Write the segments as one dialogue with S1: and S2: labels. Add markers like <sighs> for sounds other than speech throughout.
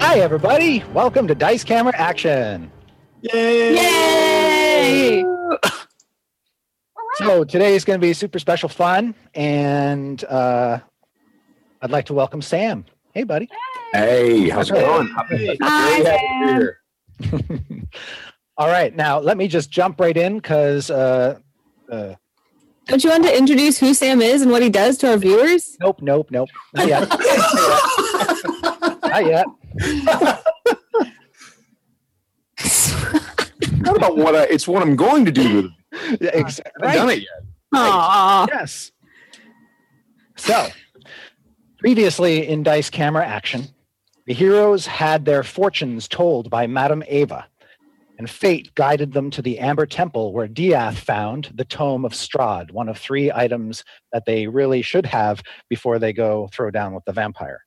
S1: Hi, everybody. Welcome to Dice Camera Action.
S2: Yay!
S1: So, today is going to be super special fun, and uh, I'd like to welcome Sam. Hey, buddy.
S3: Hey, how's it going? Happy-
S2: Hi,
S3: really happy to be
S2: Sam.
S3: here.
S1: All right. Now, let me just jump right in because uh, uh,
S2: Don't you want to introduce who Sam is and what he does to our viewers?
S1: nope, nope, nope. Not yet. Not yet.
S3: Not about what I, it's what I'm going to do. With it.
S1: Yeah, ex-
S3: I haven't done it yet.
S2: Aww.
S1: Yes. So, previously in Dice Camera Action, the heroes had their fortunes told by Madame Ava, and fate guided them to the Amber Temple where Diath found the Tome of Strahd, one of three items that they really should have before they go throw down with the vampire.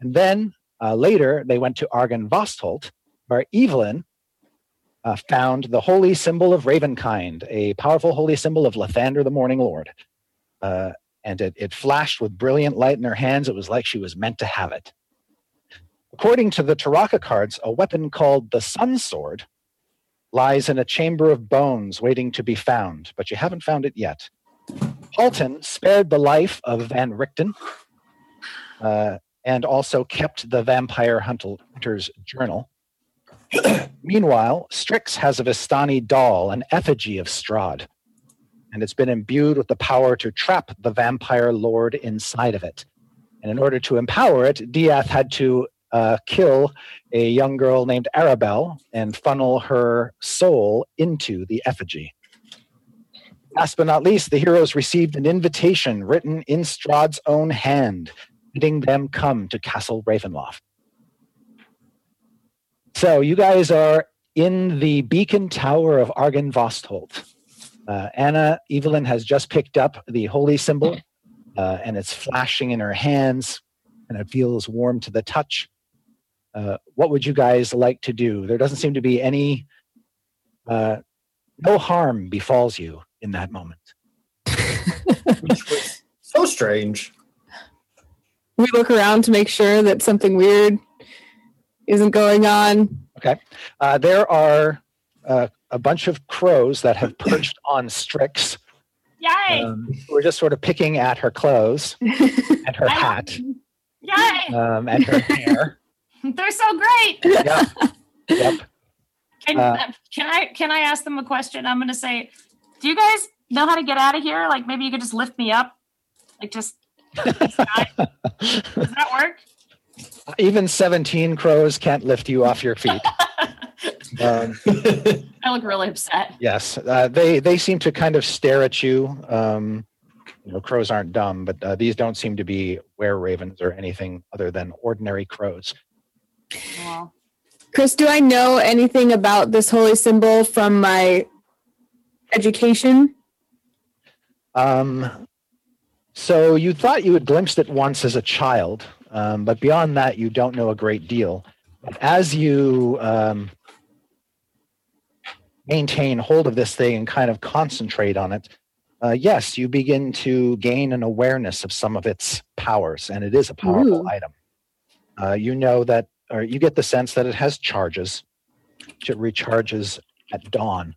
S1: And then uh, later, they went to Argen Vostholt, where Evelyn uh, found the holy symbol of Ravenkind, a powerful holy symbol of Lathander the Morning Lord uh, and it, it flashed with brilliant light in her hands. It was like she was meant to have it. According to the Taraka cards, a weapon called the Sun Sword lies in a chamber of bones waiting to be found, but you haven't found it yet. Halton spared the life of Van Richten uh, and also kept the vampire hunter- hunter's journal. <clears throat> Meanwhile, Strix has a Vistani doll, an effigy of Strahd and it's been imbued with the power to trap the vampire lord inside of it. And in order to empower it, Diath had to uh, kill a young girl named Arabelle and funnel her soul into the effigy. Last but not least, the heroes received an invitation written in Strahd's own hand, bidding them come to Castle Ravenloft. So you guys are in the beacon tower of Argen Vostholt. Uh, Anna Evelyn has just picked up the holy symbol, uh, and it's flashing in her hands, and it feels warm to the touch. Uh, what would you guys like to do? There doesn't seem to be any, uh, no harm befalls you in that moment.
S4: which was so strange.
S2: We look around to make sure that something weird isn't going on.
S1: Uh, there are uh, a bunch of crows that have perched on Strix.
S5: Yay!
S1: Um, who are just sort of picking at her clothes and her
S5: I-
S1: hat
S5: Yay! <laughs>
S1: um, and her hair.
S5: They're so great.
S1: Yep. Yep.
S5: Can,
S1: Uh,
S5: can I can I ask them a question? I'm gonna say, do you guys know how to get out of here? Like maybe you could just lift me up. Like just does that work?
S1: Even 17 crows can't lift you off your feet. um,
S5: I look really upset.
S1: yes, uh, they they seem to kind of stare at you. Um, you know, crows aren't dumb, but uh, these don't seem to be were ravens or anything other than ordinary crows.
S5: Well,
S2: Chris, do I know anything about this holy symbol from my education?
S1: Um, so you thought you had glimpsed it once as a child, um, but beyond that, you don't know a great deal. But as you um, maintain hold of this thing and kind of concentrate on it, uh, yes, you begin to gain an awareness of some of its powers, and it is a powerful
S2: Ooh.
S1: item. Uh, you know that, or you get the sense that it has charges. It recharges at dawn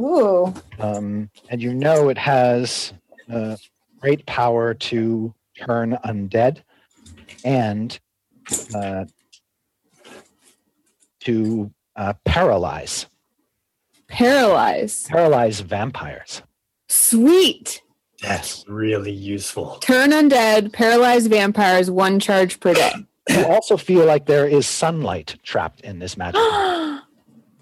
S2: Ooh.
S1: um, and you know it has uh, great power to turn undead and uh, to uh, paralyze
S2: Paralyze.
S1: paralyze vampires.
S2: Sweet.
S1: Yes.
S4: Really useful.
S2: Turn undead, paralyze vampires, one charge per <gasps> day.
S1: You also feel like there is sunlight trapped in this magic.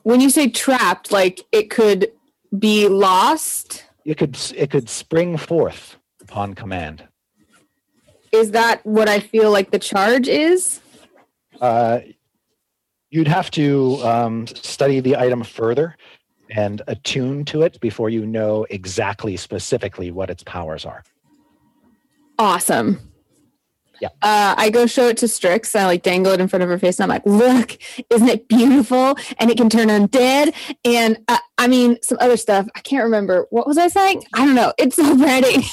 S2: when you say trapped, like it could be lost.
S1: It could it could spring forth upon command.
S2: Is that what I feel like the charge is?
S1: Uh, you'd have to um, study the item further and attune to it before you know exactly specifically what its powers are.
S2: Awesome.
S1: Yeah.
S2: Uh, I go show it to Strix. I like dangle it in front of her face, and I'm like, "Look, isn't it beautiful? And it can turn undead, and uh, I mean, some other stuff. I can't remember. What was I saying? I don't know. It's so <laughs> pretty.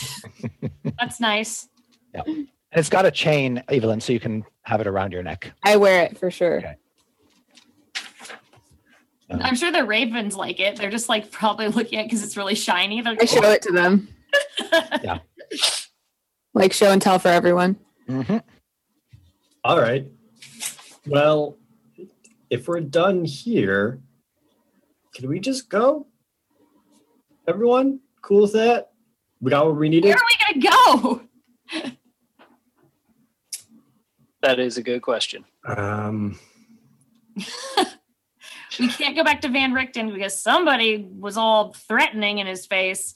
S5: That's nice.
S1: And it's got a chain, Evelyn, so you can have it around your neck.
S2: I wear it for sure.
S1: Okay.
S5: I'm sure the ravens like it. They're just like probably looking at because it's really shiny. They're
S2: I show it to them.
S1: <laughs> Yeah.
S2: Like show and tell for everyone.
S1: Mhm.
S4: All right. Well, if we're done here, can we just go? Everyone, cool with that? We got what we
S5: Where
S4: needed.
S5: are we gonna go?
S6: That is a good question.
S4: Um,
S5: We can't go back to Van Richten because somebody was all threatening in his face.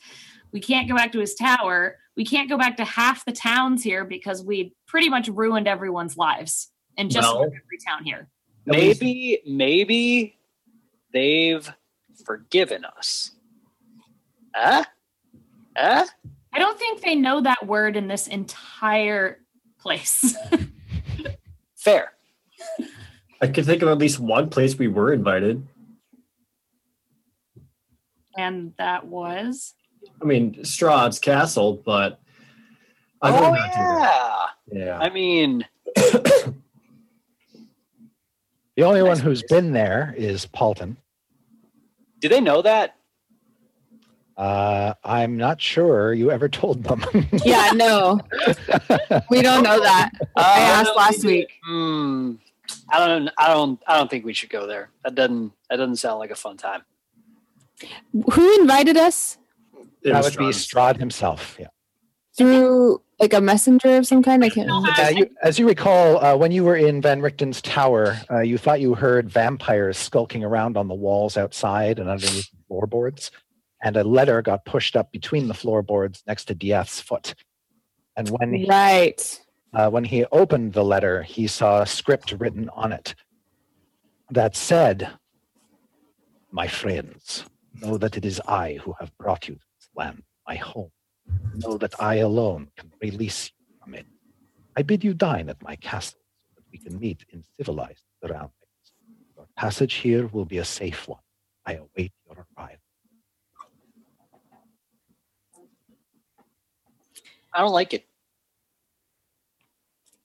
S5: We can't go back to his tower. We can't go back to half the towns here because we pretty much ruined everyone's lives and just
S4: Well-
S5: about every town here.
S6: Maybe, maybe they've forgiven us. Eh? Huh? Huh?
S5: I don't think they know that word in this entire place. <laughs>
S6: Fair.
S4: I can think of at least one place we were invited.
S5: and that was
S4: I mean, Strahd's castle, but I
S6: oh
S4: vote not to.
S6: yeah.
S4: Yeah.
S6: I mean,
S1: The only
S6: Nice
S1: one who's been there is Palton.
S6: do they know that?
S1: Uh, I'm not sure you ever told them. <laughs>
S2: Yeah, no, we don't know that. I asked last week.
S6: Hmm. I don't. I don't. I don't think we should go there. That doesn't. That doesn't sound like a fun time.
S2: Who invited us
S4: It
S1: that
S4: was
S1: would be
S4: Strahd's.
S1: Strahd himself. Yeah.
S2: through like a messenger of some kind? I can't. remember.
S1: Yeah, uh, you, as you recall, uh, when you were in Van Richten's tower, uh, you thought you heard vampires skulking around on the walls outside and underneath the floorboards, and a letter got pushed up between the floorboards next to DF's foot. And when he,
S2: Right.
S1: uh, when he opened the letter, he saw a script written on it that said, "My friends, know that it is I who have brought you to this land, my home. Know that I alone can release you from it. I bid you dine at my castle, so that we can meet in civilized surroundings. Your passage here will be a safe one. I await your arrival."
S6: I don't like it.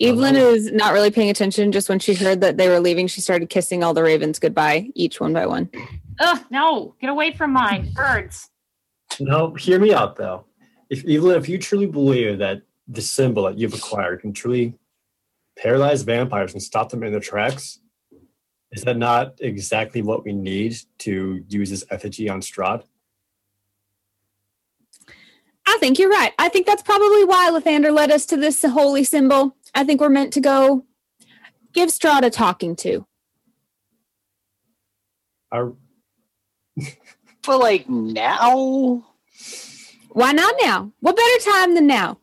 S2: Evelyn is not really paying attention. Just when she heard that they were leaving, she started kissing all the ravens goodbye, each one by one.
S5: Ugh, no, get away from mine. Birds. <laughs>
S4: No, hear me out though. If Evelyn, if you truly believe that the symbol that you've acquired can truly paralyze vampires and stop them in their tracks, is that not exactly what we need to use this effigy on Strahd?
S2: I think you're right. I think that's probably why Lathander led us to this holy symbol. I think we're meant to go give Strahd a talking to.
S4: Are,
S6: But like now,
S2: Why not now? What better time than now?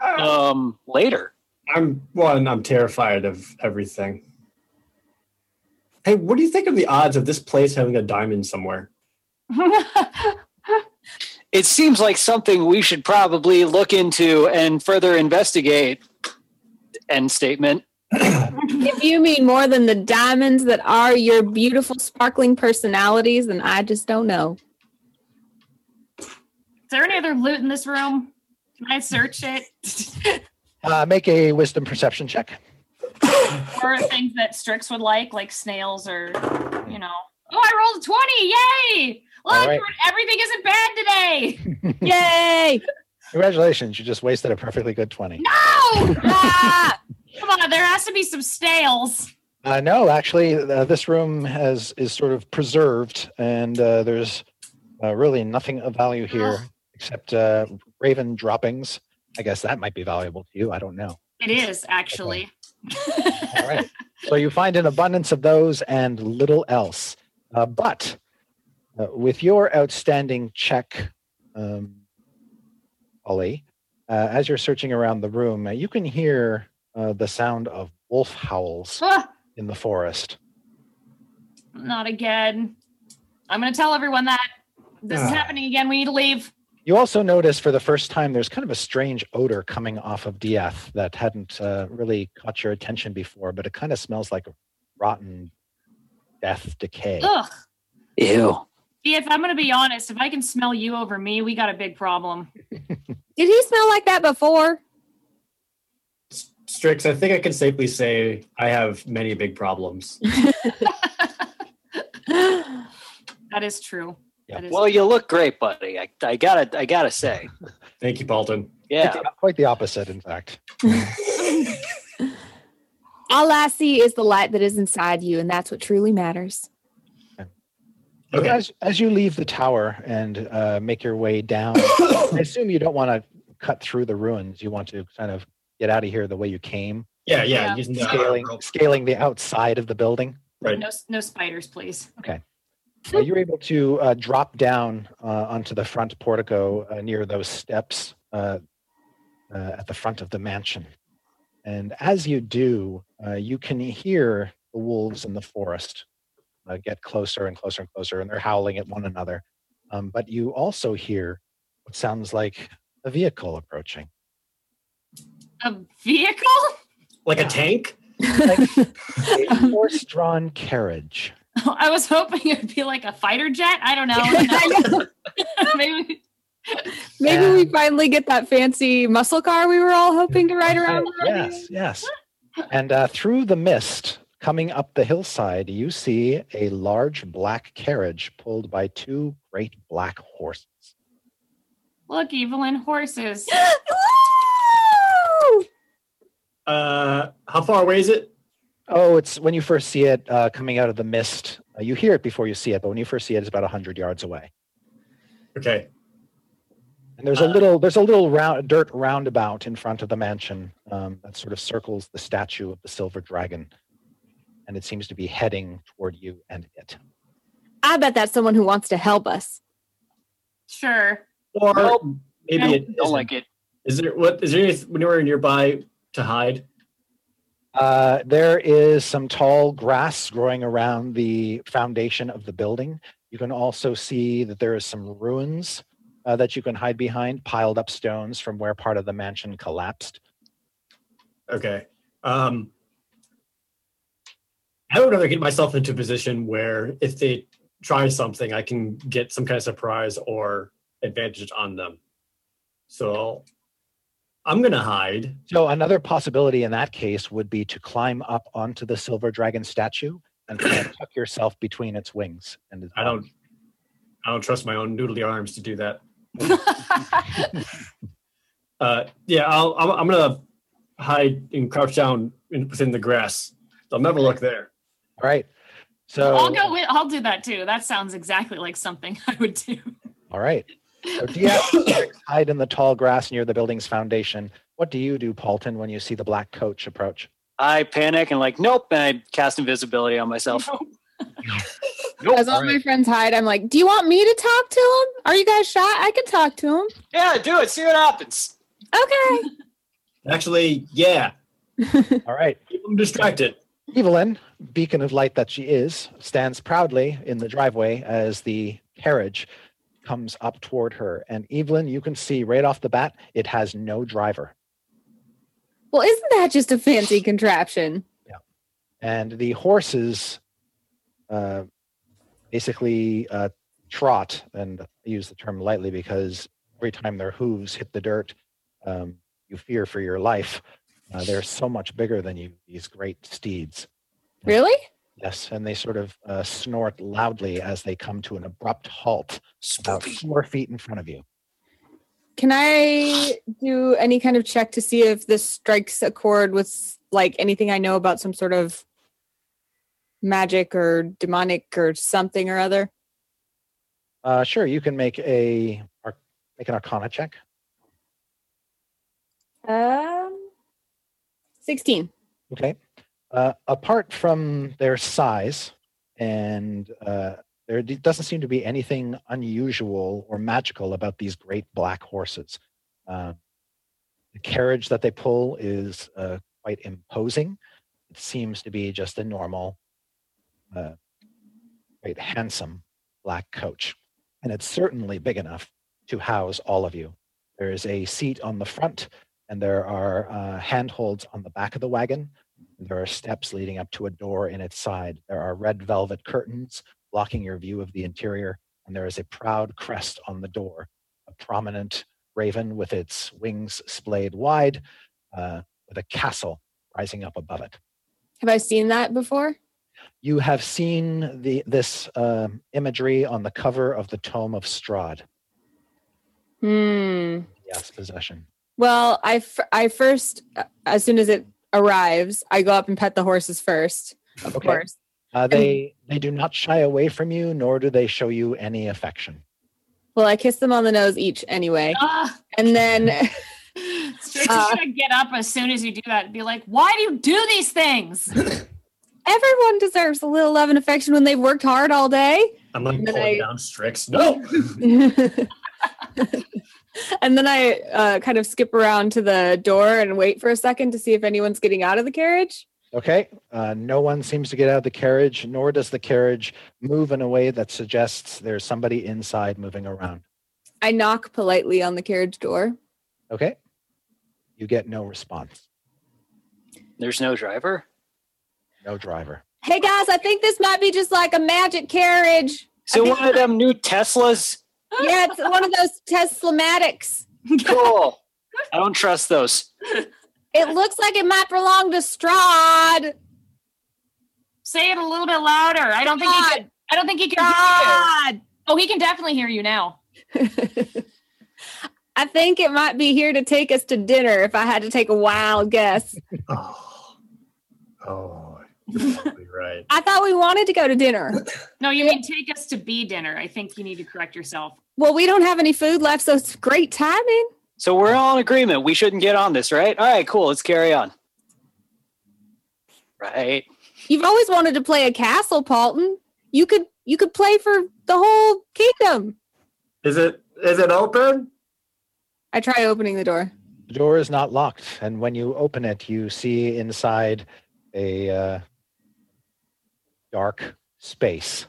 S6: um, later.
S4: I'm one. I'm terrified of everything. Hey, what do you think of the odds of this place having a diamond somewhere?
S6: It seems like something we should probably look into and further investigate. End statement.
S2: If you mean more than the diamonds that are your beautiful, sparkling personalities, then I just don't know.
S5: Is there any other loot in this room? Can I search it? <laughs>
S1: Uh, make a wisdom perception check.
S5: or things that Strix would like, like snails or, you know. Oh, I rolled a 20. Yay!
S1: All
S5: Look,
S1: right.
S2: <laughs>
S5: everything isn't bad today.
S2: Yay!
S1: Congratulations, you just wasted a perfectly good 20.
S5: No! Ah! Come on, there has to be some stales.
S1: Uh, no, actually, uh, this room has is sort of preserved, and uh, there's uh, really nothing of value here except uh, raven droppings. I guess that might be valuable to you. I don't know.
S5: It is, actually.
S1: All right. so you find an abundance of those and little else. Uh, but uh, with your outstanding check, um, Ollie, uh, as you're searching around the room, uh, you can hear uh, the sound of wolf howls
S5: Ah,
S1: in the forest.
S5: not again. I'm going to tell everyone that. This is
S4: Ah.
S5: happening again. We need to leave.
S1: You also notice for the first time there's kind of a strange odor coming off of Diath that hadn't uh, really caught your attention before, but it kind of smells like rotten death decay.
S5: Ugh.
S6: Ew.
S5: If I'm going to be honest, if I can smell you over me, we got a big problem.
S2: Did he smell like that <gasps> before?
S4: S- Strix, I think I can safely say I have many big problems.
S5: That is true.
S1: Yeah.
S5: That is
S6: Well, you look great, buddy. I, I gotta, I gotta say,
S4: Thank you, Paulton.
S6: yeah.
S1: Quite the opposite, in fact.
S2: All I see is the light that is inside you, and that's what truly matters.
S4: Okay.
S1: As, as you leave the tower and uh, make your way down, I assume you don't want to cut through the ruins. You want to kind of get out of here the way you came,
S4: Yeah, yeah.
S5: Yeah.
S4: Using the
S1: scaling,
S4: rope.
S1: scaling the outside of the building.
S4: Right.
S5: no, no spiders, please.
S1: Uh, you're able to uh, drop down uh, onto the front portico uh, near those steps uh, uh, at the front of the mansion. And as you do, uh, you can hear the wolves in the forest uh, get closer and closer and closer, and they're howling at one another. Um, but you also hear what sounds like a vehicle approaching.
S5: A vehicle?
S4: Like a tank?
S1: A horse drawn carriage.
S5: <laughs> I was hoping it'd be like a fighter jet. I
S2: <laughs>
S5: don't know.
S2: <laughs>
S5: <laughs>
S2: I know.
S5: Maybe.
S2: Maybe we finally get that fancy muscle car we were all hoping to ride around.
S1: Oh, Yes, yes. And uh, through the mist coming up the hillside, you see a large black carriage pulled by two great black horses.
S5: Look, Evelyn, horses.
S2: <laughs> Woo!
S4: Uh, how far away is it?
S1: Oh, it's when you first see it uh, coming out of the mist. Uh, you hear it before you see it, but when you first see it, it's about hundred yards away.
S4: Okay.
S1: And there's a
S4: Uh,
S1: little there's a little round, dirt roundabout in front of the mansion um, that sort of circles the statue of the silver dragon, and it seems to be heading toward you and it.
S2: I bet that's someone who wants to help us.
S5: Sure. <laughs>
S4: Or
S6: Nope.
S4: maybe
S5: No,
S4: it
S6: Don't
S4: isn't.
S6: like it.
S4: Is there what is there anywhere nearby to hide?
S1: Uh, there is some tall grass growing around the foundation of the building. You can also see that there is some ruins uh, that you can hide behind, piled up stones from where part of the mansion collapsed.
S4: Okay. Um, I would rather get myself into a position where if they try something, I can get some kind of surprise or advantage on them. So I'm gonna hide.
S1: So another possibility in that case would be to climb up onto the silver dragon statue and kind
S4: <clears throat>
S1: of tuck yourself between its wings. And
S4: I don't. I don't trust my own noodly arms to do that. Uh, yeah, I'll, I'm, I'm gonna hide and crouch down in, within the grass. They'll never look there.
S1: All right. So
S5: I'll go with I'll do that too. That sounds exactly like something <laughs> I would do.
S1: All right. So
S5: <laughs>
S1: Diaz hide in the tall grass near the building's foundation. What do you do, Paulton, when you see the black coach approach?
S6: I panic and like, nope, and I cast invisibility
S5: <laughs>
S6: on myself.
S2: As all my friends hide, I'm like, "Do you want me to talk to him? Are you guys shy? I can talk to him."
S6: Yeah, do it. See what happens.
S2: Okay.
S4: Actually, yeah,
S1: All right.
S4: keep them distracted.
S1: Evelyn, beacon of light that she is, stands proudly in the driveway as the carriage comes up toward her. And Evelyn, you can see right off the bat, it has no driver.
S2: <laughs> Well, isn't that just a fancy contraption?
S1: And the horses uh, basically uh, trot, and I use the term lightly because every time their hooves hit the dirt, um, you fear for your life. Uh, they're so much bigger than you, these great steeds.
S2: Really?
S1: Yes, and they sort of uh, snort loudly as they come to an abrupt halt about four feet in front of you.
S2: Can I do any kind of check to see if this strikes a chord with like anything I know about some sort of magic or demonic or something or other?
S1: Uh, sure, you can make a arc- make an Arcana check.
S2: Um, sixteen.
S1: Okay. Uh, apart from their size, and uh, there d- doesn't seem to be anything unusual or magical about these great black horses. Uh, the carriage that they pull is uh, quite imposing. It seems to be just a normal, uh, quite handsome black coach. And it's certainly big enough to house all of you. There is a seat on the front, and there are uh, handholds on the back of the wagon. There are steps leading up to a door in its side. There are red velvet curtains blocking your view of the interior, and there is a proud crest on the door. A prominent raven with its wings splayed wide, uh, with a castle rising up above it.
S2: Have I seen that before?
S1: You have seen the, this um, imagery on the cover of the Tome of Strahd,
S2: Hmm.
S1: yes, possession.
S2: Well, I, f- I first, uh, as soon as it arrives, I go up and pet the horses first, of
S1: Okay.
S2: course.
S1: Uh, they they do not shy away from you, nor do they show you any affection.
S2: Well, I kiss them on the nose each anyway.
S5: Ah,
S2: And <laughs> then,
S5: Strix
S2: Uh.
S5: is gonna get up as soon as you do that and be like, "Why do you do these things?"
S2: everyone deserves a little love and affection when they've worked hard all day.
S4: I'm like
S2: And then
S4: pulling
S2: I-
S4: down
S2: <laughs>
S4: Strix. No,
S2: and <laughs> then I uh, kind of skip around to the door and wait for a second to see if anyone's getting out of the carriage.
S1: Okay, uh, no one seems to get out of the carriage, nor does the carriage move in a way that suggests there's somebody inside moving around.
S2: I knock politely on the carriage door.
S1: Okay, you get no response,
S6: There's no driver.
S1: no driver.
S2: Hey guys, I think this might be just like a magic carriage.
S6: So one of them new Teslas.
S2: Yeah, it's one of those Teslamatics.
S6: Cool. <laughs> I don't trust those.
S2: It looks like it might belong to Strahd.
S5: Say it a little bit louder. I don't think he
S2: God.
S5: can. I don't think he can hear you.
S2: Strahd.
S5: Oh, he can definitely hear you now.
S2: I think it might be here to take us to dinner if I had to take a wild guess.
S4: oh, oh, you're probably right.
S2: I thought we wanted to go to dinner.
S5: No, you mean take us to be dinner. I think you need to correct yourself.
S2: Well, we don't have any food left, so it's great timing.
S6: So we're all in agreement. We shouldn't get on this, right? All right, cool. Let's carry on. Right.
S2: You've always wanted to play a castle, Paulton. You could you could play for the whole kingdom.
S4: Is it is it open?
S2: I try opening the door.
S1: The door is not locked, and when you open it, you see inside a uh, dark space.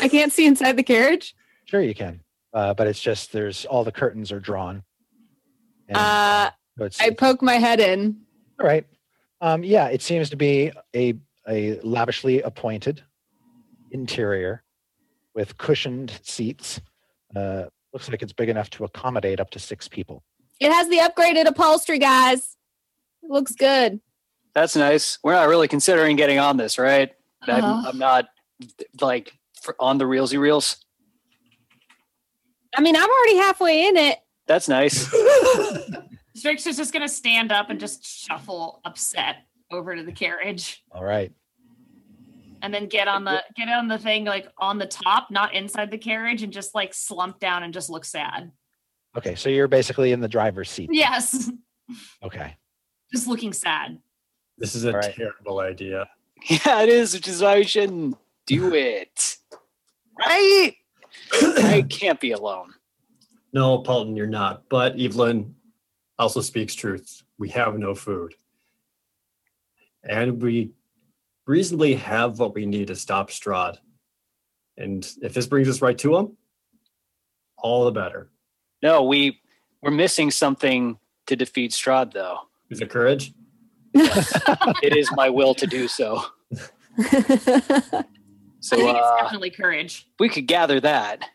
S2: I can't see inside the carriage.
S1: Sure, you can, uh, but it's just there's all the curtains are drawn. And,
S2: Uh,
S1: so it's-
S2: I poke my head in.
S1: All right. Um, yeah, it seems to be a a lavishly appointed interior with cushioned seats. Uh, looks like it's big enough to accommodate up to six people.
S2: It has the upgraded upholstery, guys. It looks good.
S6: That's nice. We're not really considering getting on this, right? I'm,
S5: Uh-huh.
S6: I'm not like for, on the reelsy reels.
S2: I mean, I'm already halfway in it. <laughs>
S4: <laughs>
S6: That's nice.
S5: Strix is just gonna stand up and just shuffle upset over to the carriage
S1: All right.
S5: and then get on the get on the thing like on the top, not inside the carriage, and just like slump down and just look sad.
S1: Okay, so you're basically in the driver's seat.
S5: Yes. <laughs>
S1: Okay.
S5: Just looking sad.
S4: This is a
S1: All right.
S4: terrible idea.
S6: <laughs> yeah, it is, which is why we shouldn't <laughs> do it. Right? I can't be alone.
S4: No, Paulton, you're not. But Evelyn also speaks truth. We have no food. And we reasonably have what we need to stop Strahd. And if this brings us right to him, all the better.
S6: No, we we're missing something to defeat Strahd, though.
S4: Is it courage?
S6: It is my will to do so.
S5: I
S6: So <laughs>
S5: think it's
S6: uh,
S5: definitely courage.
S6: we could gather that.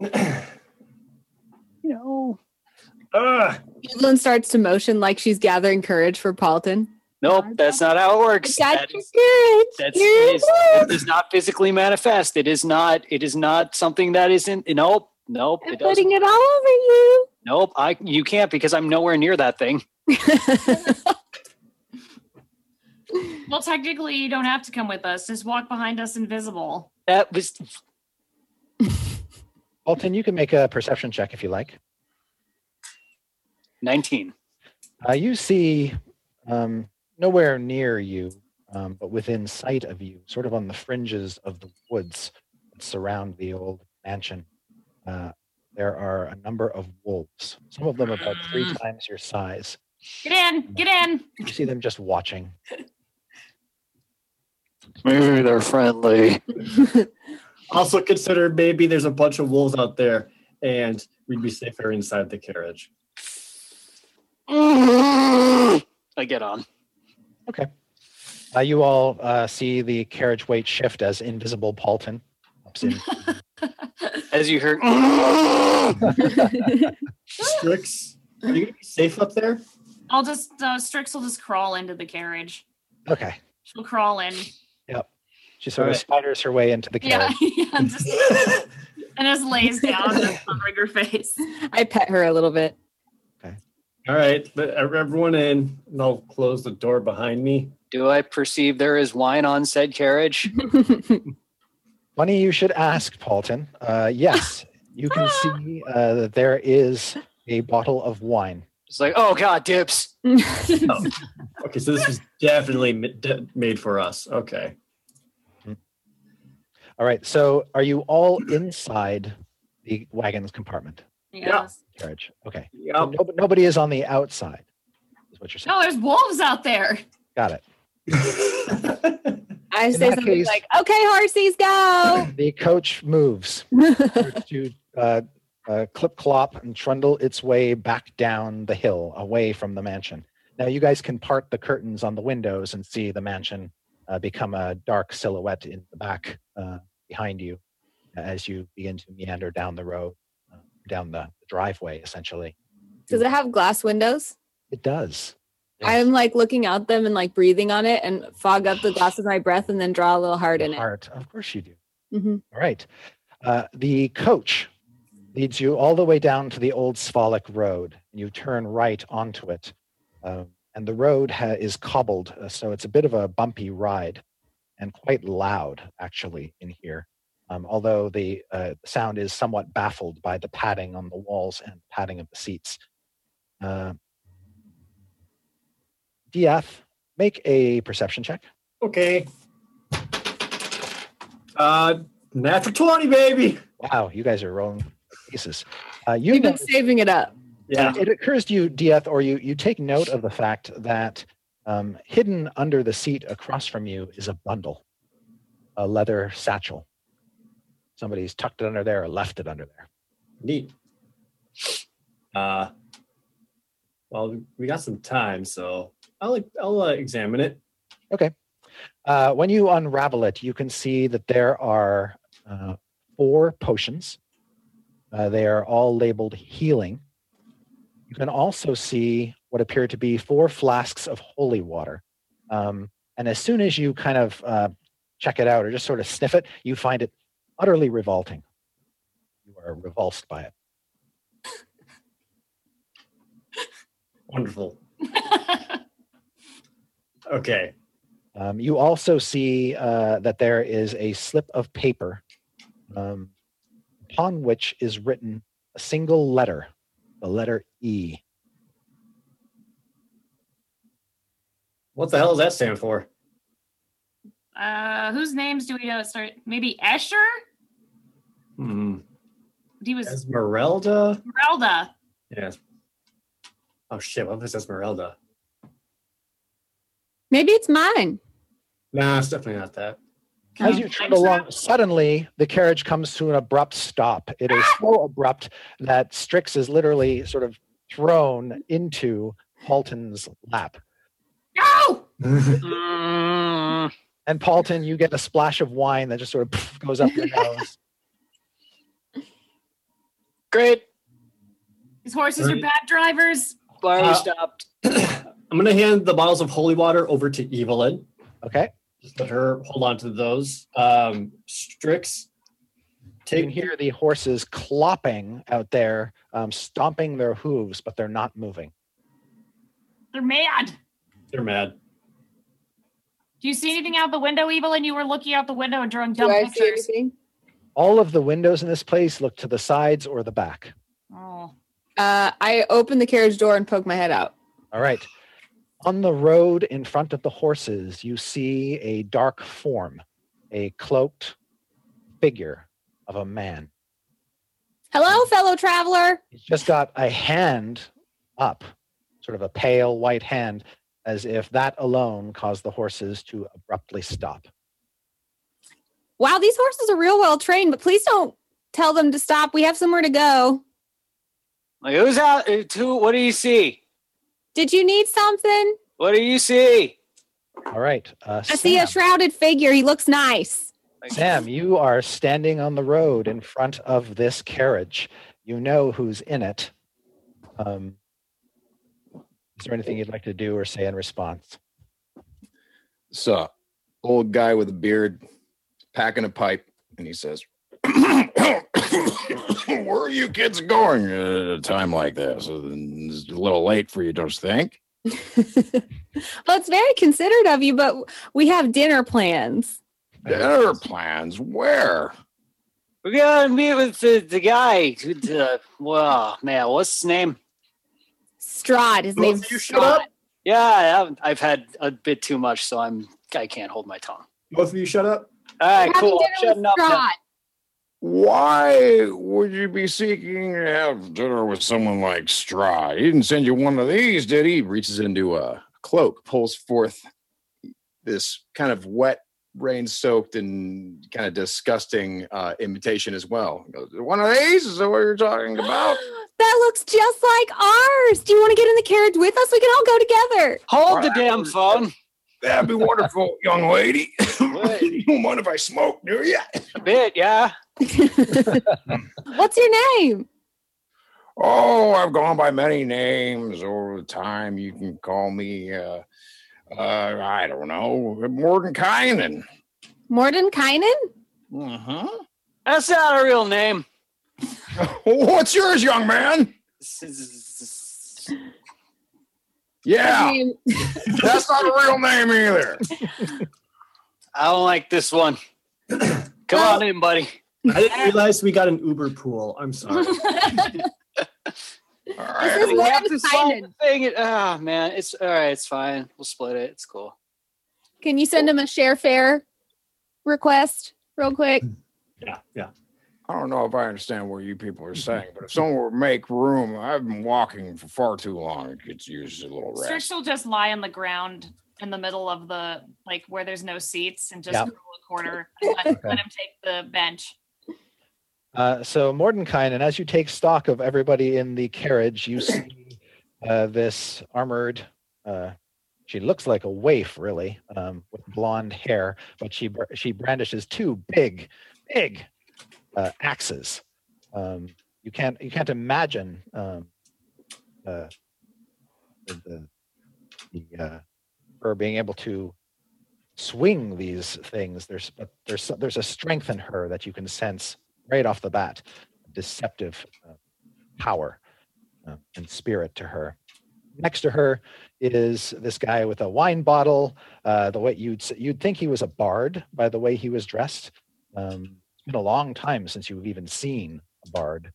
S6: You know.
S4: Ah,
S2: Evelyn starts to motion like she's gathering courage for Paulton.
S6: Nope, that's not how it works. That is-
S2: courage.
S6: that's
S2: You're
S6: it is, it does not physically manifest. It is not. It is not something that isn't. Nope. Nope,
S2: I'm
S6: it doesn't.
S2: putting it all over you.
S6: Nope, I you can't because I'm nowhere near that thing.
S5: Well, technically, you don't have to come with us. Just walk behind us invisible.
S6: That was
S1: Alton, you can make a perception check if you like.
S6: 19.
S1: Uh, you see, um, nowhere near you, um, but within sight of you, sort of on the fringes of the woods that surround the old mansion, uh, there are a number of wolves. Some of them about three times your size.
S5: Get in, get in.
S1: You see them just watching.
S6: Maybe they're friendly.
S4: Also consider maybe there's a bunch of wolves out there and we'd be safer inside the carriage.
S6: I get on.
S1: Uh, you all uh, see the carriage weight shift as invisible Palton pops in.
S6: As you heard,
S4: Strix, are you gonna be safe up there?
S5: I'll just uh, Strix will just crawl into the carriage.
S1: Okay.
S5: She'll crawl in.
S1: She sort of
S4: Alright.
S1: spiders her way into the
S5: Yeah, <laughs>
S1: carriage.
S5: yeah, and just and just lays down just covering
S1: <laughs>
S5: her face.
S2: I pet her a little bit.
S4: All right, let everyone in and I'll close the door behind me.
S6: do I perceive there is wine on said carriage?
S1: Funny you should ask, Paulton. Uh, yes, you can see uh, that there is a bottle of wine.
S6: It's like, oh god, dips.
S4: Oh. Okay, so this was definitely ma- de- made for us. Okay.
S1: All right, so are you all inside the wagon's compartment
S5: Yeah.
S1: carriage? Okay.
S4: Yep.
S1: No, nobody is on the outside, is what you're saying.
S5: No, Oh, there's wolves out there.
S1: Got it.
S2: I say
S1: that
S2: something
S1: case-
S2: like, "Okay,
S1: <laughs>
S2: horsies, go."
S1: The coach moves to uh, uh, clip clop and trundle its way back down the hill away from the mansion. Now you guys can part the curtains on the windows and see the mansion uh, become a dark silhouette in the back uh, behind you as you begin to meander down the road, uh, down the driveway. Essentially,
S2: Does it have glass windows?
S1: it does.
S2: I'm like looking out them and like breathing on it and fog up the glass with my breath and then draw a little heart in it.
S1: Heart, of course you do.
S2: Mhm.
S1: All right. Uh, the coach leads you all the way down to the old Svalik Road, and you turn right onto it. Um, and the road ha- is cobbled, uh, so it's a bit of a bumpy ride and quite loud, actually, in here. Um, although the uh, sound is somewhat baffled by the padding on the walls and padding of the seats. Uh, DF, make a perception check.
S4: <laughs> Okay. Uh, natural 20, baby.
S1: Wow, you guys are rolling pieces. Uh, you
S2: We've been
S1: notice-
S2: saving it up.
S4: Yeah.
S1: it occurs to you, Dieth, or you you take note of the fact that um, hidden under the seat across from you is a bundle, a leather satchel. Somebody's tucked it under there or left it under there.
S4: Neat. Uh, well, we got some time, so I'll I'll uh, examine it.
S1: Uh, when you unravel it, you can see that there are uh, four potions. Uh, they are all labeled healing. You can also see what appear to be four flasks of holy water. Um, and as soon as you kind of uh, check it out or just sort of sniff it, you find it utterly revolting. You are revulsed by it.
S4: Wonderful. Okay.
S1: Um, you also see uh, that there is a slip of paper um, upon which is written a single letter, the letter E.
S4: What the hell does that stand for?
S5: uh, whose names do we know? Start maybe Escher.
S4: Hmm.
S5: He was
S4: Esmeralda.
S5: Esmeralda.
S4: Yes. Oh shit! What was Esmeralda?
S2: Maybe it's mine.
S4: Nah, it's definitely
S1: <laughs>
S4: not that.
S1: As
S5: Um,
S1: you trot
S5: I'm
S1: along,
S5: trapped.
S1: suddenly the carriage comes to an abrupt stop. It is so abrupt that Strix is literally sort of thrown into Halton's lap.
S5: No,
S6: Mm,
S1: And Paulton, you get a splash of wine that just sort of poof, goes up your nose.
S6: great.
S5: these horses are
S4: Right.
S5: bad drivers.
S6: Why are we
S4: Uh,
S6: stopped?
S4: I'm gonna hand the bottles of holy water over to Evelyn.
S1: Okay.
S4: Just let her hold on to those. Um, Strix,
S1: You can hear the horses clopping out there, um, stomping their hooves, but they're not moving.
S5: They're mad.
S4: They're mad.
S5: Do you see anything out the window, Evelyn? You were looking out the window and drawing
S2: Do
S5: dumb
S2: I see
S5: pictures.
S2: anything?
S1: All of the windows in this place look to the sides or the back.
S5: Oh,
S2: Uh, I open the carriage door and poke my head out.
S1: All right. On the road in front of the horses, you see a dark form, a cloaked figure of a man.
S2: Hello, fellow traveler.
S1: He's just got a hand up, sort of a pale white hand, as if that alone caused the horses to abruptly stop.
S2: Wow, these horses are real well trained, but please don't tell them to stop. We have somewhere to go.
S6: Like, who's out? uh, Who? What do you see?
S2: Did you need something?
S6: What do you see?
S1: All right. Uh,
S2: I see
S1: Sam.
S2: a shrouded figure. He looks nice.
S6: Like,
S1: Sam, you are standing on the road in front of this carriage. You know who's in it. Um, is there anything you'd like to do or say in response?
S3: So, old guy with a beard, packing a pipe, and he says, <coughs> "Where are you kids going at a time like this? It's a little late for you, don't you think?"
S2: well, it's very considerate of you, but we have dinner plans.
S3: Dinner plans where?
S6: We're gonna meet with the, the guy. Who, the, well, man, what's his name?
S2: Strahd, his
S4: Both
S2: name's
S4: of you shut up.
S2: Strahd.
S6: Yeah, I've, I've had a bit too much, so I'm I can't hold my tongue.
S4: Both of you shut up.
S6: All
S2: We're
S6: right,
S2: having
S6: cool. I'm
S2: dinner
S6: shutting
S2: with
S6: up. now.
S2: Strahd.
S3: Why would you be seeking to have dinner with someone like Strahd? He didn't send you one of these, did he? Reaches into a cloak, pulls forth this kind of wet, rain soaked, and kind of disgusting uh, imitation as well. He goes, one of these? Is that what you're talking about?
S2: that looks just like ours. Do you want to get in the carriage with us? We can all go together.
S6: Hold the damn phone.
S3: That'd be wonderful, young lady. <laughs>
S6: What?
S3: you don't mind if I smoke, do you?
S6: A bit, yeah.
S2: What's your name?
S3: Oh, I've gone by many names over the time. You can call me, uh, uh, I don't know, Mordenkainen.
S2: Mordenkainen?
S3: Uh-huh.
S6: That's not a real name.
S3: <laughs> What's yours, young man?
S2: His <laughs>
S3: Yeah,
S2: name-
S3: that's not a real name either.
S6: I don't like this one. Come on in, buddy.
S4: I didn't realize we got an Uber pool. I'm
S3: All
S4: sorry.
S2: This
S3: right.
S2: is
S6: We have to solve
S2: Mordenkainen.
S6: the thing. Ah, man, it's all right. It's fine. We'll split it. It's cool.
S2: Can you send him a share fare request real quick?
S4: yeah, yeah.
S3: I don't know if I understand what you people are saying, but if someone would make room, I've been walking for far too long. It gets used a little
S5: Strix
S3: rest.
S5: will just lie on the ground in the middle of the like where there's no seats and just
S1: Yeah.
S5: curl a corner and let, let him take the bench.
S1: Uh, so Mordenkainen, as you take stock of everybody in the carriage, you see uh, this armored. Uh, she looks like a waif, really, um, with blonde hair, but she br- she brandishes two big, big uh, axes. Um, you can't you can't imagine um, uh, the the, the uh, her being able to swing these things. There's but there's there's a strength in her that you can sense right off the bat deceptive uh, power uh, and spirit to her next to her is this guy with a wine bottle uh, the way you'd s- you'd think he was a bard by the way he was dressed um, it's been a long time since you've even seen a bard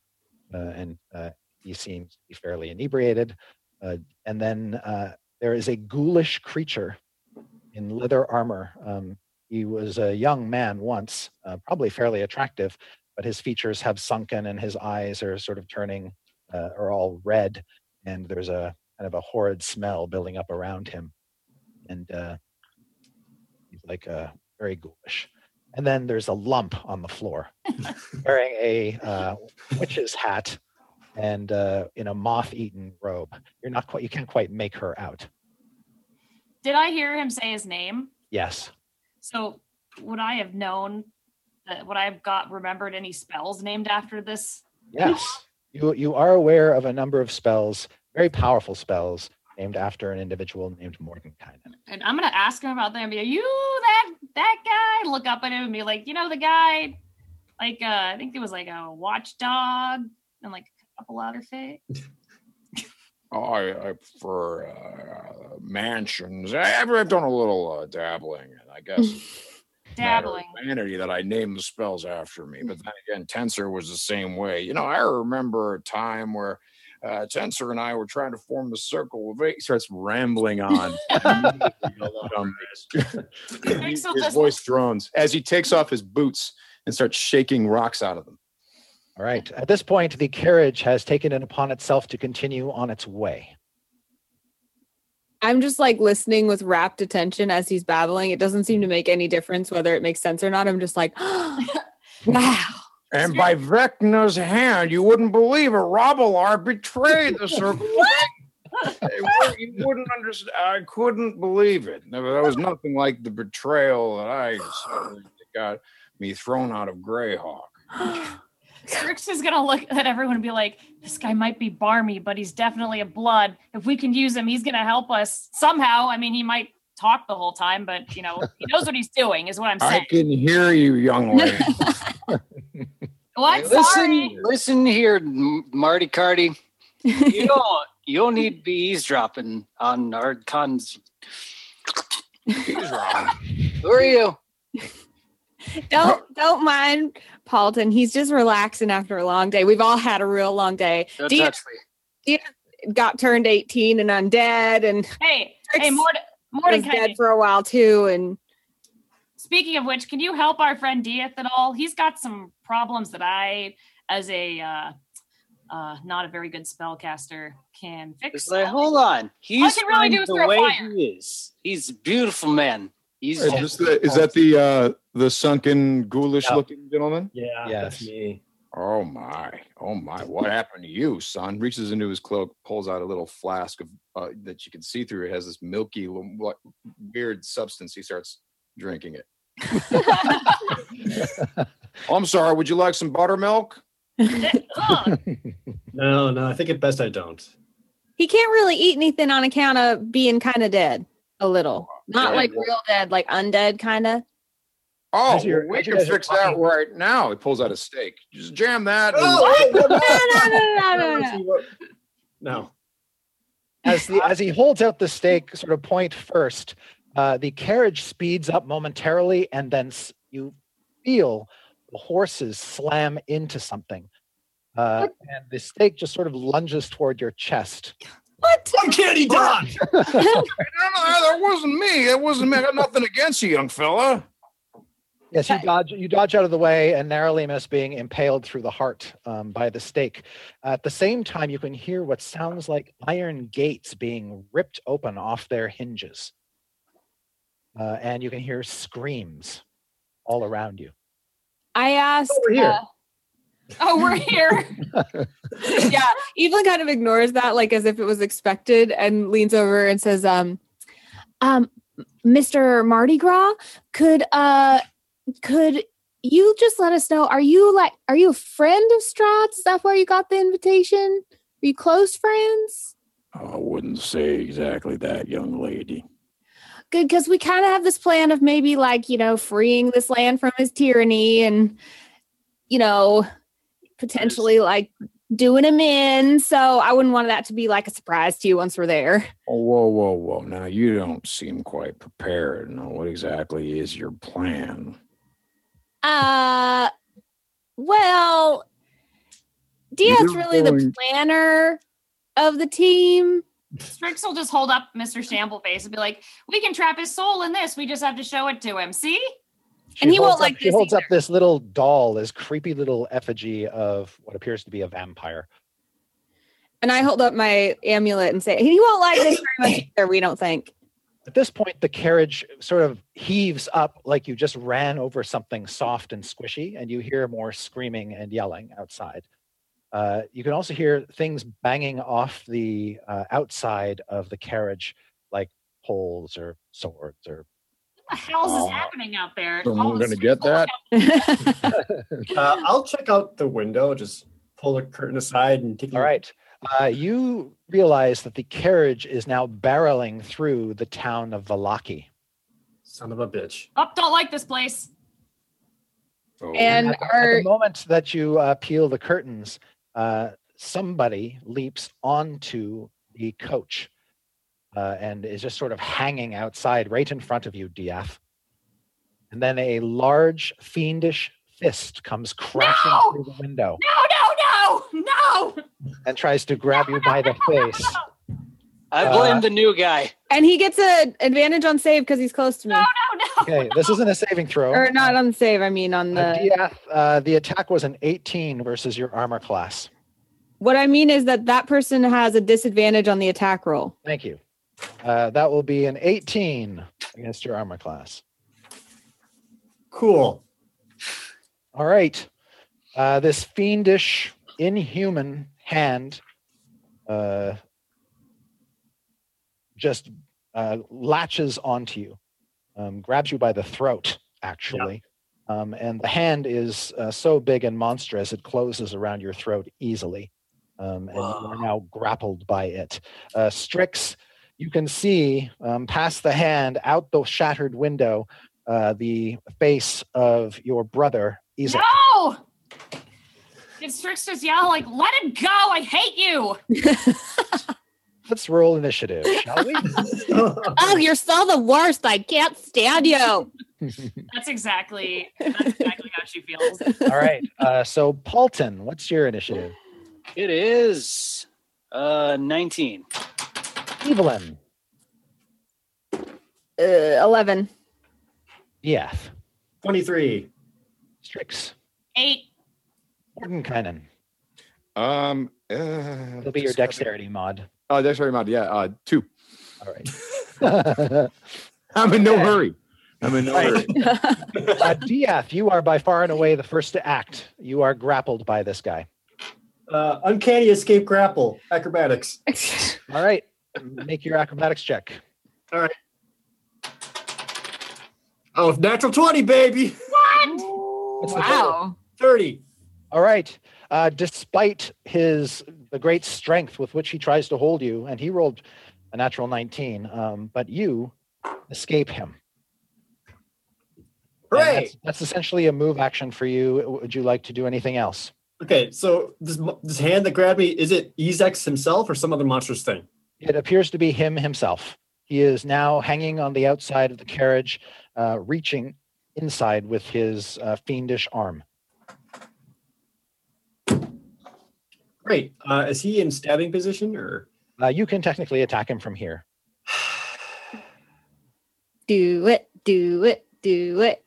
S1: uh, and uh, he seems to be fairly inebriated uh, and then uh, there is a ghoulish creature in leather armor um, he was a young man once uh, probably fairly attractive but his features have sunken and his eyes are sort of turning uh, are all red and there's a kind of a horrid smell building up around him and uh, he's like uh, very ghoulish and then there's a lump on the floor wearing a uh, witch's hat and uh, in a moth-eaten robe you're not quite you can't quite make her out
S5: Did I hear him say his name?
S1: yes
S5: So would I have known that would I have got remembered any spells named after this?
S1: Yes. You you are aware of a number of spells, very powerful spells, named after an individual named Mordenkainen.
S5: And I'm gonna ask him about them. Be like, you that that guy? Look up at him and be like, you know the guy Like uh, I think there was like a watchdog and like a couple other things.
S3: Oh, I, I prefer uh, mansions. I, I've done a little uh, dabbling, and I guess it's a matter of
S5: Dabbling.
S3: vanity that I named the spells after me. But then again, Tensor was the same way. You know, I remember a time where uh, Tensor and I were trying to form the circle of eight. He starts rambling on. His
S5: Tensor just-
S3: voice drones as he takes off his boots and starts shaking rocks out of them.
S1: All right. At this point, the carriage has taken it upon itself to continue on its way.
S2: I'm just like listening with rapt attention as he's babbling. It doesn't seem to make any difference whether it makes sense or not. I'm just like, <gasps> wow.
S3: And by Vecna's hand, you wouldn't believe it. Robelar betrayed the circle. They were- you wouldn't understand. I couldn't believe it. No, That was nothing like the betrayal that I suffered that got me thrown out of Greyhawk.
S5: <gasps> Strix is gonna look at everyone and be like, "This guy might be barmy, but he's definitely a blood. If we can use him, he's gonna help us somehow. I mean, he might talk the whole time, but you know, he knows what he's doing. Is what I'm
S3: I
S5: saying.
S3: can hear you, young lady.
S5: Well, Oh, I'm
S6: listen,
S5: sorry.
S6: listen here, M- Marty Carty.
S5: <laughs>
S6: You don't, you don't need to be eavesdropping on our cons.
S3: He's wrong.
S6: Who are you?
S2: Don't don't mind Paulton. He's just relaxing after a long day. We've all had a real long day.
S6: Don't
S2: Do you-
S6: touch me.
S2: Got turned 18 and undead and
S5: Hey,
S2: Strix
S5: hey, Mord-
S2: was
S5: Mordecai.
S2: dead for a while too. And
S5: Speaking of which, can you help our friend Dieth at all? He's got some problems that I, as a uh, uh, not a very good spellcaster, can fix. Oh,
S6: It's like, hold on. He's
S5: can really
S6: fine
S5: do is
S6: the
S5: throw
S6: way
S5: fire.
S6: he is. He's a beautiful man. He's
S3: Is, this the, is that the uh, the sunken, ghoulish-looking gentleman?
S4: Yeah,
S1: Yes.
S4: that's me.
S3: Oh my! Oh my! What happened to you, son? Reaches into his cloak, pulls out a little flask of uh, that you can see through. It has this milky, l- what weird substance. He starts drinking <laughs> it. I'm sorry. Would you like some buttermilk?
S5: <laughs> Ugh,
S4: No, no, I think at best I don't.
S2: he can't really eat anything on account of being kind of dead a little. Not
S3: Oh, Yeah.
S2: like real dead, like undead kind
S3: <laughs>
S2: of.
S3: Oh,
S1: As you're-
S3: well, we
S1: as you
S3: can
S1: guys are
S3: fix that
S1: talking-
S3: right now. He pulls out a steak. Just jam that. and-
S2: No,
S3: <laughs>
S4: <laughs>
S2: no, no, no, no, no.
S4: No.
S1: As, the, as he holds out the stake, sort of point first, uh, the carriage speeds up momentarily, and then s- you feel the horses slam into something. Uh, and the stake just sort of lunges toward your chest.
S2: What?
S4: Uncanny dodge!
S3: No, no, that wasn't me. That wasn't me. I got nothing against you, young fella.
S1: Yes, you dodge. You dodge out of the way and narrowly miss being impaled through the heart um, by the stake. At the same time, you can hear what sounds like iron gates being ripped open off their hinges, uh, and you can hear screams all around you.
S2: I asked.
S4: we're here.
S5: uh, oh, we're here.
S2: uh, yeah, Evelyn kind of ignores that, like as if it was expected, and leans over and says, "Um, um, Mr. Mardi Gras, could uh, could you just let us know? Are you like, are you a friend of Stroud's? Is that where you got the invitation? Are you close friends?
S3: I wouldn't say exactly that, young lady.
S2: Good, because we kind of have this plan of maybe like you know freeing this land from his tyranny, and you know potentially like." Doing him in, so I wouldn't want that to be like a surprise to you once we're there.
S3: Oh, whoa, whoa, whoa. Now you don't seem quite prepared. Now, what exactly is your plan?
S2: Uh, well, Dia's
S3: You're
S2: really the
S3: going-
S2: planner of the team.
S5: Strix will just hold up Mr. Shambleface and be like, "We can trap his soul in this. We just have to show it to him. See?
S1: She
S2: he won't
S1: holds up-
S2: like
S1: She
S2: this
S1: holds up this little doll, this creepy little effigy of what appears to be a vampire.
S2: And I hold up my amulet and say, he won't like this very
S1: <coughs>
S2: much either, we don't think.
S1: At this point, the carriage sort of heaves up like you just ran over something soft and squishy, and you hear more screaming and yelling outside. Uh, you can also hear things banging off the uh, outside of the carriage, like poles or swords or
S5: What the hell is
S3: Oh.
S5: this happening out there?
S3: Then
S5: All
S3: we're
S5: the
S3: gonna get
S5: Strix will look
S3: that?
S4: Uh, I'll check out the window, just pull the curtain aside and take a
S1: All right. Uh, you realize that the carriage is now barreling through the town of Valaki.
S4: Son of a bitch.
S5: Up, don't like this place.
S3: Oh,
S2: And
S1: At
S2: our
S1: the moment that you uh, peel the curtains, uh, somebody leaps onto the coach uh, and is just sort of hanging outside right in front of you, Diaf. And then a large, fiendish fist comes crashing
S5: No!
S1: through the window
S5: No, no, no, no.
S1: and tries to grab you by the face.
S6: I
S1: Uh,
S6: blame the new guy.
S2: and he gets an advantage on save because he's close to me.
S5: No, no, no.
S1: Okay, this isn't a saving throw.
S2: Or not on save, I mean on
S1: Uh,
S2: the
S1: Diaf, uh, the attack was an 18 versus your armor class.
S2: What I mean is that that person has a disadvantage on the attack roll.
S1: Thank you. Uh, that will be an 18 against your armor class.
S4: Cool. <laughs>
S1: All right. Uh, this fiendish, inhuman hand uh, just uh, latches onto you, um, grabs you by the throat, actually. Um, and the hand is uh, so big and monstrous, it closes around your throat easily. Um, and you are now grappled by it. Uh, Strix, you can see um, past the hand out the shattered window uh, the face of your brother, Isaac.
S5: No! Did Strix just yell like, "Let it go! I hate you!"
S1: Let's roll initiative, shall we?
S2: Oh, you're so the worst. I can't stand you.
S5: That's exactly that's exactly how she feels.
S1: All right. Uh, so, Paulton, what's your initiative?
S6: It is uh, 19.
S1: Evelyn.
S2: Uh, 11.
S1: Yeah.
S4: 23.
S1: Strix.
S5: Eight.
S1: Mordenkainen.
S3: um, uh,
S1: It'll be your dexterity mod.
S3: Oh, dexterity mod. Yeah, uh, two.
S1: All right. <laughs>
S3: I'm in no hurry. I'm in no
S1: Right.
S3: hurry.
S1: uh, Diath, you are by far and away the first to act. You are grappled by this guy.
S4: Uh, uncanny escape grapple. Acrobatics.
S1: All right. Make your acrobatics check.
S4: Oh, natural 20, baby.
S1: What's the
S5: Wow.
S4: 30.
S1: All right. Uh, despite his the great strength with which he tries to hold you, and he rolled a natural 19, um, but you escape him. And
S4: Hooray.
S1: That's, that's essentially a move action for you. Would you like to do anything else?
S4: Okay, so this mo- this hand that grabbed me, is it Ezex himself or some other monstrous thing?
S1: It appears to be him himself. He is now hanging on the outside of the carriage, uh, reaching inside with his uh, fiendish arm.
S4: Great. Uh, is he in stabbing position or? <sighs>
S1: Uh, you can technically attack him from here.
S2: do it, do it, do it.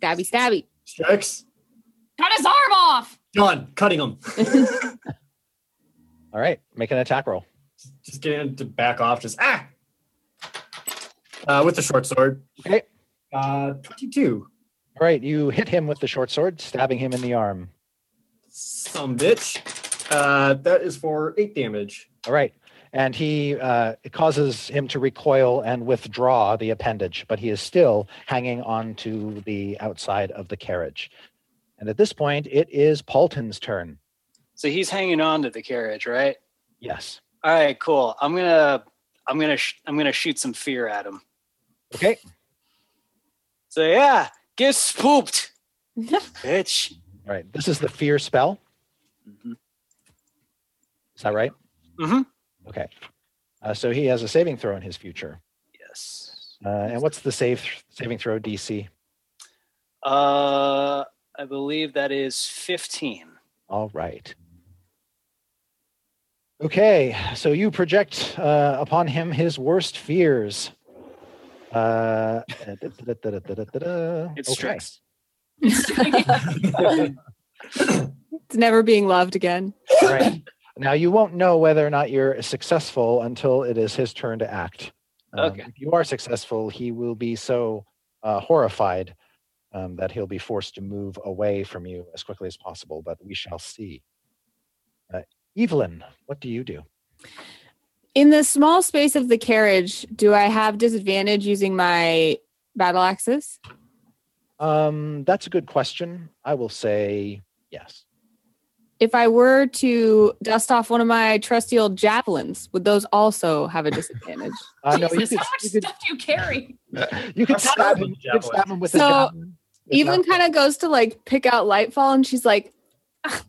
S2: Stabby, stabby.
S4: Strix?
S5: Cut his arm off.
S4: Done. Cutting him. <laughs>
S1: All right, make an attack roll.
S4: just getting him to back off. Just ah. Uh, with the short sword.
S1: Okay.
S4: Uh, twenty-two.
S1: All right, you hit him with the short sword, stabbing him in the arm.
S4: Some bitch. Uh, that is for eight damage.
S1: All right. And he uh, it causes him to recoil and withdraw the appendage, but he is still hanging on to the outside of the carriage. And at this point, it is Paulton's turn.
S6: So he's hanging on to the carriage, right?
S1: Yes.
S6: All right, cool. I'm gonna, I'm gonna, sh- I'm gonna shoot some fear at him.
S1: Okay.
S6: So yeah, get spooked, bitch.
S1: All right. This is the fear spell.
S6: Mhm.
S1: Is that right?
S6: Mhm.
S1: Okay. Uh, so he has a saving throw in his future.
S6: Yes.
S1: Uh, and what's the save saving throw DC?
S6: Uh, I believe that is 15.
S1: All right. Okay, so you project uh, upon him his worst fears. Uh,
S6: It's
S1: okay.
S6: Strix.
S2: It's never being loved again.
S1: All right. <clears throat> Now you won't know whether or not you're successful until it is his turn to act. Um,
S6: Okay.
S1: If you are successful, he will be so uh, horrified um, that he'll be forced to move away from you as quickly as possible. But we shall see. Uh, Evelyn, what do you do?
S2: In the small space of the carriage, do I have disadvantage using my battle axes?
S1: Um, that's a good question. I will say yes.
S2: If I were to dust off one of my trusty old javelins, would those also have a disadvantage?
S1: Uh, no, you could,
S5: Jesus, how much
S1: you could,
S5: stuff do you carry?
S1: you could
S4: That's
S1: stab
S4: not
S1: him.
S4: a
S1: You could
S4: javelin.
S1: stab him with a
S2: So-
S1: javelin.
S2: Evelyn kind of goes to like pick out Lightfall, and she's like, "Ah,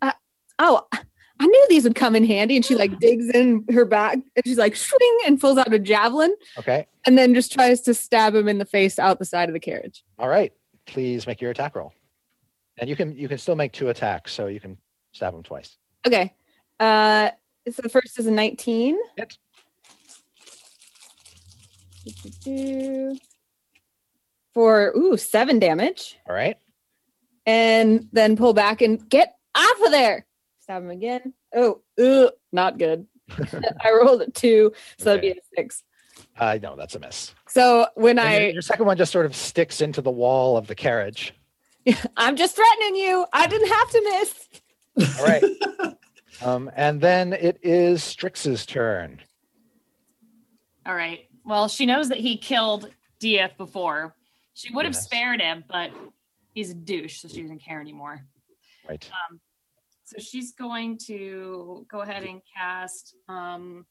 S2: uh, "Oh, I knew these would come in handy." And she like digs in her bag, and she's like, "Swing!" and pulls out a javelin,
S1: Okay.
S2: and then just tries to stab him in the face out the side of the carriage.
S1: All right. Please make your attack roll. And you can you can still make two attacks, so you can stab him twice.
S2: Okay, uh, so the first is a nineteen.
S1: Yep.
S2: Doo-doo-doo. For ooh seven damage.
S1: All right.
S2: and then pull back and get off of there. Stab him again. Oh, ugh, not good. I rolled a two, so that'd be a six.
S1: Uh, no, that's a miss.
S2: So when
S1: And your,
S2: I,
S1: your second one just sort of sticks into the wall of the carriage.
S2: I'm just threatening you. I didn't have to miss.
S1: All right. um, and then it is Strix's turn.
S5: All right. Well, she knows that he killed DF before. She would have
S1: Yes.
S5: spared him, but he's a douche, so she doesn't care anymore.
S1: Right.
S5: So she's going to go ahead and cast. Um,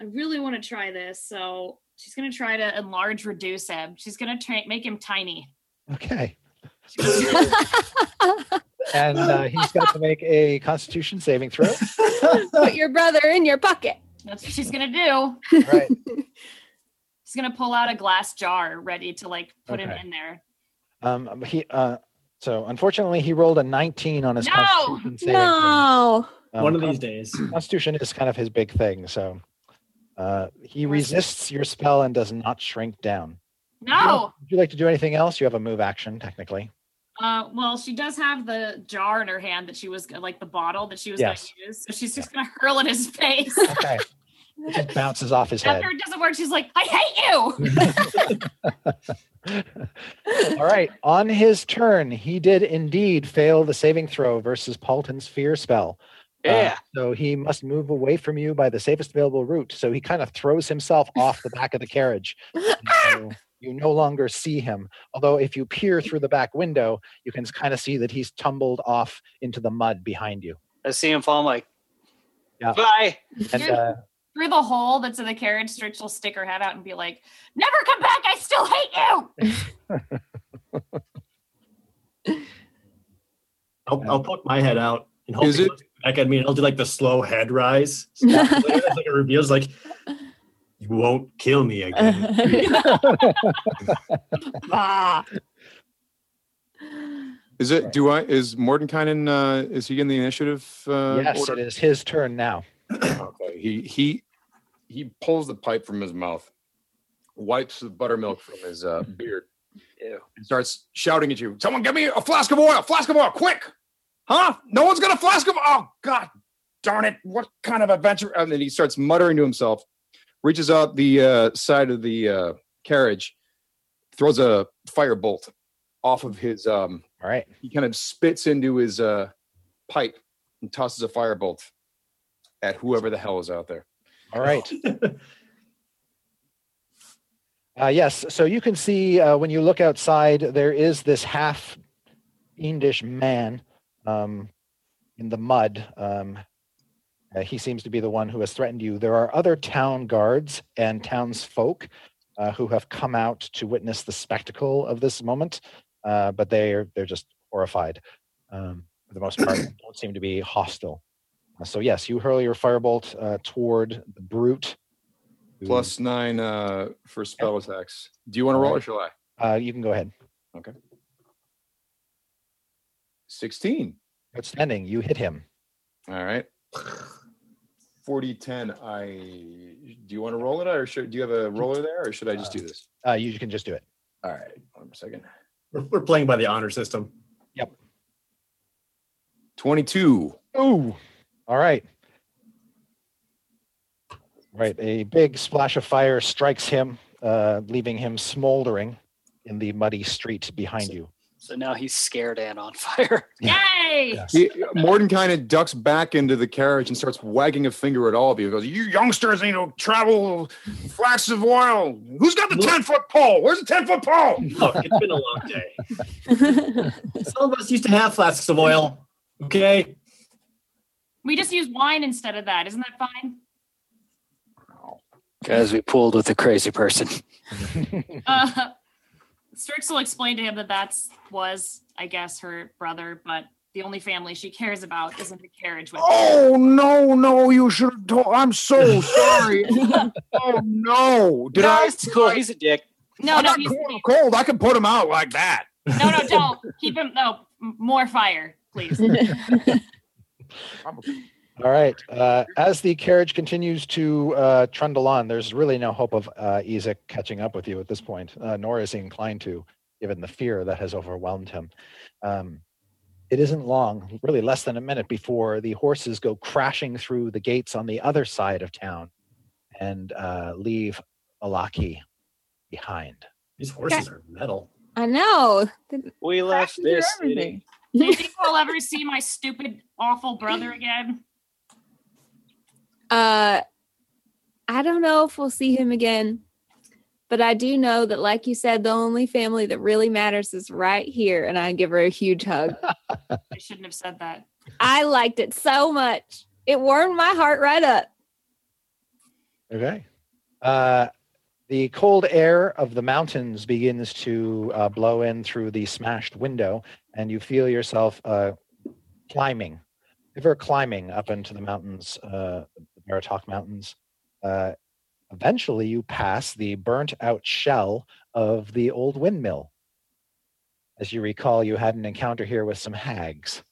S5: I really want to try this, so she's going to try to enlarge, reduce him. She's going to tra- make him tiny.
S1: Okay.
S5: She's gonna-
S1: And uh, he's got to make a Constitution saving throw.
S2: Put your brother in your pocket.
S5: that's what she's going to do.
S1: All right.
S5: She's going to pull out a glass jar, ready to like put him
S1: Okay.
S5: in there.
S1: Um, he. Uh, so unfortunately, he rolled a 19 on his
S5: No!
S1: Constitution saving throw.
S2: No. <laughs>
S1: Um,
S4: One of these days.
S1: Constitution is kind of his big thing. So uh, he resists your spell and does not shrink down.
S5: No.
S1: Would you like to do anything else? You have a move action, technically.
S5: Uh, well, she does have the jar in her hand that she was uh, like the bottle that she was
S1: Yes.
S5: going to use. So she's just going to hurl at his face.
S1: Okay. It just bounces off his head.
S5: After it doesn't work, she's like, "I hate
S1: <laughs>
S5: you."
S1: All right. On his turn, he did indeed fail the saving throw versus Paulton's fear spell. Uh,
S6: Yeah.
S1: so he must move away from you by the safest available route. So he kind of throws himself off the back of the carriage. And so you no longer see him. Although, if you peer through the back window, you can kind of see that he's tumbled off into the mud behind you.
S6: I see him fall. I'm like,
S1: Yeah.
S6: bye.
S1: And
S5: You're-
S1: uh,
S5: Through the hole that's in the carriage, Stritch will stick her head out and be like, "Never come back! I still hate you."
S1: <laughs>
S4: I'll, I'll poke my head out and hope
S3: Is
S4: he
S3: it-
S4: looks back at me and I'll do like the slow head rise. Snap it later, like it reveals like you won't kill
S2: <laughs>
S4: me again.
S2: Ah.
S3: Is it? Do I? Is Mordenkainen? Uh, is he in the initiative? Uh,
S1: yes,
S3: order?
S1: it is his turn now.
S3: Okay. He he he pulls the pipe from his mouth, wipes the buttermilk from his uh, beard,
S6: Ew.
S3: and starts shouting at you. Someone get me a flask of oil! Flask of oil, quick! Huh? No one's got a flask of oh god darn it! What kind of adventure? And then he starts muttering to himself, reaches out the uh, side of the uh, carriage, throws a firebolt off of his um,
S1: All right.
S3: he kind of spits into his uh, pipe and tosses a firebolt at whoever the hell is out there.
S1: All right. Uh, yes. So you can see uh, when you look outside, there is this half fiendish man um, in the mud. Um, uh, he seems to be the one who has threatened you. There are other town guards and townsfolk uh, who have come out to witness the spectacle of this moment, uh, but they are they're just horrified. Um, for the most part, They don't seem to be hostile. Uh, so yes, you hurl your firebolt uh, toward the brute. who-
S3: Plus nine uh, for spell attacks. Do you want to roll or shall I?
S1: uh, you can go ahead.
S3: 16.
S1: Outstanding. You hit him.
S3: All right. 40 10. I do you want to roll it or should do you have a roller there or should I just do this?
S1: Uh, you, you can just do it.
S3: All right, one second.
S4: we're, we're playing by the honor system.
S3: 22.
S1: Ooh. All right. Right. A big splash of fire strikes him, uh, leaving him smoldering in the muddy street behind you.
S6: So now he's scared and on fire.
S5: Yay!
S1: Yeah.
S3: He, Morden kind of ducks back into the carriage and starts wagging a finger at all of you. He goes, You youngsters need to travel flax of oil. Who's got the 10 foot pole? Where's the 10 foot pole? <laughs>
S4: Look, Oh, it's been a long day. Some of us used to have flasks of oil. Okay.
S5: We just use wine instead of that. Isn't that fine?
S6: Guys, we pulled with a crazy person.
S5: Uh, Strix will explain to him that that's was, I guess, her brother, but the only family she cares about is in the carriage with her.
S3: Oh no, no! You should have told. I'm <laughs> so sorry. oh no! Did
S6: no,
S3: I?
S6: it's cool. He's a dick.
S5: No,
S3: I'm
S5: no,
S3: not
S5: he's,
S3: cold, cold. I can put him out like that.
S5: no, no, don't keep him. No, m- more fire,
S2: <laughs>
S5: please.
S1: All right. Uh, as the carriage continues to uh, trundle on, there's really no hope of uh, Isaac catching up with you at this point, uh, nor is he inclined to, given the fear that has overwhelmed him. Um, it isn't long, really less than a minute, before the horses go crashing through the gates on the other side of town and uh, leave Alaki behind.
S4: These horses are metal.
S2: I know.
S6: We left
S2: Crashes are
S6: this
S2: everything.
S6: city.
S5: Do you think we'll ever see my stupid, awful brother again?
S2: <laughs> Uh, I don't know if we'll see him again, but I do know that, like you said, the only family that really matters is right here. And I give her a huge hug.
S5: I shouldn't have said that.
S2: I liked it so much. It warmed my heart right up.
S1: Okay. Uh, the cold air of the mountains begins to uh, blow in through the smashed window, and you feel yourself uh, climbing, ever climbing up into the mountains, uh, the Baratok Mountains. Uh, eventually, you pass the burnt out shell of the old windmill. As you recall, you had an encounter here with some hags.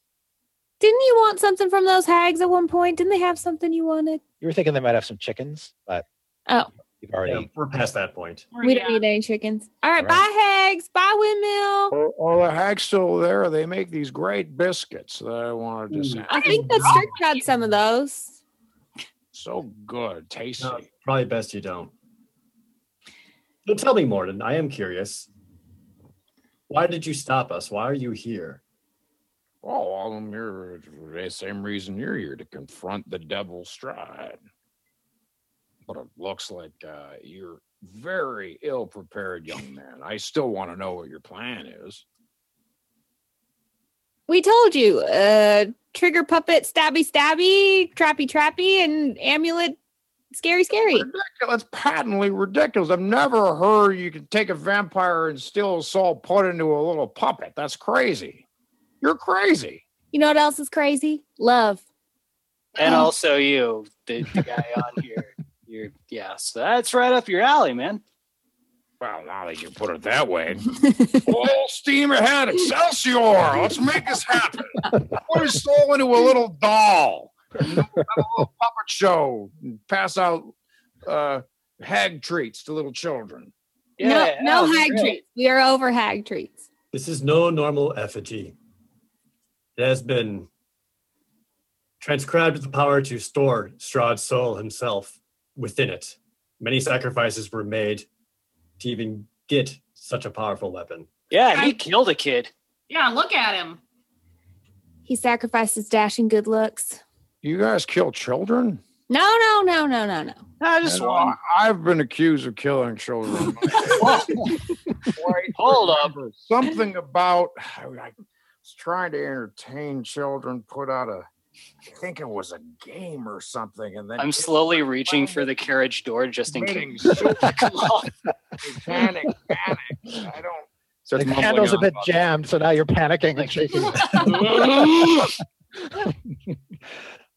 S2: Didn't you want something from those hags at one point? Didn't they have something you wanted?
S1: You were thinking they might have some chickens, but
S2: Oh.
S1: you've already
S4: Yeah, we're past that point.
S6: Oh,
S5: Or,
S2: We
S5: yeah.
S2: don't need any chickens. All right,
S1: All right.
S2: bye hags, bye windmill.
S3: Are, are the hacks still there? They make these great biscuits that I wanted to
S4: Mm.
S3: send.
S2: I think that Strick tried some of those.
S3: So good, tasty.
S4: No, probably best you don't. But tell me, Morden, I am curious. Why did you stop us? Why are you here?
S3: Oh, all of them here for the same reason you're here to confront the devil's stride. But it looks like uh, you're very ill prepared, young man. I still want to know what your plan is.
S2: We told you, uh, trigger puppet, stabby, stabby, trappy, trappy, and amulet, scary, scary.
S3: Ridiculous. That's patently ridiculous. I've never heard you can take a vampire and steal his soul, put into a little puppet. That's crazy. You're crazy.
S2: You know what else is crazy? Love.
S6: And also you, the, the guy on here. You're yeah, so that's right up your alley, man.
S3: Well, now that you put it that
S6: <laughs>
S3: way, full steam ahead, Excelsior! Let's make this happen. Put his soul into a little doll, have a little puppet show, and pass out uh, hag treats to little children.
S6: Yeah,
S2: no, no
S6: that'd be
S2: hag
S6: great.
S2: treats. We are over hag treats.
S4: This is no normal effigy. It has been transcribed with the power to store Strahd's soul himself within it. Many sacrifices were made to even get such a powerful weapon.
S6: Yeah, he killed a kid.
S5: Yeah, look at him.
S2: He sacrificed his dashing good looks.
S3: You guys kill children?
S2: No, no, no, no, no, no.
S6: I just
S3: You know,
S6: one.
S3: I- I've been accused of killing children. Wait,
S6: Hold up.
S3: remember Something about I was trying to entertain children, put out a I think it was a game or something, and then
S6: I'm slowly reaching for the carriage door just in case.
S3: Meeting so
S6: Oh,
S3: panic, panic. I don't. So
S1: The handle's a bit jammed, so now you're panicking and
S6: Like-
S1: shaking.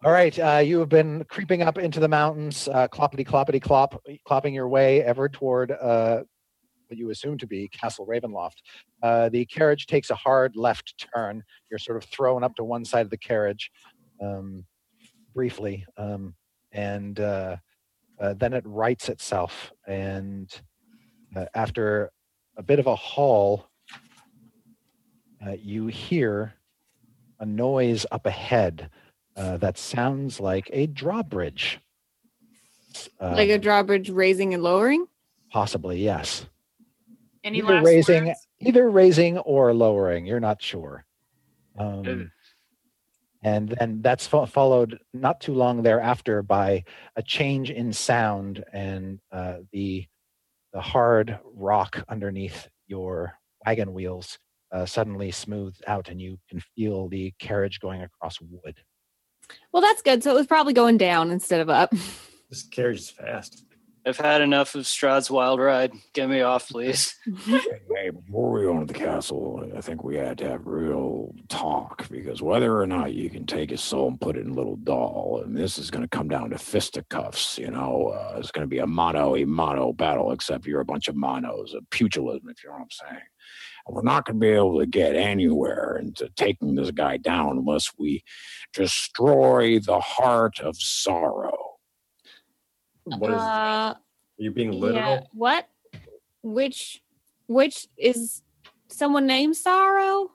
S1: All right, uh, you have been creeping up into the mountains, uh, cloppity cloppity clop, clopping your way ever toward uh, what you assume to be Castle Ravenloft. Uh, the carriage takes a hard left turn. You're sort of thrown up to one side of the carriage, um, briefly, um, and uh, uh, then it rights itself. And uh, after a bit of a haul, uh, you hear a noise up ahead uh, that sounds like a drawbridge. Uh,
S2: Like a drawbridge raising and lowering.
S1: possibly, yes.
S5: Any
S1: Either
S5: last
S1: raising-
S5: words?
S1: Either raising or lowering. You're not sure. Um, and then that's fo- followed not too long thereafter by a change in sound and uh, the the hard rock underneath your wagon wheels uh, suddenly smooths out, and you can feel the carriage going across wood.
S2: <laughs> Well, that's good. So it was probably going down instead of up.
S4: This carriage is fast.
S6: I've had enough of Strahd's wild ride. Get me off, please.
S3: Hey, before we go into the castle, I think we had to have real talk because whether or not you can take his soul and put it in a little doll, and this is going to come down to fisticuffs, you know, uh, it's going to be a mono a mono battle, except you're a bunch of monos, a pugilism, if you know what I'm saying. And we're not going to be able to get anywhere into taking this guy down unless we destroy the heart of sorrow.
S4: What is Are you being literal?
S2: Uh, What? Which? Which is someone named Sorrow?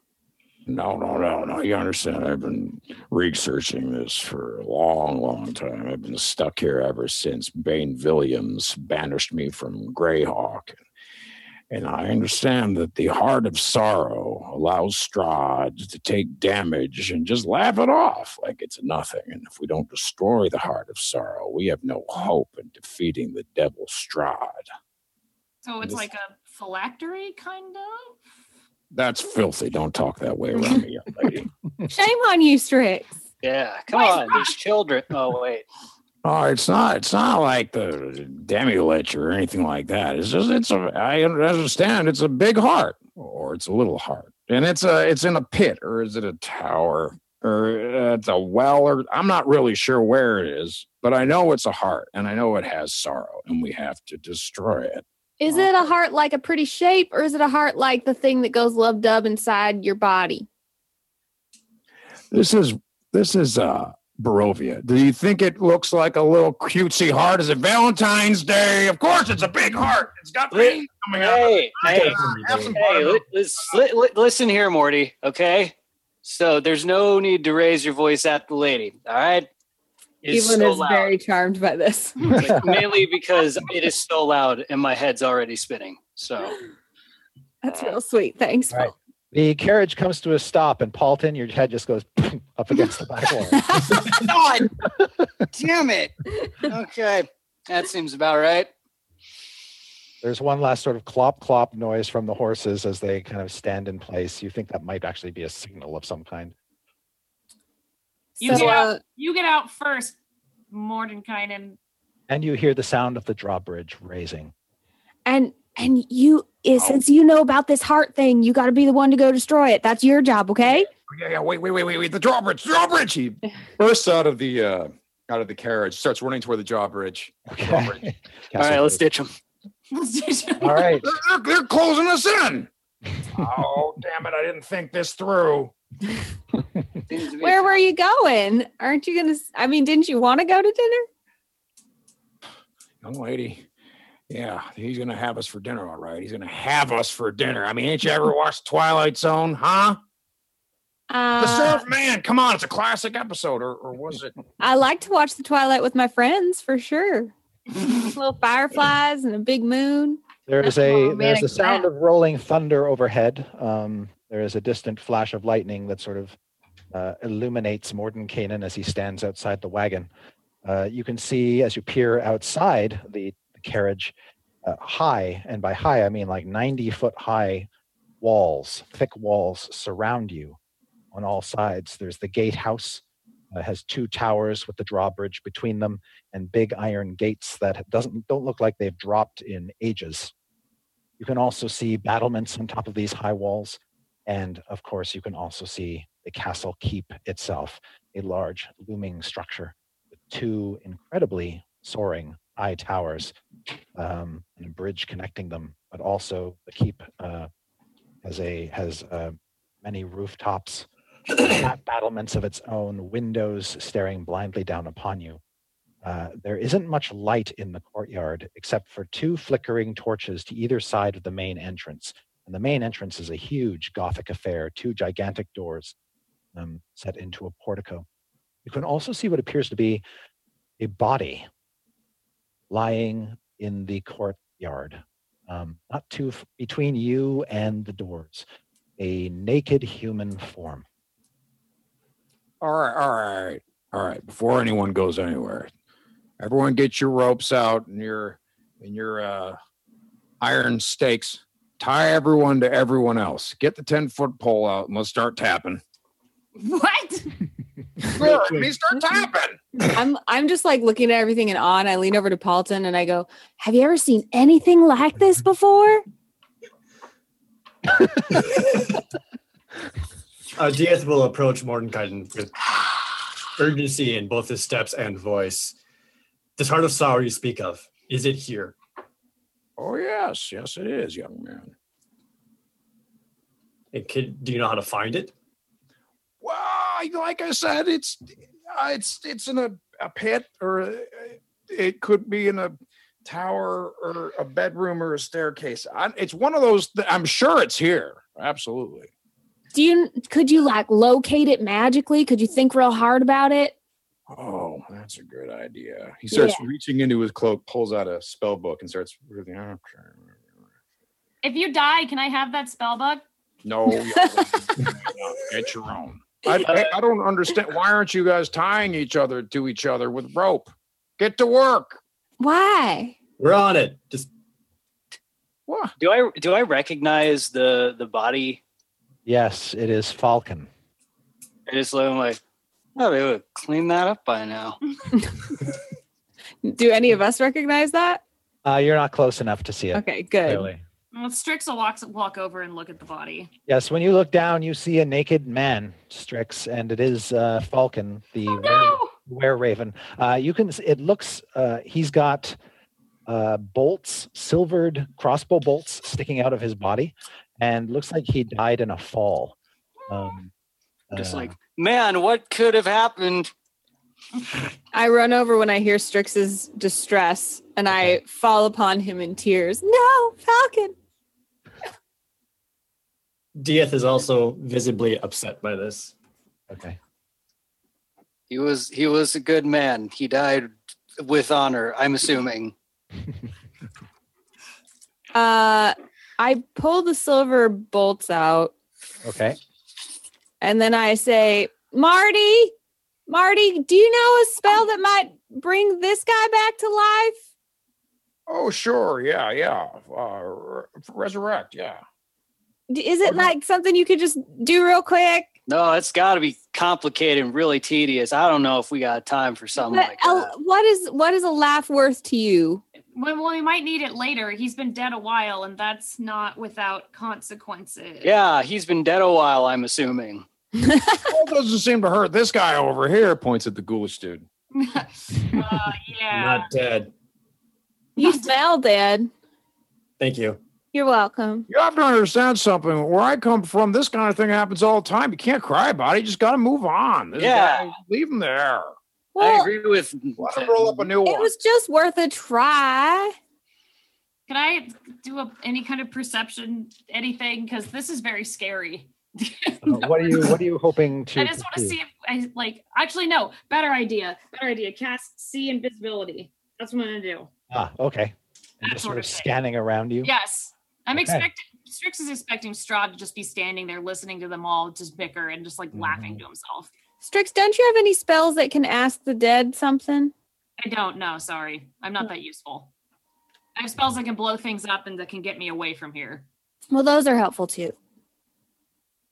S3: No, no, no, no. You understand? I've been researching this for a long, long time. I've been stuck here ever since Bane Williams banished me from Greyhawk. And I understand that the heart of sorrow allows Strahd to take damage and just laugh it off like it's nothing. And if we don't destroy the heart of sorrow, we have no hope in defeating the devil Strahd.
S5: So it's
S4: This-
S5: like a phylactery, kind of.
S3: That's filthy. Don't talk that way around me, young lady.
S2: Shame on you, Strix.
S6: Yeah, come
S5: Wait,
S6: on, these children. Oh wait,
S3: Oh, it's not. It's not like the demi lich or anything like that. It's just. It's a. I understand. It's a big heart, or it's a little heart, and it's a. It's in a pit, or is it a tower, or uh, it's a well, or I'm not really sure where it is, but I know it's a heart, and I know it has sorrow, and we have to destroy it.
S2: Is it a heart like a pretty shape, or is it a heart like the thing that goes lub dub inside your body?
S3: This is. This is. uh Barovia. Do you think it looks like a little cutesy heart? Is it Valentine's Day? Of course, it's a big heart. It's got
S6: Wait,
S3: veins coming out. of it.
S6: hey, hey,
S3: Have some
S6: hey! Li- lis- li- li- listen here, Morty. Okay, so there's no need to raise your voice at the lady. All right, it's
S2: Evelyn
S6: so
S2: is
S6: loud.
S2: very charmed by <laughs> this.
S6: Like, mainly because it is so loud and my head's already spinning. So
S2: That's real sweet. Thanks.
S1: Right. The carriage comes to a stop, and Paulton, your head just goes <laughs> up against the back wall.
S6: God damn it. Okay. That seems about right.
S1: There's one last sort of clop clop noise from the horses as they kind of stand in place. You think that might actually be a signal of some kind.
S5: You
S2: so,
S5: get out.
S2: uh,
S5: You get out first, Mordenkainen. <laughs>
S1: And you hear the sound of the drawbridge raising.
S2: and and you, eh, since you know about this heart thing, you got to be the one to go destroy it. That's your job, okay?
S3: yeah, yeah, wait, wait, wait, wait, wait, the drawbridge, drawbridge. He bursts out of the uh out of the carriage, starts running toward the drawbridge.
S1: <laughs> Okay.
S6: All right, let's ditch him.
S1: All right.
S3: They're, they're, they're closing us in. oh, <laughs> damn it, I didn't think this through.
S6: Seems to be-
S2: Where were you going? Aren't you gonna? s- I mean, didn't you want to go to dinner?
S3: Young lady. Yeah, he's gonna have us for dinner, all right. He's gonna have us for dinner. I mean, ain't you ever watched Twilight Zone, huh? The
S2: Uh,
S3: Served Man, come on, it's a classic episode, or, or was it?
S2: I like to watch the Twilight with my friends for sure. Little fireflies and a big moon.
S1: There is
S5: That's more
S1: a there's
S5: romantic
S1: the sound
S5: than
S1: of rolling thunder overhead. Um, there is a distant flash of lightning that sort of uh, illuminates Mordenkainen as he stands outside the wagon. Uh, you can see as you peer outside the, the carriage, uh, high and by high I mean like 90 foot high walls, thick walls surround you on all sides. There's the gatehouse. Uh, has two towers with the drawbridge between them and big iron gates that doesn't don't look like they've dropped in ages. You can also see battlements on top of these high walls. And of course, you can also see the castle keep itself, a large looming structure with two incredibly soaring high towers um, and a bridge connecting them. But also, the keep uh, has, a, has uh, many rooftops, <coughs> flat battlements of its own, windows staring blindly down upon you. Uh, there isn't much light in the courtyard except for two flickering torches to either side of the main entrance. And the main entrance is a huge Gothic affair, two gigantic doors um, set into a portico. You can also see what appears to be a body lying in the courtyard, um, not too f- between you and the doors, a naked human form.
S3: All right, all right, all right, all right. Before anyone goes anywhere, everyone get your ropes out and your and your uh, iron stakes. Tie everyone to everyone else. Get the ten foot pole out and let's start tapping.
S5: What?
S3: Sure, I mean, start tapping.
S2: I'm I'm just like looking at everything in awe, and I lean over to Paulton and I go, "Have you ever seen anything like this before?"
S4: Uh, Diaz will approach Mordenkainen with urgency in both his steps and voice. This heart of sorrow you speak of, is it here?
S3: Oh, yes. Yes, it is, young man.
S4: And kid, do you know how to find it?
S3: Well, I- like I said, it's uh, it's it's in a, a pit or uh, it could be in a tower or a bedroom or a staircase. I, it's one of those. Th- I'm sure it's here. Absolutely.
S2: Do you could you like locate it magically? Could you think real hard about it?
S3: Oh, that's a good idea. He starts reaching into his cloak, pulls out a spell book, and starts. really-
S5: If you die, can I have that spell book?
S3: No, you don't. get your own. I, I, I don't understand. Why aren't you guys tying each other to each other with rope? Get to work.
S2: Why?
S4: We're on it. Just
S3: What?
S6: Do I do I recognize the the body?
S1: Yes, it is Falcon.
S6: I just look I'm like, oh, they would clean that up by now.
S2: Do any of us recognize that?
S1: Uh, you're not close enough to see it.
S2: Okay, good.
S1: Clearly.
S5: Well, Strix will walk, walk over and look at the body.
S1: Yes, when you look down, you see a naked man, Strix, and it is uh, Falcon, the were-
S5: Oh, No!
S1: were raven. Uh, you can. s- It looks. Uh, he's got uh, bolts, silvered crossbow bolts, sticking out of his body, and looks like he died in a fall. Um,
S6: Just
S1: uh,
S6: like, man, what could have happened?
S2: I run over when I hear Strix's distress and I fall upon him in tears. No, Falcon.
S4: Diaz is also visibly upset by this.
S1: okay.
S6: He was he was a good man. He died with honor. I'm assuming.
S2: Uh, I pull the silver bolts out
S1: Okay.
S2: and then I say, Marty, Marty, do you know a spell that might bring this guy back to life?
S3: Oh, sure. Yeah, yeah. Uh, re- resurrect. Yeah.
S2: D- Is it like something you could just do real quick?
S6: No, it's got to be complicated and really tedious. I don't know if we got time for something
S2: But
S6: like
S2: a-
S6: that.
S2: what is what is a laugh worth to you?
S5: Well, we might need it later. He's been dead a while, and that's not without consequences.
S6: Yeah, he's been dead a while. I'm assuming.
S3: Well, it doesn't seem to hurt this guy over here. Points at the ghoulish dude.
S5: <laughs> uh, yeah.
S4: Not dead.
S6: <laughs>
S2: You smell dead.
S4: Thank you.
S2: You're welcome.
S3: You have to understand something. Where I come from, this kind of thing happens all the time. You can't cry about it. You just got to move on. This
S6: Yeah.
S3: guy, leave him there.
S6: I
S2: Well,
S6: agree with.
S3: Let him roll up a new
S2: it
S3: one.
S2: was just worth a try.
S5: Can I do a, any kind of perception, anything? Because this is very scary.
S1: Uh, what are you What are you hoping to?
S5: I just want to
S1: pursue?
S5: see if I like. Actually, no. Better idea. Better idea. Cast see invisibility. That's what I'm gonna do.
S1: Ah, okay. And
S5: That
S1: just
S5: sort
S1: sort of
S5: of thing.
S1: scanning around you.
S5: Yes, I'm
S1: Okay.
S5: expecting. Strix is expecting Strahd to just be standing there listening to them all just bicker and just like laughing to himself.
S2: Strix, don't you have any spells that can ask the dead something?
S5: I don't know. Sorry, I'm not that useful. I have spells that can blow things up and that can get me away from here.
S2: Well, those are helpful too.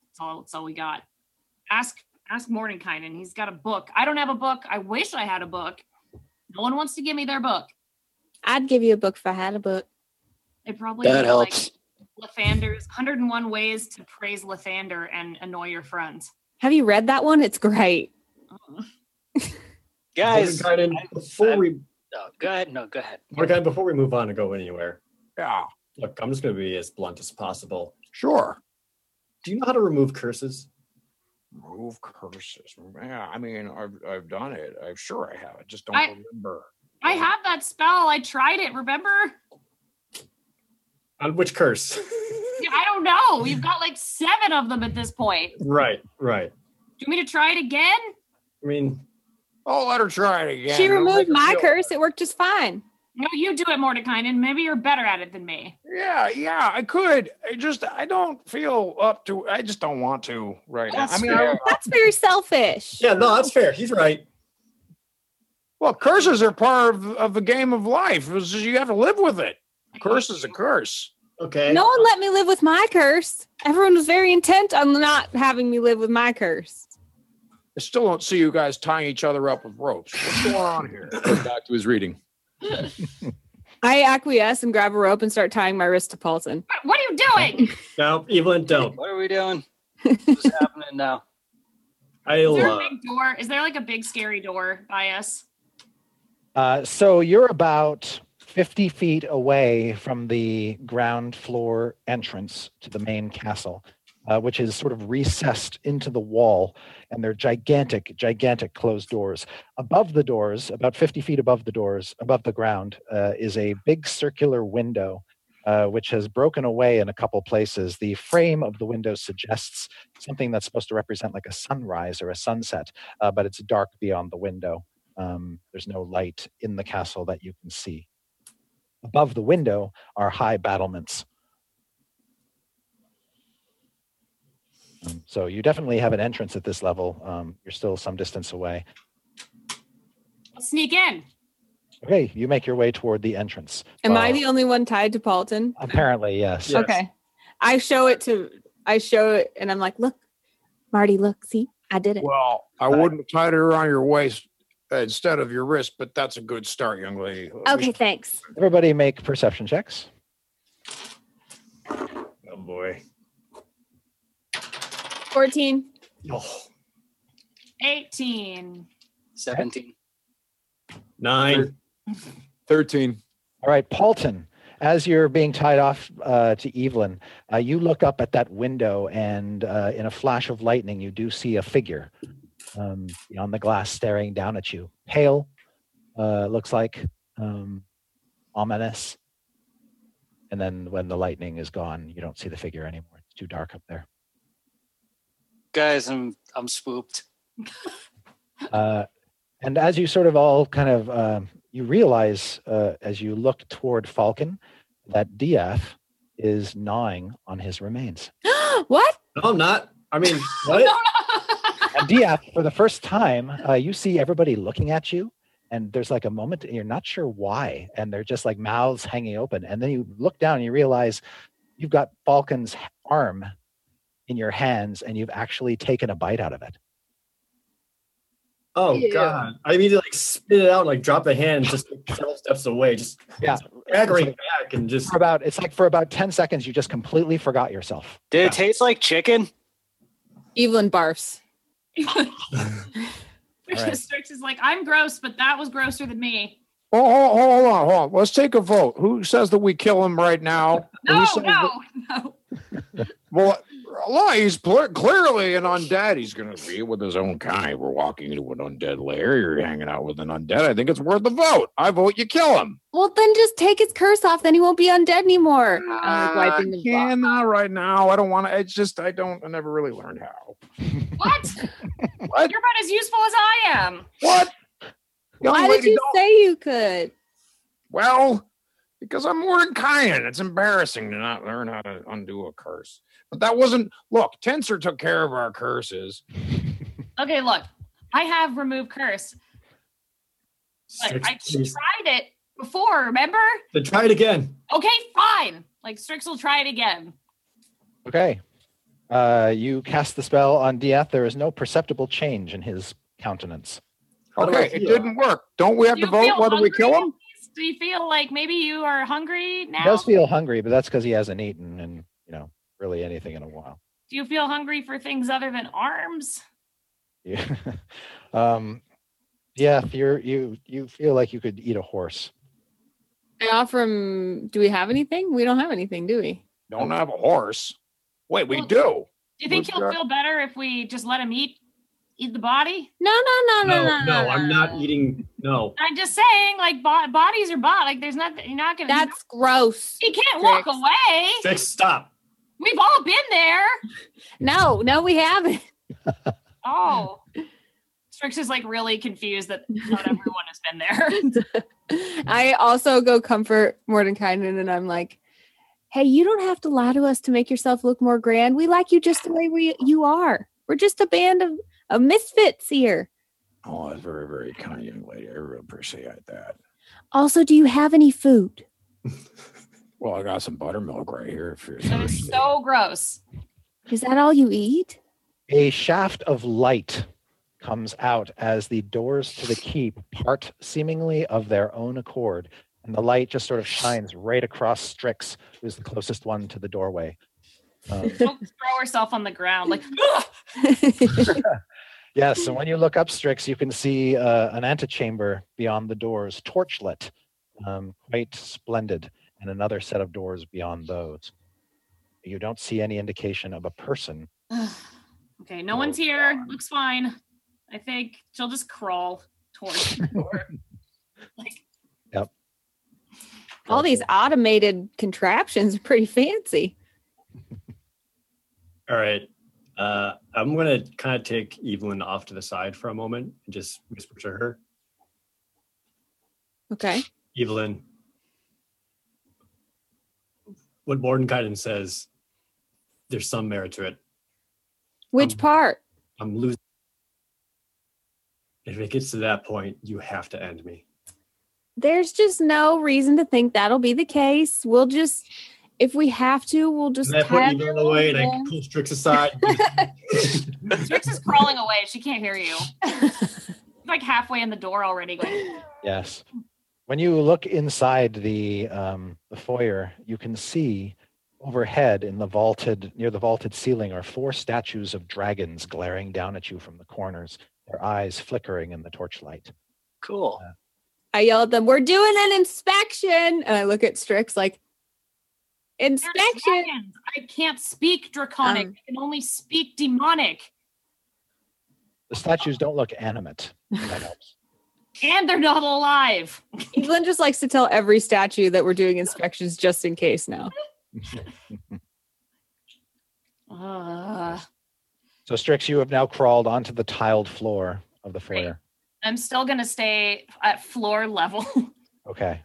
S5: That's all. That's all we got. Ask ask Mordenkainen. He's got a book. I don't have a book. I wish I had a book. No one wants to give me their book.
S2: I'd give you a book if I had a book.
S5: It probably
S6: That
S5: is,
S6: helps.
S5: Like Lathander's 101 ways to praise Lathander and annoy your friends.
S2: Have you read that one? It's great.
S6: Guys,
S4: Mordenkainen,
S6: I-
S4: before
S6: I-
S4: we
S6: no, go ahead. No, go ahead.
S4: Mordenkainen, before we move on and go anywhere,
S3: Yeah,
S4: look, I'm just going to be as blunt as possible.
S3: sure.
S4: Do you know how to remove curses?
S3: Move curses. Yeah, I mean, I've I've done it. I'm sure I have. I just don't
S5: I-
S3: remember.
S5: I have that spell. I tried it. Remember?
S4: On Uh, which curse? <laughs>
S5: Yeah, I don't know. You've got like seven of them at this point.
S4: right, right.
S5: Do you want me to try it again?
S4: I mean,
S3: Oh, let her try it again.
S2: she
S3: It'll make
S2: removed
S3: her
S2: my
S3: feel
S2: curse.
S3: better.
S2: It worked just fine.
S5: No, you do it, Mordekainen. Maybe you're better at it than me.
S3: Yeah, yeah, I could. I just I don't feel up to. I just don't want to right now. I
S6: That's
S3: mean, I,
S6: fair.
S2: That's very selfish.
S4: yeah, no, that's fair. He's right.
S3: well, curses are part of, of the game of life. It's just you have to live with it. Curse is a curse.
S4: Okay.
S2: No one let me live with my curse. Everyone was very intent on not having me live with my curse.
S3: I still don't see you guys tying each other up with ropes. What's <coughs> going on here? Goes Back to his reading.
S2: I acquiesce and grab a rope and start tying my wrist to Paulson.
S5: What, what are you doing?
S4: No, Evelyn, don't.
S6: What are
S2: <laughs>
S6: we doing? What's happening now?
S5: Is
S4: I'll.
S5: there a
S4: uh,
S5: big door? Is there like a big scary door by us?
S1: Uh, so you're about 50 feet away from the ground floor entrance to the main castle, uh, which is sort of recessed into the wall. And they're gigantic, gigantic closed doors. Above the doors, about 50 feet above the doors, above the ground, uh, is a big circular window. Uh, which has broken away in a couple places. The frame of the window suggests something that's supposed to represent like a sunrise or a sunset, uh, but it's dark beyond the window. Um, there's no light in the castle that you can see. Above the window are high battlements. Um, so you definitely have an entrance at this level. Um, you're still some distance away.
S5: Let's sneak in.
S1: Okay, you make your way toward the entrance.
S2: Am I
S1: Well,
S2: the only one tied to Paulton?
S1: Apparently, Oh. yes.
S4: Yeah. Yes.
S2: Okay. I show it to I show it and I'm like, look, Marty, look, see, I did it.
S3: Well, I
S1: Right.
S3: wouldn't have tied it around your waist uh, instead of your wrist, but that's a good start, young lady.
S2: Okay, thanks.
S1: Everybody make perception checks.
S4: Oh boy.
S2: 14.
S4: Oh,
S5: 18.
S6: 17.
S4: nine.
S3: 13.
S1: All right, Paulton, as you're being tied off uh, to Evelyn, uh, you look up at that window, and uh, in a flash of lightning, you do see a figure um, beyond the glass staring down at you. Pale, uh, looks like, um, ominous. And then when the lightning is gone, you don't see the figure anymore. It's too dark up there.
S6: Guys, I'm I'm spooked.
S1: Uh, and as you sort of all kind of um you realize uh, as you look toward Falcon that DF is gnawing on his remains.
S2: <gasps> what?
S4: No, I'm not. I mean, what?
S1: And DF, for the first time, uh, you see everybody looking at you, and there's like a moment and you're not sure why, and they're just like mouths hanging open, and then you look down and you realize you've got Falcon's h- arm in your hands, and you've actually taken a bite out of it.
S4: Oh
S2: Ew.
S4: god. I need to like spit it out, like drop a hand just like, several steps away, just
S1: Yeah.
S4: staggering back and just
S1: For about it's like for about ten seconds, you just completely forgot yourself.
S6: Did it taste like chicken?
S2: Evelyn barfs.
S5: <laughs>
S1: right.
S5: Strix is like, I'm gross, but that was grosser than me.
S3: Oh, oh, oh, hold on, hold on. Let's take a vote. Who says that we kill him right now?
S5: No,
S3: Who says
S5: no,
S3: that-
S5: no.
S3: well, lie, he's pl- clearly an undead. He's going to be with his own kind. We're walking into an undead lair. You're hanging out with an undead. I think it's worth the vote. I vote you kill him.
S2: Well, then just take his curse off. Then he won't be undead anymore. I'm like wiping
S3: Uh,
S2: the
S3: yeah, not right now. I don't want to. It's just I don't. I never really learned how.
S5: What?
S3: What?
S5: You're about as useful as I am.
S3: What? Young
S2: Why did
S3: lady,
S2: you
S3: don't-
S2: say you could?
S3: Well, because I'm Mordecaian. It's embarrassing to not learn how to undo a curse. But that wasn't. Look, Tensor took care of our curses.
S5: Okay, look, I have removed curse. Like, I
S4: Strix-
S5: tried it before, remember?
S4: Then try it again.
S5: Okay, fine. Like Strix will try it again.
S1: Okay. Uh, you cast the spell on DF. There is no perceptible change in his countenance.
S4: How do I
S3: Okay, it
S4: feel?
S3: didn't work. Don't we have
S5: Do
S3: to
S5: you
S3: vote
S5: feel
S3: whether we
S5: hungry?
S3: kill him?
S5: Do you feel like maybe you are hungry
S1: He
S5: now?
S1: does feel hungry, but that's because he hasn't eaten and you know really anything in a while. <laughs>
S5: Do you feel hungry for things other than arms?
S1: Yeah. um, DF, you're you you feel like you could eat a horse.
S2: I offer him. Do we have anything? We don't have anything, do we?
S3: Don't have a horse. Wait, we
S5: Well-
S3: do.
S5: Do you think
S3: What's
S5: he'll
S3: that?
S5: feel better if we just let him eat eat the body?
S2: No, no, no, no,
S4: No, no, I'm not
S2: no.
S4: eating. No.
S5: I'm just saying, like bo- bodies are bought. Like there's nothing. You're not gonna.
S2: That's gross.
S5: he can't walk
S2: Strix.
S5: away.
S4: Six, stop.
S5: We've all been there.
S2: No, no, we haven't. <laughs>
S5: <laughs> Oh. Strix is like really confused that <laughs> not everyone has been there.
S2: I also go comfort Mordenkainen and I'm like, hey, you don't have to lie to us to make yourself look more grand. We like you just the way we, you are. We're just a band of, of misfits here.
S3: Oh, that's very, very kind, young lady. I really appreciate that.
S2: Also, do you have any food?
S3: Well, I got some buttermilk right here. If you're
S5: That is so gross.
S2: Is that all you eat?
S1: A shaft of light comes out as the doors to the keep part seemingly of their own accord, and the light just sort of shines right across Strix, who's the closest one to the doorway. Um,
S5: Don't throw herself on the ground <laughs> like "Ugh!"
S1: Yes, and when you look up Strix, you can see uh, an antechamber beyond the doors, torchlit, um, quite splendid, and another set of doors beyond those. You don't see any indication of a person.
S5: okay no one's here looks fine i think she'll just crawl towards the door like
S2: All these automated contraptions are pretty fancy.
S4: All right. Uh, I'm going to kind of take Evelyn off to the side for a moment and just whisper to her
S2: Okay.
S4: Evelyn, what Mordenkainen says, there's some merit to it.
S2: Which
S4: Um,
S2: part?
S4: I'm losing. If it gets to that point, you have to end me.
S2: There's just no reason to think that'll be the case. We'll just, if we have to, we'll just.
S4: And I put
S2: have
S4: Evelyn away and I
S2: them.
S4: pull Strix aside. <laughs>
S5: Strix is crawling away she can't hear you like halfway in the door already going
S1: Yes. When you look inside the um, the foyer, you can see overhead in the vaulted near the vaulted ceiling are four statues of dragons glaring down at you from the corners, their eyes flickering in the torchlight.
S6: Cool.
S2: I yell at them, We're doing an inspection. And I look at Strix like,
S5: "They're
S2: Inspection.
S5: dragons. i can't speak draconic
S2: Um,
S5: i can only speak demonic
S1: The statues don't look animate. if that helps. <laughs>
S5: and they're not alive
S2: Evelyn just likes to tell every statue that we're doing inspections just in case now.
S5: Ugh.
S1: So Strix, you have now crawled onto the tiled floor of the
S5: Great.
S1: foyer.
S5: i'm still gonna stay at floor level <laughs>
S1: Okay.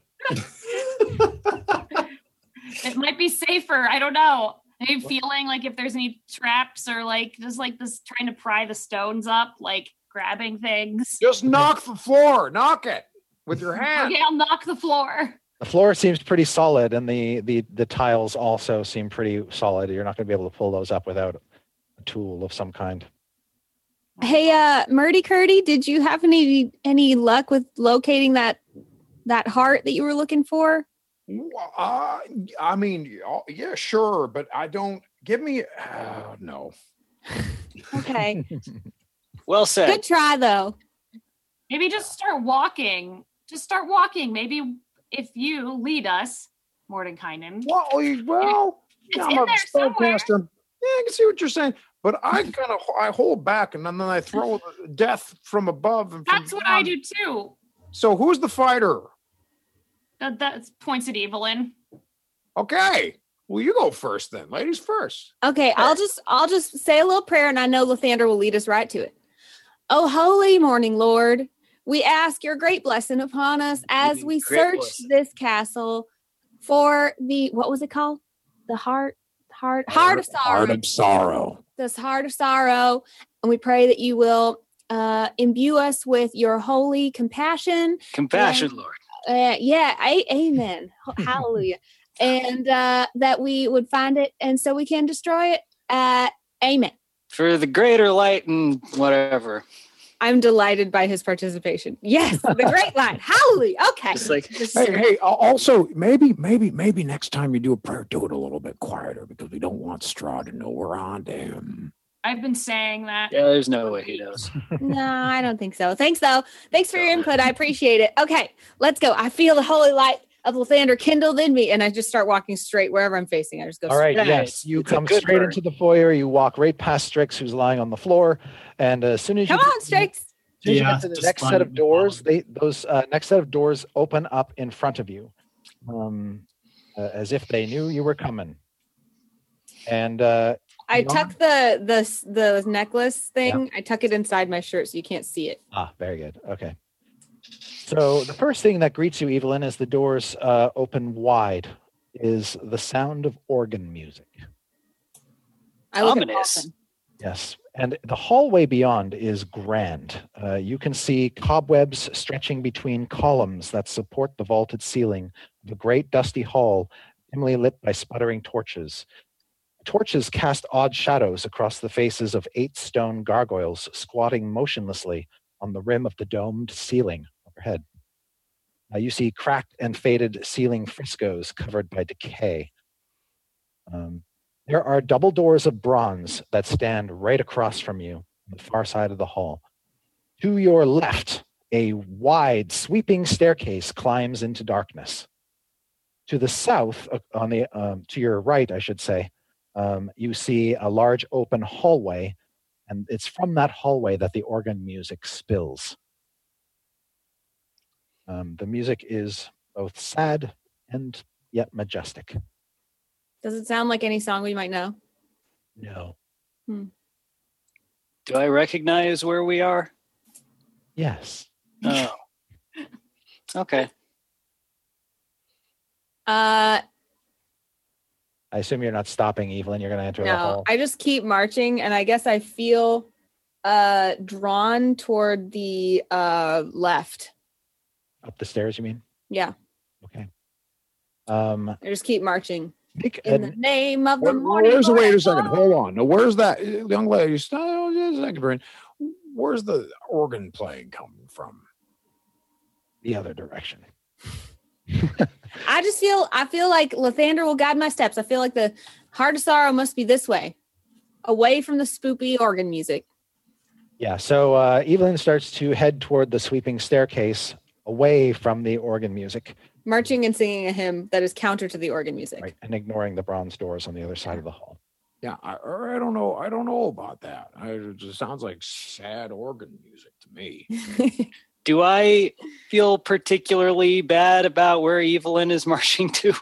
S5: it might be safer. I don't know. I'm feeling like if there's any traps or like just like this trying to pry the stones up, like grabbing things.
S3: Just knock the floor. Knock it with your hand.
S5: Okay, <laughs> I'll knock the floor.
S1: The floor seems pretty solid, and the the the tiles also seem pretty solid. You're not going to be able to pull those up without a tool of some kind.
S2: Hey, uh, Murdy Curdy, did you have any any luck with locating that that heart that you were looking for?
S3: Wha- Uh, I mean, y- oh, yeah, sure, but I don't. Give me. Uh, no.
S2: <laughs> Okay,
S6: Well said.
S2: good try though.
S5: Maybe just start walking. Just start walking. Maybe if you lead us, Mordenkainen.
S3: Well, well
S5: It's
S3: I'm
S5: in
S3: a
S5: there somewhere.
S3: spellcaster. Yeah, I can see what you're saying, but I kind of I hold back and then I throw death from above. And from
S5: That's what
S3: down.
S5: I do too.
S3: So who's the fighter?
S5: That that points at Evelyn.
S3: Okay. Well, you go first then, ladies first.
S2: Okay, I'll just I'll just say a little prayer, and I know Lathander will lead us right to it. Oh, holy morning, Lord, we ask your great blessing upon us as we
S6: Great
S2: search
S6: blessing.
S2: this castle for the what was it called? The heart, heart, heart of sorrow.
S3: sorrow.
S2: this heart of sorrow, and we pray that you will uh, imbue us with your holy compassion.
S6: Compassion,
S2: Yeah.
S6: Lord.
S2: Uh, yeah, a- amen. Hallelujah. And uh, that we would find it, and so we can destroy it. Uh, amen.
S6: For the greater light and whatever.
S2: I'm delighted by his participation. Yes, the <laughs> great line. Hallelujah. Okay.
S6: Just like
S3: Hey, hey, al- also maybe, maybe, maybe next time you do a prayer, do it a little bit quieter because we don't want Straw to know we're on to him.
S5: I've been saying that.
S6: Yeah, there's no way he knows.
S2: <laughs> No, I don't think so. Thanks though. Thanks for your input. I appreciate it. Okay, let's go. I feel the holy light of Lathander kindled in me, and I just start walking straight wherever I'm facing. I just go.
S1: All right.
S6: Nice.
S1: Yes, you
S6: It's a
S1: come
S6: good
S1: straight
S6: bird.
S1: into the foyer. You walk right past Strix, who's lying on the floor, and as soon as
S2: Come
S1: you
S2: on, Strix.
S1: As soon as you
S4: Yeah,
S1: get to the
S4: just
S1: next set of
S4: finding the
S1: doors, they those uh, next set of doors open up in front of you, um, uh, as if they knew you were coming. And uh,
S2: I
S1: Come
S2: tuck the the the necklace thing. I tuck it inside my shirt so you can't see it.
S1: ah, very good. Okay. So the first thing that greets you, Evelyn, as the doors uh, open wide, is the sound of organ music.
S2: I look at
S6: Ominous.
S2: Dolphin.
S1: Yes. And the hallway beyond is grand. Uh, you can see cobwebs stretching between columns that support the vaulted ceiling of a great dusty hall dimly lit by sputtering torches. Torches cast odd shadows across the faces of eight stone gargoyles squatting motionlessly on the rim of the domed ceiling overhead. Uh, you see cracked and faded ceiling frescoes covered by decay. Um, there are double doors of bronze that stand right across from you on the far side of the hall. To your left, a wide, sweeping staircase climbs into darkness. To the south, uh, on the um, to your right, I should say, um, you see a large open hallway, and it's from that hallway that the organ music spills. Um, the music is both sad and yet majestic.
S2: Does it sound like any song we might know?
S1: No.
S6: Do I recognize where we are?
S1: Yes.
S6: Oh. okay.
S2: Uh,
S1: I assume you're not stopping, Evelyn. You're going to enter the
S2: no.
S1: hall.
S2: I just keep marching, and I guess I feel uh drawn toward the uh left.
S1: Up the stairs, you mean?
S2: Yeah,
S1: Okay. Um,
S2: I just keep marching
S1: make
S2: in
S1: an-
S2: the name of the
S3: Where-
S2: morning.
S3: where's the wait a
S2: glory.
S3: second? Hold on. Now, where's that uh, young lady? Stop just a second, Bryn. Where's the organ playing coming from?
S1: the other direction.
S2: I just feel I feel like Lathander will guide my steps. I feel like the heart of sorrow must be this way, away from the spoopy organ music.
S1: Yeah, so uh, Evelyn starts to head toward the sweeping staircase away from the organ music
S2: Marching and singing a hymn that is counter to the organ music. <laughs>
S1: right, and ignoring the bronze doors on the other side of the hall.
S3: Yeah, I, or I don't know. I don't know about that. I, it just sounds like sad organ music to me.
S6: Do I feel particularly bad about where Evelyn is <laughs> marching to?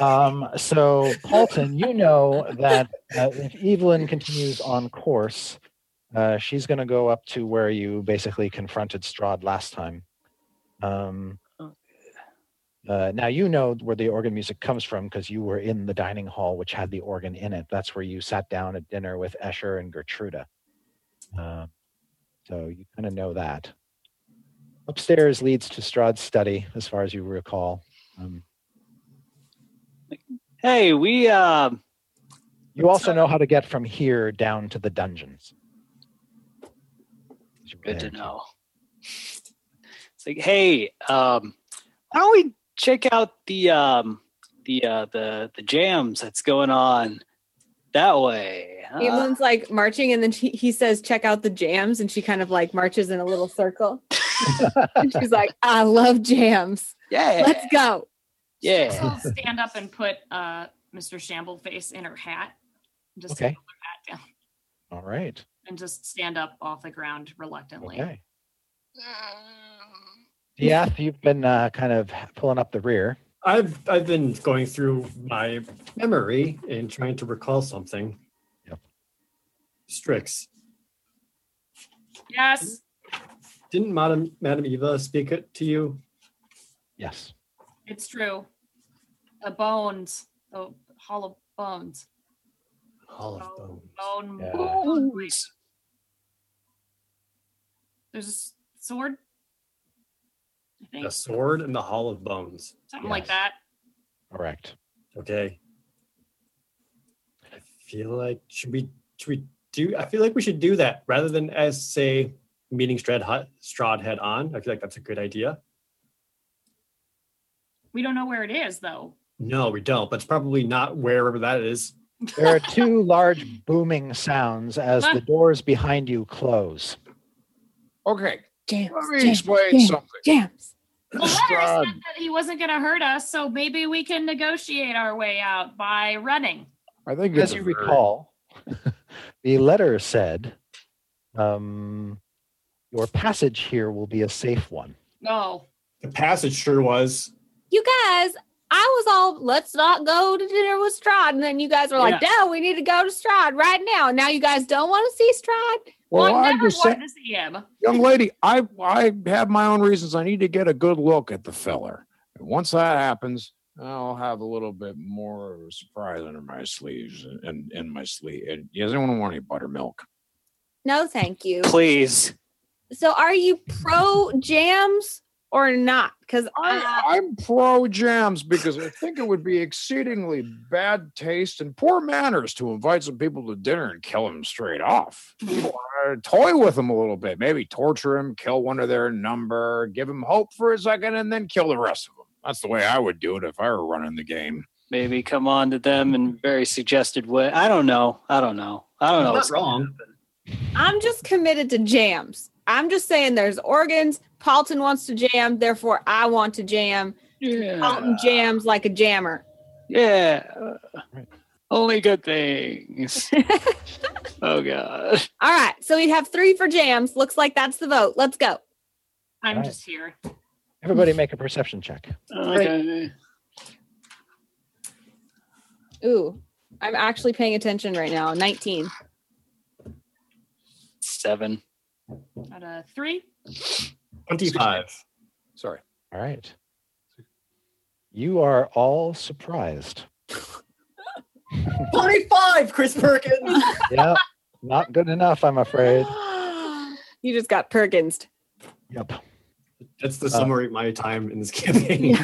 S1: Um, so, Paulton, you know that uh, if Evelyn continues on course, uh, she's going to go up to where you basically confronted Strahd last time. Um, uh, now, you know where the organ music comes from because you were in the dining hall, which had the organ in it. That's where you sat down at dinner with Escher and Gertruda. Uh, so, you kind of know that. Upstairs leads to Strahd's study, as far as you recall. Um,
S6: Hey, we uh,
S1: You also know how to get from here down to the dungeons.
S6: good to know. It's like, hey, um, why don't we check out the um, the uh, the the jams that's going on that way? huh?
S2: Evelyn's like marching, and then she, he says, "Check out the jams," and she kind of like marches in a little circle. and she's like, "I love jams.
S6: yeah,
S2: Let's go."
S6: yeah.
S5: She'll stand up and put uh, Mr. Shambleface in her hat. Just
S1: Okay.
S5: her hat down
S1: All right.
S5: and just stand up off the ground reluctantly.
S1: Okay. Yeah, you've been uh, kind of pulling up the rear.
S4: I've I've been going through my memory and trying to recall something.
S1: Yep.
S4: Strix,
S5: Yes.
S4: didn't Madam Madam Eva speak it to you?
S1: Yes.
S5: It's true. The bones, the hollow bones,
S4: All of them.
S5: bone.
S1: Yeah.
S5: bone blade. There's a s- sword. I think
S4: The sword and the hall of bones.
S5: something like
S1: yes.
S5: that.
S1: Correct.
S4: Okay. I feel like should we should we do? I feel like we should do that rather than as say meeting Strad Hut- Strahd head on. I feel like that's a good idea.
S5: We don't know where it is
S1: <clears throat>
S5: though.
S4: No, we don't. But it's probably not wherever that is.
S1: There are two large booming sounds as the doors behind you close.
S3: Okay,
S2: Jams.
S3: let me
S2: jams,
S3: explain
S2: jams,
S3: something.
S2: jams.
S5: Well, Leonard
S3: Strahd.
S5: said that he wasn't going to hurt us, so maybe we can negotiate our way out by running.
S3: I think
S1: As
S3: it's
S1: you
S3: a very-
S1: recall, <laughs> the letter said, um, "Your passage here will be a safe one."
S5: No.
S4: The passage sure was.
S2: You guys, I was all, "Let's not go to dinner with Strahd," and then you guys were like, "No, we need to go to Strahd right now." And now you guys don't want to see Strahd.
S5: Well,
S3: Well,
S5: I
S3: I
S5: never
S3: just
S5: wanted
S3: said,
S5: to see him.
S3: young lady, I I have my own reasons. I need to get a good look at the feller. And once that happens, I'll have a little bit more of a surprise under my sleeves and- and in my sleeve. And he doesn't want to want any buttermilk.
S2: No, thank you.
S6: Please.
S2: So, are you pro jams or not? Because
S3: I, I'm pro jams because I think it would be exceedingly bad taste and poor manners to invite some people to dinner and kill them straight off. You wanna Toy with them a little bit, maybe torture them, kill one of their number, give them hope for a second, and then kill the rest of them. That's the way I would do it if I were running the game.
S6: Maybe come on to them in very suggested way. I don't know. I don't know. I don't know.
S4: not wrong.
S2: I'm just committed to jams. I'm just saying there's organs. Paulton wants to jam, therefore I want to jam.
S6: Yeah.
S2: Paulton jams like a jammer.
S6: Yeah. Only good <laughs> things. oh god.
S2: All right, so we have three for jams. Looks like that's the vote. Let's go.
S5: I'm
S1: Right.
S5: just here.
S1: Everybody make a perception check.
S6: Oh, Okay.
S2: Ooh, I'm actually paying attention right now. 19.
S6: Seven.
S5: At a three.
S4: 25.
S3: Sorry.
S1: All right. You are all surprised.
S4: 25, Chris Perkins.
S1: Yep. Not good enough, I'm afraid.
S2: <gasps> You just got Perkins.
S1: Yep.
S4: That's
S1: Uh,
S4: the summary of my time in this <laughs> campaign.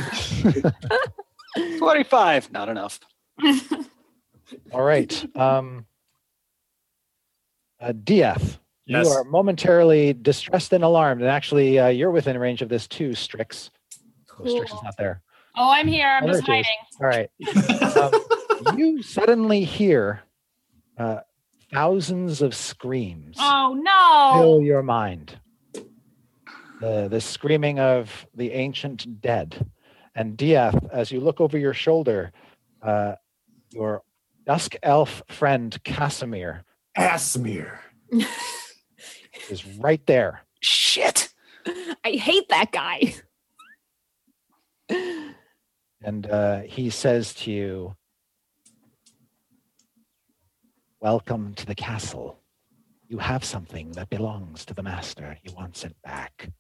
S6: Twenty-five. Not enough.
S1: All right. Um, uh, DF,
S4: Yes.
S1: you are momentarily distressed and alarmed. And actually, uh, you're within range of this too, Strix. Oh, Strix is
S5: Cool.
S1: not there.
S5: Oh, I'm here. I'm
S1: Oh,
S5: just
S1: there it is.
S5: hiding.
S1: All right.
S4: <laughs>
S1: Um, you suddenly hear uh, thousands of screams.
S5: Oh no.
S1: fill your mind. The, the screaming of the ancient dead. And DF, as you look over your shoulder, uh, your dusk elf friend Casimir
S4: Ass smear.
S1: is right there.
S6: Shit.
S2: I hate that guy.
S1: And uh, he says to you, Welcome to the castle. You have something that belongs to the master. He wants it back.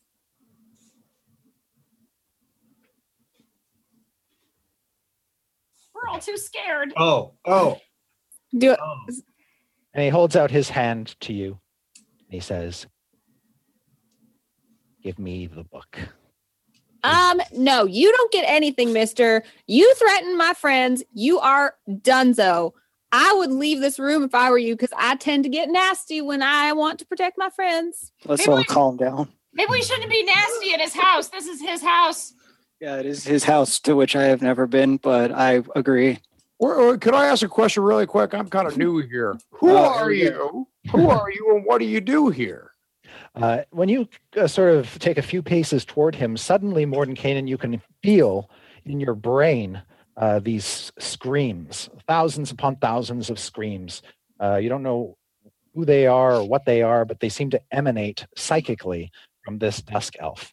S5: We're all too scared.
S4: Oh, oh,
S2: Do it.
S4: oh.
S1: And he holds out his hand to you and he says, Give me the book.
S2: Um, no, you don't get anything, mister. You threaten my friends. You are dunzo. I would leave this room if I were you because I tend to get nasty when I want to protect my friends.
S6: Let's
S5: Maybe
S6: all
S5: we-
S6: calm down.
S5: Maybe we shouldn't be nasty at his house. This is his <laughs> house.
S6: Yeah, it is his house to which I have never been, but I agree.
S3: Or, or could I ask a question really quick? I'm kind of new here. Who
S6: Uh,
S3: are
S6: yeah.
S3: you? Who are you, and what do you do here?
S1: Uh, when you uh, sort of take a few paces toward him, suddenly, Morden Kanan, you can feel in your brain uh, these screams, thousands upon thousands of screams. Uh, you don't know who they are or what they are, but they seem to emanate psychically from this dusk elf.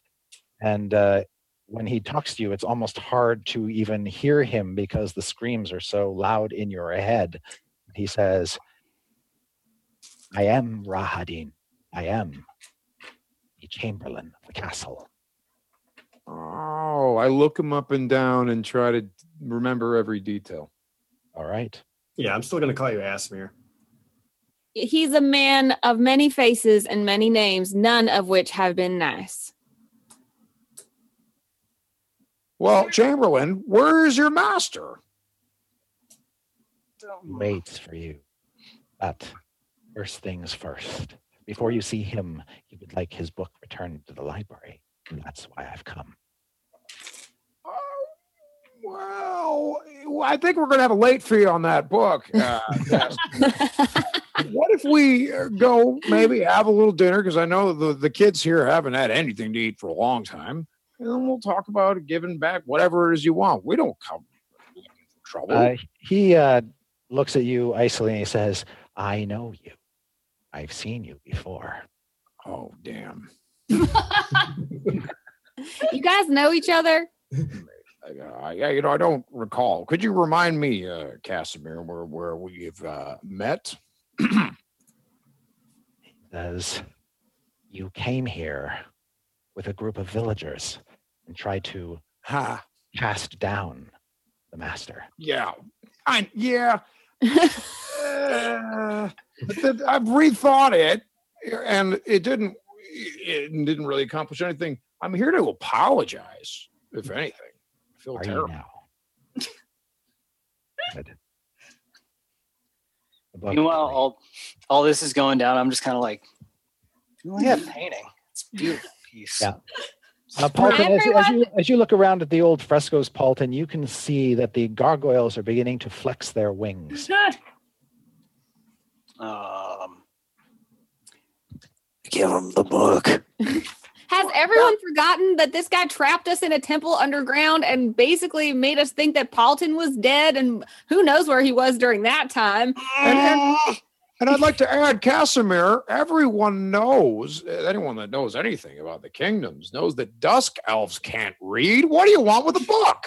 S1: And uh, when he talks to you, it's almost hard to even hear him because the screams are so loud in your head. He says, I am Rahadin. I am the chamberlain of the castle.
S3: Oh, I look him up and down and try to remember every detail.
S1: All right.
S4: Yeah, I'm still going to call you ass smear.
S2: He's a man of many faces and many names, none of which have been nice.
S3: Well, Chamberlain, where's your master?
S1: He waits for you. But first things first. Before you see him, he would like his book returned to the library. And that's why I've come.
S3: Oh, well, I think we're going to have a late fee on that book. Uh, yes. what if we uh, go maybe have a little dinner? Because I know the, the kids here haven't had anything to eat for a long time. And then we'll talk about giving back whatever it is you want. We don't come in trouble.
S1: Uh, he uh, looks at you icily and he says, I know you. I've seen you before.
S3: oh, damn.
S2: You guys know each other?
S3: I, I, I- you know, I don't recall. Could you remind me, uh, Casimir, where, where we've uh, met?
S1: says, You came here with a group of villagers and tried to
S3: Ha.
S1: cast down the master.
S3: Yeah. I, <laughs> yeah. Uh, th- I've rethought it, and it didn't. It didn't really accomplish anything. I'm here to apologize, if anything. Mm. I feel
S1: Are you
S3: terrible.
S1: now? Good. Above
S6: Meanwhile,
S1: grade.
S6: all, all this is going down. I'm just kind of like,
S1: Yeah.
S6: yeah, painting. It's a beautiful piece.
S1: Yeah. Uh, Paulton,
S7: Hi,
S1: as, as,
S7: everyone.
S1: you, as you look around at the old frescoes, Paulton, you can see that the gargoyles are beginning to flex their wings.
S6: Um, give him the book.
S7: Has everyone forgotten that this guy trapped us in a temple underground and basically made us think that Paulton was dead and who knows where he was during that time?
S3: And, and, and I'd like to add, Casimir, everyone knows, anyone that knows anything about the kingdoms knows that dusk elves can't read. What do you want with a book?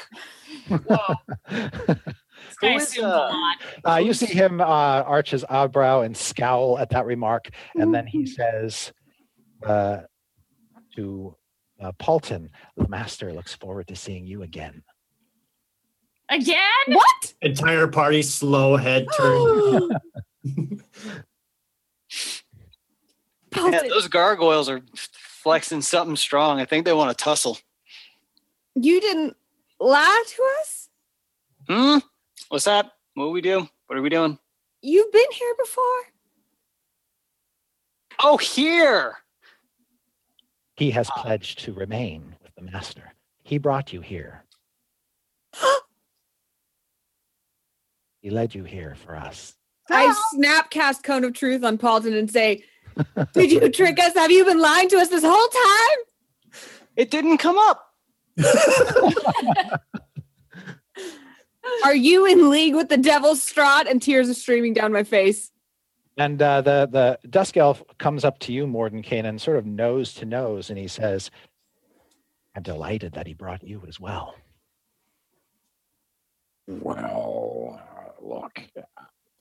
S5: Whoa, this guy
S6: Who is,
S5: assumes a
S6: uh,
S5: lot.
S1: Uh, you see him uh, arch his eyebrow and scowl at that remark, and then he says uh, to uh, Paulton, "The master looks forward to seeing you again."
S5: Again?
S7: What?
S4: Entire party slow head turn.
S1: <gasps>
S6: Yeah,
S7: Paulton,
S6: those gargoyles are flexing something strong. I think they want to tussle.
S7: you didn't lie to us?
S6: Hmm? What's that? What do we do? What are we doing?
S7: You've been here before?
S6: Oh, here.
S1: He has pledged to remain with the master. He brought you here. he led you here for us.
S7: I snapcast Cone of Truth on Paulton and say, Did you trick us? Have you been lying to us this whole time?
S6: It didn't come up.
S7: Are you in league with the devil's strut? And tears are streaming down my face.
S1: And uh, the the dusk elf comes up to you, Mordenkainen, and sort of nose to nose, and he says, "I'm delighted that he brought you as well."
S3: Well, uh, look,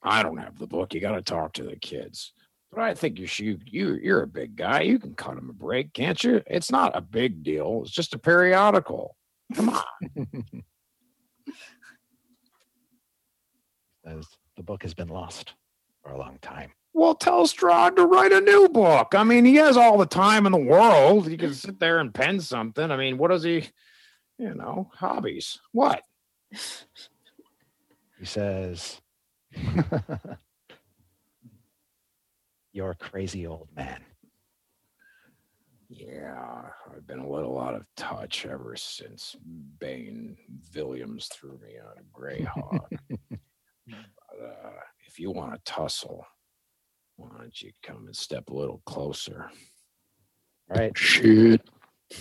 S3: I don't have the book. You got to talk to the kids. But I think you should, you you're a big guy. You can cut him a break, can't you? It's not a big deal. It's just a periodical. Come on.
S1: Says the book has been lost for a long time.
S3: Well, tell Strahd to write a new book. I mean, he has all the time in the world. He can sit there and pen something. I mean, what does he, you know, hobbies? What?
S1: He says, <laughs> "You're a crazy old man."
S3: Yeah, I've been a little out of touch ever since Bane Williams threw me on a Greyhawk. <laughs> but, uh, if you want to tussle, why don't you come and step a little closer?
S1: All right,
S3: Shit.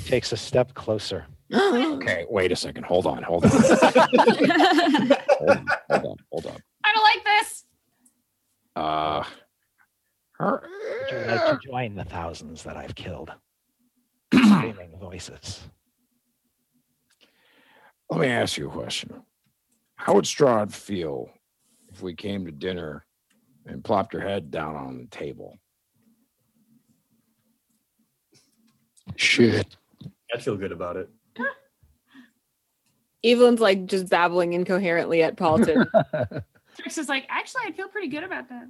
S1: takes a step closer.
S3: Okay, wait a second. Hold on. Hold on. hold on. Hold on. Hold on.
S5: I don't like this.
S3: Uh, her,
S1: Would you like to join the thousands that I've <clears throat> killed? Screaming voices.
S3: Let me ask you a question. How would Strahd feel if we came to dinner and plopped her head down on the table? Shit.
S4: I feel good about it.
S7: Evelyn's like just babbling incoherently at Paulton.
S5: Trix is like, actually, I feel pretty good about that.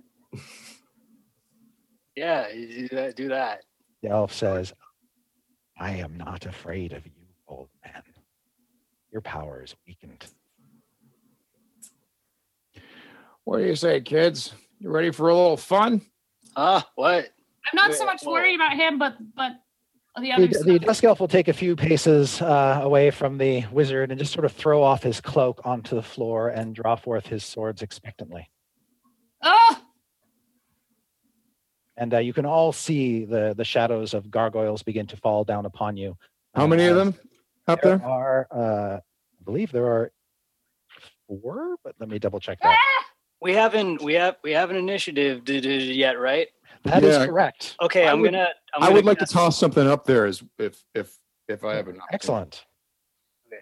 S6: Yeah, you do that. Do that.
S1: The elf says, I am not afraid of you, old man. Your power is weakened.
S3: What do you say, kids? You ready for a little fun?
S6: Huh? What?
S5: I'm not so much
S6: Whoa.
S5: worried about him, but but the
S1: The,
S5: other
S1: the
S5: stuff.
S1: dusk elf will take a few paces uh, away from the wizard and just sort of throw off his cloak onto the floor and draw forth his swords expectantly.
S5: Oh,
S1: And uh, you can all see the, the shadows of gargoyles begin to fall down upon you.
S3: How many of
S1: Uh,
S3: them up
S1: There
S3: there?
S1: are, uh, I believe there are four, but let me double check that.
S6: We haven't. We have. We have an initiative d- d- yet, right?
S1: That is
S3: Yeah.
S1: correct.
S6: Okay.
S3: I
S6: I'm
S3: would-
S6: gonna. I'm
S3: I
S6: gonna
S3: would like to
S6: cast-
S3: toss something up there as if if if I have enough.
S1: Excellent.
S6: Okay.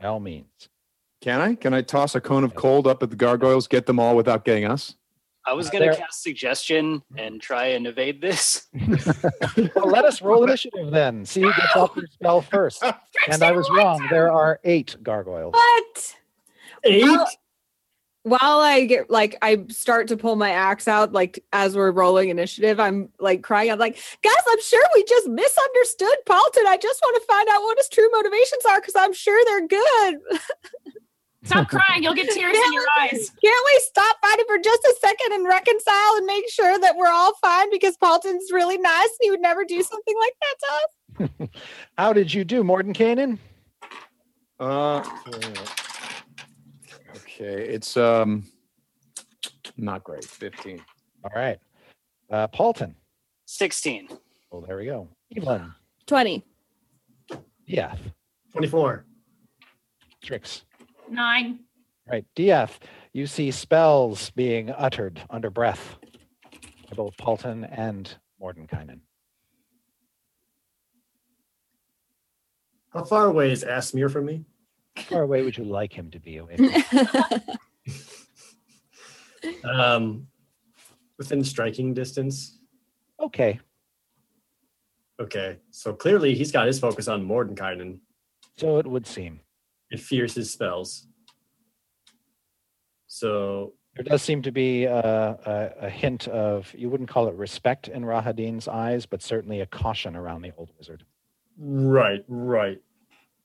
S1: By all means.
S8: Can I? Can I toss a cone of cold up at the gargoyles, get them all without getting us?
S6: I was
S1: Uh,
S6: gonna
S1: there-
S6: cast suggestion and try and evade this. <laughs>
S1: well, let us roll initiative then. See who gets off their spell first.
S5: Trix
S1: And I
S5: didn't
S1: was
S5: want
S1: wrong.
S5: to.
S2: Ah!
S1: There are eight gargoyles.
S7: what?
S4: Eight?
S7: Well,
S2: while I get like I start to pull my axe out, like as we're rolling initiative, I'm like crying. I'm like, guys, I'm sure we just misunderstood Paulton. I just want to find out what his true motivations are because I'm sure they're good.
S5: Stop crying. You'll get tears in your eyes.
S2: Can't we stop fighting for just a second and reconcile and make sure that we're all fine because Paulton's really nice and he would never do something like that to us?
S1: How did you do, Morden Canaan?
S3: Uh, okay, it's um, not great.
S9: 15.
S1: All right. Uh, Paulton.
S6: 16.
S1: Well, there we go. Evelyn.
S2: 20.
S1: DF.
S4: 24.
S1: Tricks.
S5: Nine. <laughs>
S1: All Right. DF. You see spells being uttered under breath by both Paulton and Mordenkainen.
S4: How far away is Asmir from me?
S1: How far away would you like him to be away? From? you?
S4: Um, within striking distance.
S1: okay.
S4: Okay, so clearly he's got his focus on Mordenkainen.
S1: So it would seem.
S4: It fears his spells. So
S1: There does seem to be a, a, a hint of, you wouldn't call it respect in Rahadin's eyes, but certainly a caution around the old wizard.
S4: Right, right.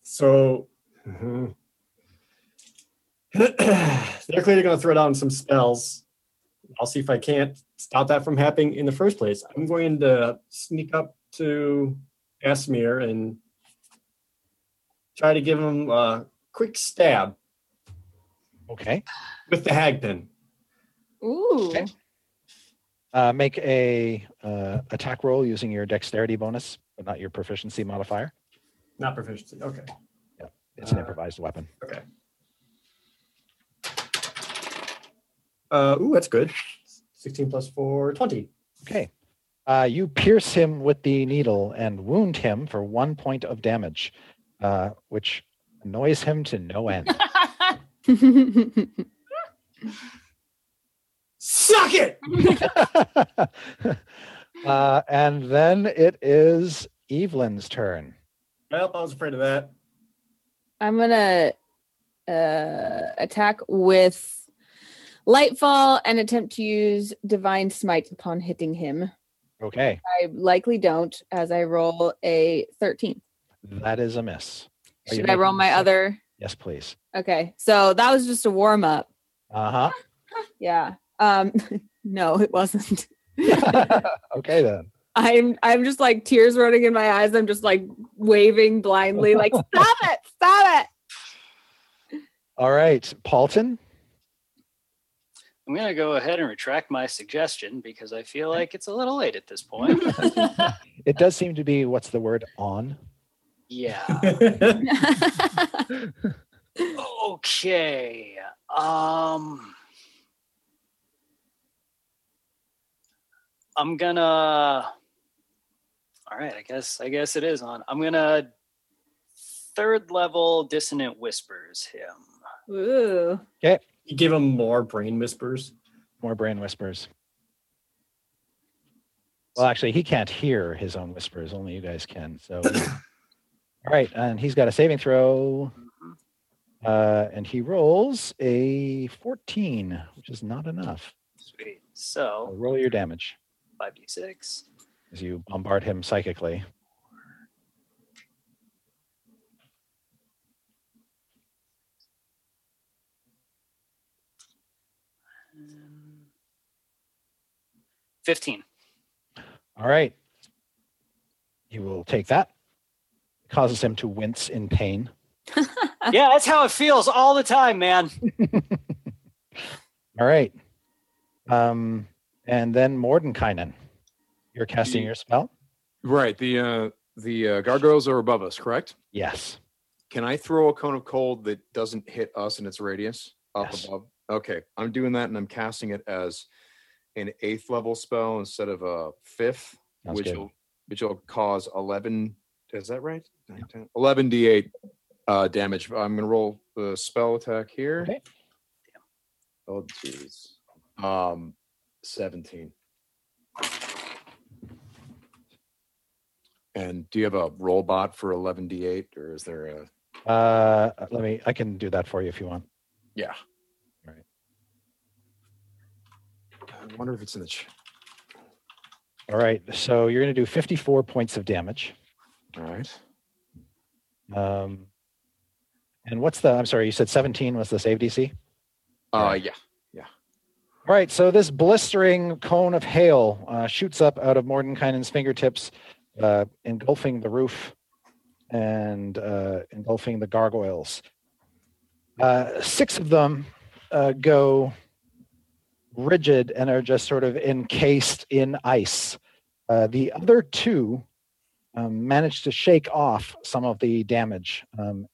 S4: So <clears throat> they're clearly going to throw down some spells. I'll see if I can't stop that from happening in the first place. I'm going to sneak up to Asmir and try to give him a quick stab
S1: Okay.
S4: with the hagpin.
S2: Ooh.
S1: Okay. Uh, make a uh, attack roll using your dexterity bonus, but not your proficiency modifier.
S4: Not proficiency. Okay.
S1: It's an
S4: Uh,
S1: improvised weapon.
S4: Uh, ooh, that's good. 16 plus 4, 20.
S1: Okay. Uh, you pierce him with the needle and wound him for one point of damage, uh, which annoys him to no end.
S2: <laughs>
S4: Suck it!
S1: <laughs> uh, and then it is Evelyn's turn.
S4: Well, I was afraid of that. <laughs>
S2: I'm gonna uh, attack with Lightfall and attempt to use Divine Smite upon hitting him.
S1: Okay.
S2: I likely don't, as I roll a 13.
S1: That is a miss. Are Oh, you
S2: Should I roll
S1: making a
S2: my
S1: save?
S2: other?
S1: Yes, please.
S2: Okay, so that was just a warm up.
S1: Uh
S2: Yeah. Um, <laughs> no, it wasn't. <laughs>
S1: huh. <laughs> okay, then.
S2: I'm I'm just like tears running in my eyes. I'm just like waving
S1: <laughs>
S2: blindly, like stop it, stop it.
S1: All right. Paulton.
S6: I'm going to go ahead and retract my suggestion because I feel like it's a little late at this point.
S1: It does seem to be what's the word on?
S6: yeah. Okay. Um I'm gonna All right, I guess I guess it is on. I'm gonna third level dissonant whispers him.
S2: Ooh.
S4: You give him more brain whispers.
S1: More brain whispers. Well, actually, he can't hear his own whispers. Only you guys can. So, all right, and he's got a saving throw,
S6: Mhm.
S1: uh, and he rolls a fourteen, which is not enough.
S6: Sweet. So
S1: roll your damage
S6: five D six.
S1: as you bombard him psychically.
S6: Fifteen.
S1: All right, you will take that. causes him to wince in pain.
S6: Yeah, that's how it feels all the time, man.
S1: All right, um, and then Mordenkainen, you're
S3: Hmm.
S1: casting your spell.
S3: Right. The uh, the uh, gargoyles are above us, correct?
S1: Yes.
S3: Can I throw a cone of cold that doesn't hit us in its radius up
S1: Yes.
S3: above? Okay, I'm doing that, and I'm casting it as an eighth level spell instead of a fifth,
S1: Sounds
S3: which
S1: good.
S3: will which will cause eleven. Is that right? Nine, 10, Eleven d8 uh, damage. I'm gonna roll the spell attack here.
S1: Okay.
S3: Oh jeez. Um, seventeen. And do you have a roll bot for eleven d8, or is there a
S1: Uh, let me. I can do that for you if you want.
S3: yeah.
S1: Right.
S8: I wonder if it's in the. Ch-
S1: All right. So you're going to do 54 points of damage.
S8: All right.
S1: Um, and what's the? I'm sorry. You said 17 was the save DC.
S8: Uh, yeah.
S1: All right, so this blistering cone of hail uh, shoots up out of Mordenkainen's fingertips, uh, engulfing the roof and uh, engulfing the gargoyles. Uh, six of them uh, go rigid and are just sort of encased in ice. Uh, the other two um, manage to shake off some of the damage. Um,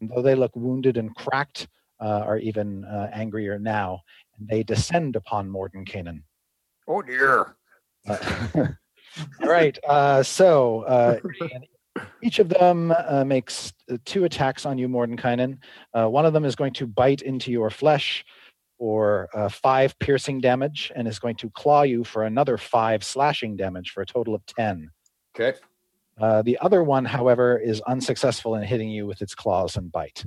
S1: though they look wounded and cracked, uh, are even uh, angrier now and they descend upon Mordenkainen.
S3: Oh dear.
S1: Uh, all right, uh, so uh, and each of them uh, makes uh, two attacks on you, Mordenkainen. Uh, one of them is going to bite into your flesh for uh, five piercing damage and is going to claw you for another five slashing damage for a total of ten.
S8: Okay.
S1: Uh, the other one, however, is unsuccessful in hitting you with its claws and bite.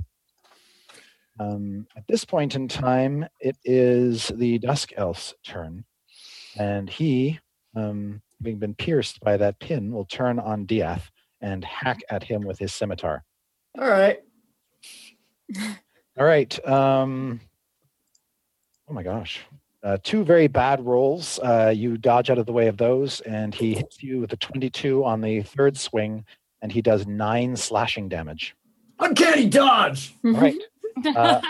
S1: Um, at this point in time, it is the Dusk Elf's turn, and he, um, having been pierced by that pin, will turn on Diath and hack at him with his scimitar.
S4: All right.
S1: All right. Um, oh my gosh. Uh, two very bad rolls. Uh, you dodge out of the way of those, and he hits you with a 22 on the third swing, and he does nine slashing damage.
S4: Uncanny dodge.
S1: All right. Uh,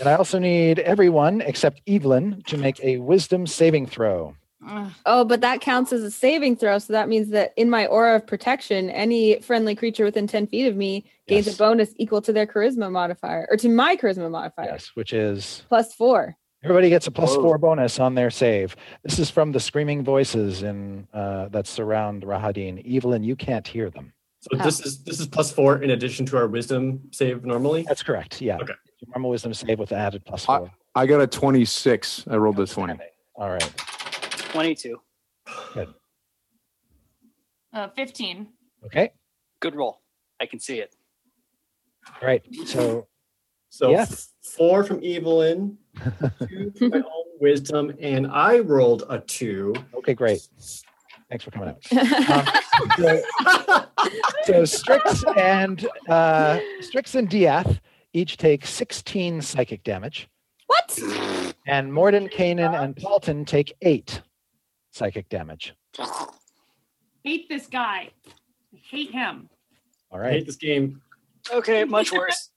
S1: And I also need everyone except Evelyn to make a wisdom saving throw.
S5: Ugh.
S7: Oh, but that counts as a saving throw. So that means that in my aura of protection, any friendly creature within 10 feet of me gains
S1: Yes.
S7: a bonus equal to their charisma modifier or to my charisma modifier
S1: Yes, which is
S7: plus
S2: <gasps>
S7: four.
S1: everybody gets a plus
S8: Whoa.
S1: four bonus on their save. This is from the screaming voices in uh, that surround Rahadin. Evelyn, you can't hear them.
S4: So this is this is plus four in addition to our wisdom save normally.
S1: That's correct. Yeah.
S4: Okay.
S1: Your normal wisdom save with the added plus
S8: I-
S1: four.
S8: I got a 26. I rolled a 20.
S1: All right.
S6: 22.
S5: Uh, 15.
S1: Okay.
S6: Good roll. I can see it.
S1: All right. So
S4: So
S1: Yeah.
S4: f- four from Evelyn, two from my own wisdom, and I rolled a two.
S1: okay, great. Thanks for coming out. So, so
S4: <laughs>
S1: Strix and uh, Strix and Diath each take 16 psychic damage.
S7: What?
S1: And Morden, Kanan, and Palton take eight psychic damage.
S5: Hate this guy. I hate him.
S1: All
S4: I hate
S1: right.
S4: this game.
S6: Okay, much worse.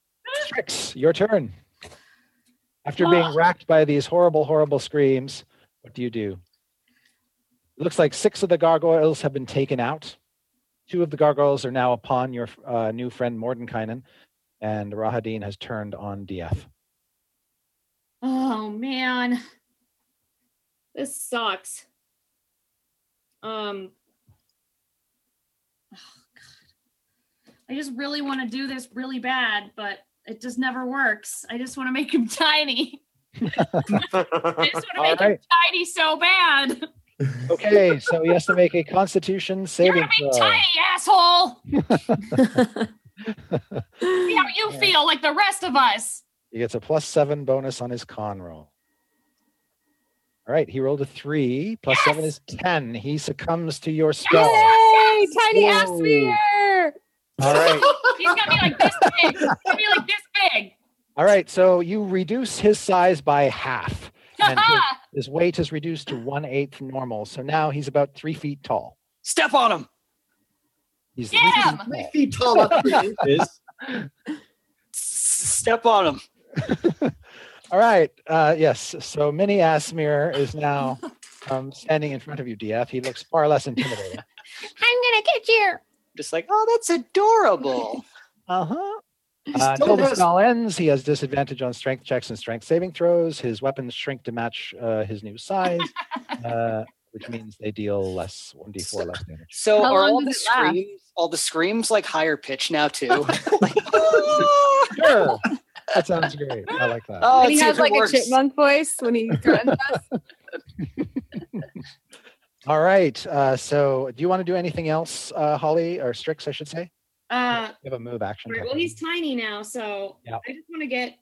S1: Strix, your turn. After being racked by these horrible, horrible screams, what do you do? It looks like six of the gargoyles have been taken out. Two of the gargoyles are now upon your uh, new friend Mordenkainen, and Rahadin has turned on Diath.
S5: Oh man. This sucks. Um oh, God. I just really want to do this really bad, but it just never works. I just want to make him <laughs> tiny. I just want to
S1: All
S5: make him
S1: right.
S5: tiny so bad.
S1: Okay, so he has to make a Constitution
S5: <laughs> You're
S1: saving
S5: gonna be
S1: throw.
S5: tiny, asshole. See how you
S1: Yeah.
S5: feel like the rest of us.
S1: He gets a plus seven bonus on his con roll. All right, he rolled a three. Plus seven is ten. He succumbs to your spell.
S7: Yay! Tiny ass
S1: Whoa.
S7: sphere!
S1: All right,
S5: He's gonna be like this big. He's gonna be like this big.
S1: all right. So you reduce his size by half, and
S5: <laughs>
S1: his, his weight is reduced to one eighth normal. So now he's about three feet tall.
S6: <laughs> Step on him.
S1: He's
S5: Get
S1: three
S5: him!
S1: feet
S4: Three
S1: tall.
S4: feet tall up three inches.
S6: S- Step on him.
S1: All right. Uh, yes. So Mini Asmir is now um, standing in front of you, DF. He looks far less intimidating.
S7: I'm gonna get you.
S6: Just like, oh, that's adorable.
S1: Uh-huh. Uh,
S4: still
S1: until the
S4: has-
S1: spell ends, he has disadvantage on strength checks and strength saving throws. His weapons shrink to match uh, his new size, uh, which means they deal less, 1d4 less damage.
S6: So
S7: How
S6: are
S7: long
S6: all the
S7: does it last?
S6: screams, all the screams like higher pitch
S7: <laughs>
S6: now too?
S1: Sure. That sounds great. I like that.
S6: Oh,
S7: when he has
S6: let's see if it
S7: like
S6: works.
S7: a chipmunk voice when
S1: <laughs>
S7: he threatens us.
S1: All right. Uh, so, do you want to do anything else, uh, Holly or Strix, I should say?
S5: Uh
S1: You have a move action.
S5: Right, well,
S1: technically.
S5: he's tiny now, so
S1: Yeah.
S5: I just want to get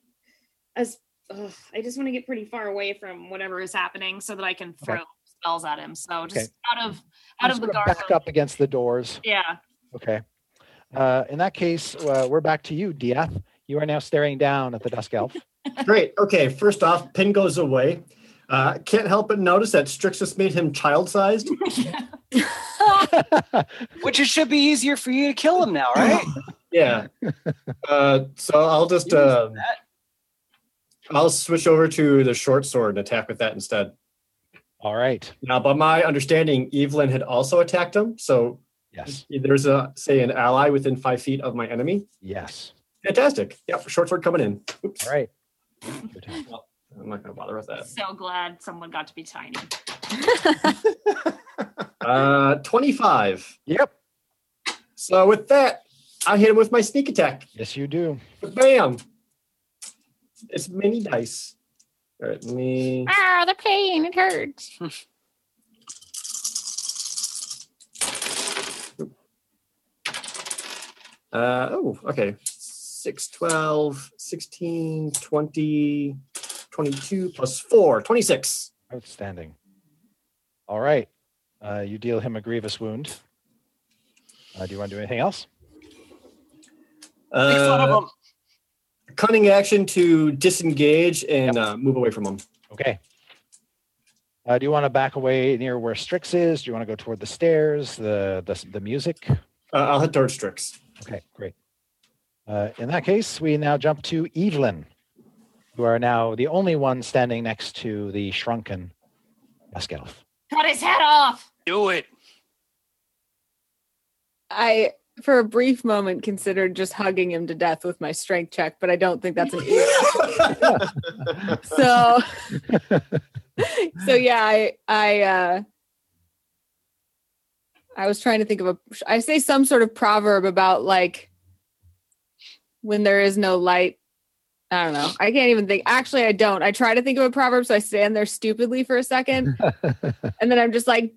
S5: as ugh, I just want to get pretty far away from whatever is happening so that I can throw spells at him. So just
S1: Okay.
S5: out of out of
S1: Just
S5: the
S1: sort
S5: guard.
S1: back up against the doors.
S5: Yeah.
S1: Okay. Uh, in that case, uh, we're back to you, DF. You are now staring down at the Dusk
S5: <laughs>
S1: Elf.
S4: Great. Okay. First off, Pin goes away. Uh, can't help but notice that Strixus made him child-sized.
S6: <laughs> Which it should be easier for you to kill him now, right?
S4: Yeah. Uh, so I'll just
S6: You
S4: uh,
S6: mentioned that.
S4: I'll switch over to the short sword and attack with that instead.
S1: All right.
S4: Now, by my understanding, Evelyn had also attacked him. So
S1: Yes.
S4: there's a say an ally within five feet of my enemy.
S1: Yes.
S4: Fantastic. Yep. Short sword coming in. Oops.
S1: All right.
S4: I'm not gonna bother with that.
S5: So glad someone got to be tiny.
S4: Uh, 25.
S1: Yep.
S4: So with that, I hit him with my sneak attack.
S1: Yes, you do.
S4: Bam! It's mini dice. All right, let me.
S2: Ah, the pain, it hurts.
S4: Uh, oh, okay. 6, 12, 16, 20, 22 plus 4, 26.
S1: Outstanding. All right. Uh, you deal him a grievous wound. Uh, do you want to do anything else?
S6: Make fun
S4: Uh,
S6: of him.
S4: cunning action to disengage and uh, move away from him.
S1: Okay. Uh, do you want to back away near where Strix is? Do you want to go toward the stairs, the the, the music?
S4: Uh, I'll head towards Strix.
S1: Okay, great. Uh, in that case, we now jump to Evelyn, who are now the only one standing next to the shrunken Dusk Elf.
S5: Cut his head off.
S6: Do it.
S2: I, for a brief moment, considered just hugging him to death with my strength check, but I don't think that's an easy. so, so yeah, I, I, uh, I was trying to think of a. I say some sort of proverb about like when there is no light. I don't know. I can't even think. Actually, I don't. I try to think of a proverb, so I stand there stupidly for a second, and then I'm just like,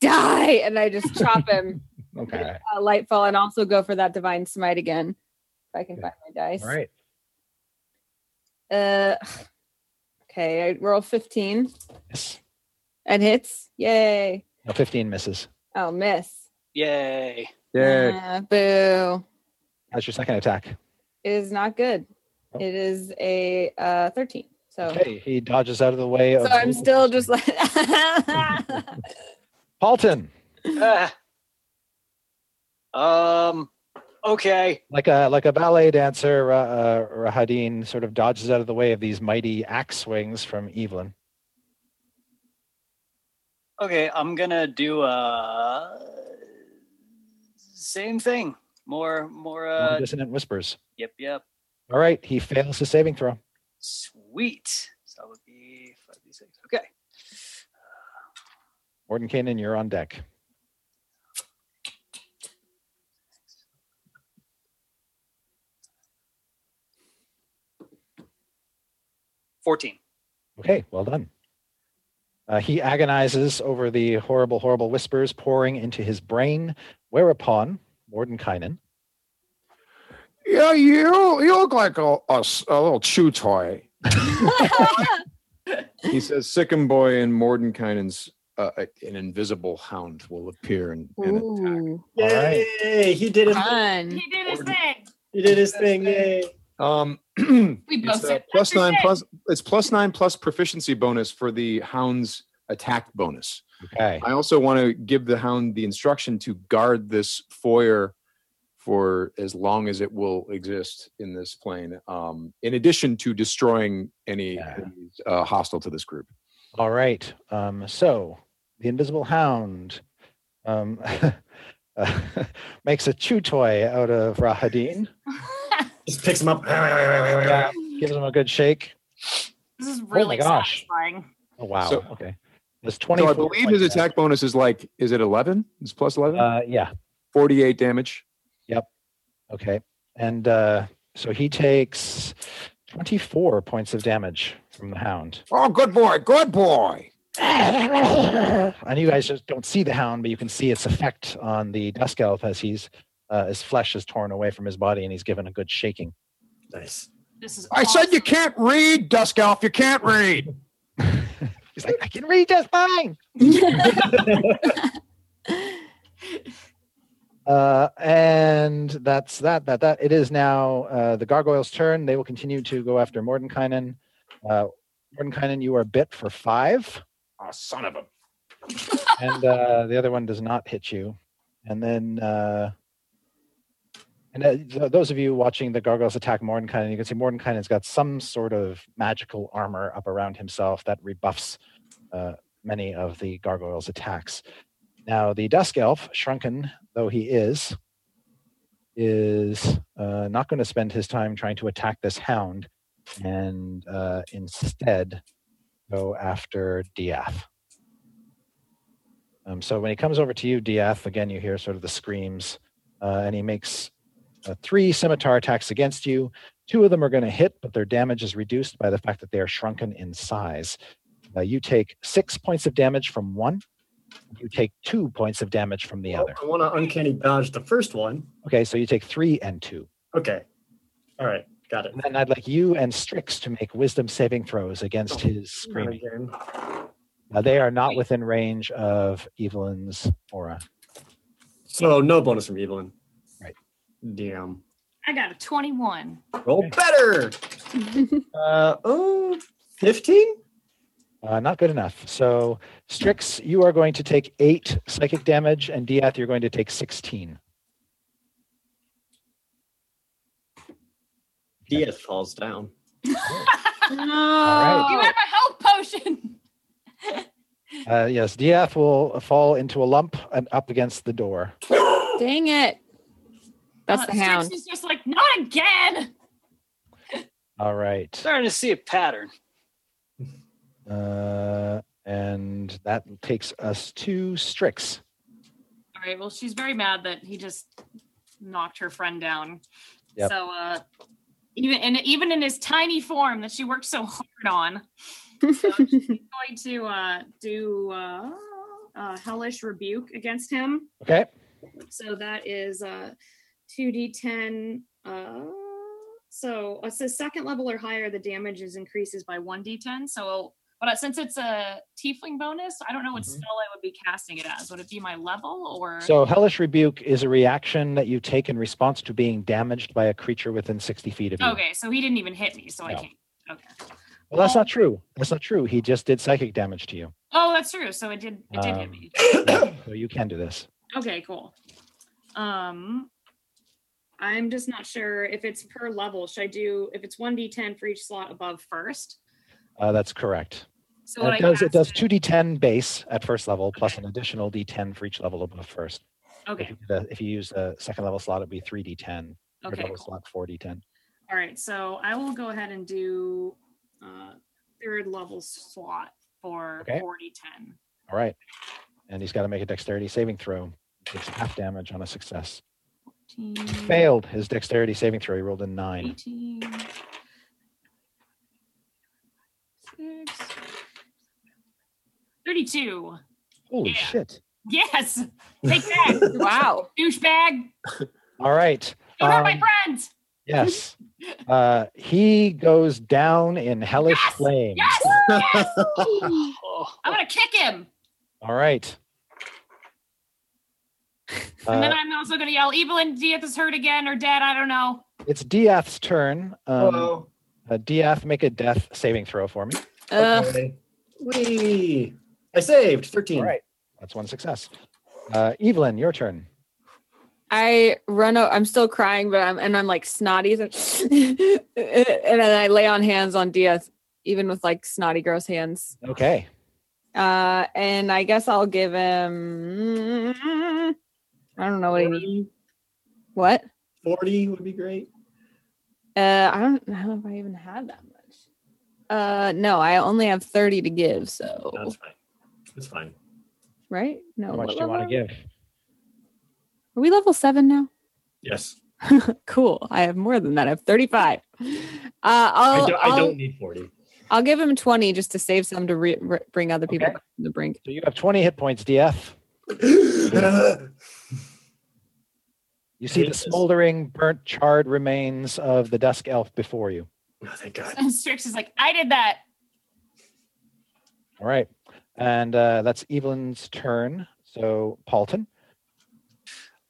S2: die, and I just chop him
S1: Okay.
S2: uh, Lightfall and also go for that Divine Smite again if I can
S1: Okay.
S2: find my dice.
S1: All right.
S2: Uh, okay, I roll 15
S1: Yes.
S2: and hits. Yay.
S1: No, 15 misses.
S2: Oh, miss.
S6: Yay.
S3: Yay.
S2: Uh, boo.
S1: That's your second attack.
S2: It is not good.
S1: Oh.
S2: It is a uh, 13. So,
S1: Okay. He dodges out of the way.
S2: so
S1: of
S2: I'm still just like.
S1: Halton,
S6: Ah. Um. Okay.
S1: like a like a ballet dancer, uh, uh, Rahadin sort of dodges out of the way of these mighty axe swings from Evelyn.
S6: Okay. I'm gonna do uh same thing. More. More. Uh.
S1: Dissonant whispers.
S6: Yep. Yep.
S1: All right. He fails his saving throw.
S6: Sweet. So that would be five d six. Okay.
S1: Warden Kanan, you're on deck.
S6: Fourteen.
S1: Okay, well done. Uh, he agonizes over the horrible, horrible whispers pouring into his brain, whereupon Mordenkainen,
S10: Yeah, you you look like a, a s- a little chew toy.
S5: <laughs>
S3: He says, "Sickum boy and Mordenkainen's uh, a- an invisible hound will appear and, and attack."
S2: <laughs> Ooh,
S1: All
S4: Yay!
S1: right.
S4: He did his,
S2: fun.
S5: He did his
S3: Or-
S5: thing. <laughs>
S4: he did his thing. Yay!
S3: Um, <clears throat>
S5: We both
S3: it's, uh,
S5: said
S3: plus
S5: "That's
S3: nine
S5: it."
S3: plus. It's plus nine plus proficiency bonus for the hound's attack bonus.
S1: Okay.
S3: I also want to give the hound the instruction to guard this foyer for as long as it will exist in this plane. Um, in addition to destroying any
S1: Yeah.
S3: enemies, uh, hostile to this group.
S1: All right. Um, so the Invisible Hound um, <laughs> uh, <laughs> makes a chew toy out of Rahadin,
S4: Just picks him up.
S1: gives him a good shake.
S5: This is really
S1: Oh gosh.
S5: satisfying.
S1: Oh, wow.
S3: So-
S1: okay. That's
S3: So
S1: 20.
S3: I believe his attack bonus is like, is it 11? It's plus 11?
S1: Uh, yeah.
S3: 48 damage.
S1: Okay. And uh, so he takes 24 points of damage from the hound.
S10: Oh, good boy, good boy.
S1: and you guys just don't see the hound, but you can see its effect on the dusk elf as he's uh, his flesh is torn away from his body and he's given a good shaking.
S4: Nice.
S5: This is.
S3: I said you
S5: awesome.
S3: can't read, Dusk Elf. You can't read.
S1: He's like, I can read just fine. uh, and that's that. That that it is now uh, the gargoyle's turn. They will continue to go after Mordenkainen. Uh, Mordenkainen, you are bit for five,
S3: Oh, son of a.
S1: and uh, the other one does not hit you. And then, uh, and uh, th- those of you watching the gargoyles attack Mordenkainen, you can see Mordenkainen's got some sort of magical armor up around himself that rebuffs uh, many of the gargoyles' attacks. Now, the Dusk Elf, shrunken though he is, is uh, not going to spend his time trying to attack this hound and uh, instead go after Diath. Um, so when he comes over to you, Diath, again, you hear sort of the screams, uh, and he makes uh, three scimitar attacks against you. Two of them are going to hit, but their damage is reduced by the fact that they are shrunken in size. Uh, you take six points of damage from one. You take two points of damage from the
S4: Well,
S1: other.
S4: Oh, I want to uncanny dodge the first one.
S1: Okay, so you take three and two.
S4: Okay. All right. Got it.
S1: And then I'd like you and Strix to make wisdom saving throws against his
S4: Not
S1: screaming.
S4: again.
S1: Now, they are not within range of Evelyn's aura.
S4: So no bonus from Evelyn.
S1: Right.
S4: Damn.
S5: I got a 21.
S4: Roll better. Uh oh. 15?
S1: Uh, not good enough. So, Strix, you are going to take eight psychic damage, and Diath, you're going to take 16.
S4: Diaz falls down.
S1: All
S5: You
S2: Oh. <laughs>
S5: have a health potion.
S1: Uh, yes, Diath will fall into a lump and up against the door.
S7: Dang it. That's
S5: Uh,
S7: the
S5: Strix
S7: hound.
S5: is just like, not again.
S1: All right.
S6: Starting to see a pattern.
S1: Uh, and that takes us to Strix.
S5: All right. Well, she's very mad that he just knocked her friend down.
S1: Yep.
S5: So, uh, even and even in his tiny form that she worked so <laughs> hard on,
S1: <laughs>
S5: she's going to uh, do uh, a hellish rebuke against him.
S1: Okay.
S5: So that is uh, 2d10. Uh, so it says second level or higher, the damage is increases by 1d10. So, but uh, since it's a tiefling bonus, I don't know what
S1: Mhm.
S5: spell I would be casting it as. Would it be my level or?
S1: So, Hellish Rebuke is a reaction that you take in response to being damaged by a creature within 60 feet of you.
S5: okay, so he didn't even hit me, so I
S1: No.
S5: can't. Okay.
S1: Well, that's not true. That's not true. He just did psychic damage to you. <coughs>
S5: Oh, that's true. So it did. It did hit
S1: Um,
S5: me.
S1: So, you can do this.
S5: Okay, cool. Um, I'm just not sure if it's per level. Should I do if it's 1d10 for each slot above first?
S1: Uh, that's correct.
S5: So
S1: And
S5: would
S1: it
S5: I
S1: does it
S5: cast
S1: does two d10 base at first level plus an additional d10 for each level above first.
S5: Okay.
S1: If you, do the- if you use the second level slot, it'd be three d10. Third
S5: Okay.
S1: level
S5: cool.
S1: slot four d10.
S5: All right. So I will go ahead and do uh, third level slot for
S1: Okay.
S5: 4010.
S1: All right, and he's got to make a dexterity saving throw. Takes half damage on a success.
S5: 14,
S1: Failed his dexterity saving throw. He rolled a nine.
S5: 18. Six. 32.
S1: Holy
S5: Yeah.
S1: shit!
S5: Yes. Take
S4: <laughs>
S5: that,
S7: Wow.
S5: douchebag.
S1: All right.
S5: Don't hurt my
S1: um,
S5: friends. <laughs>
S1: yes. Uh, he goes down in hellish
S5: Yes!
S1: flames.
S5: Yes.
S4: <laughs>
S5: yes!
S6: Oh,
S5: I'm going to kick him.
S1: All right.
S5: <laughs> And then
S1: Uh,
S5: I'm also going to yell, Evelyn Diaz is hurt again or dead. I don't know. <laughs>
S1: it's Diath's turn. Um,
S4: Hello.
S1: Uh, DF, make a death saving throw for me.
S7: Ugh.
S4: Okay. Whee! I saved 13.
S1: All right. That's one success. Uh, Evelyn, your turn.
S7: I run out. I'm still crying, but I'm and I'm like snotty, <laughs> and then I lay on hands on Diaz, even with like snotty, gross hands.
S1: Okay.
S7: Uh, and I guess I'll give him. I don't know what he needs.
S4: 40,
S7: What?
S4: 40 would be great.
S7: Uh, I don't know if I even have that much. Uh, no, I only have thirty to give. So
S4: That's fine. That's fine.
S7: right? No.
S1: How much
S7: what
S1: do you want to
S7: level-
S1: give?
S7: Are we level seven now?
S4: Yes.
S7: cool. I have more than that. I have thirty-five. Uh, I'll,
S4: I, don't, I
S7: I'll-
S4: don't need 40.
S7: <laughs> I'll give him 20 just to save some to re- re- bring other people
S1: Okay.
S7: back to the brink.
S1: So you have 20 hit points, DF. You see
S4: hate
S1: the
S4: this.
S1: smoldering, burnt, charred remains of the Dusk Elf before you.
S4: No, thank God.
S5: And Strix is like, I did that. <laughs>
S1: All right. And uh, that's Evelyn's turn. So, Paulton.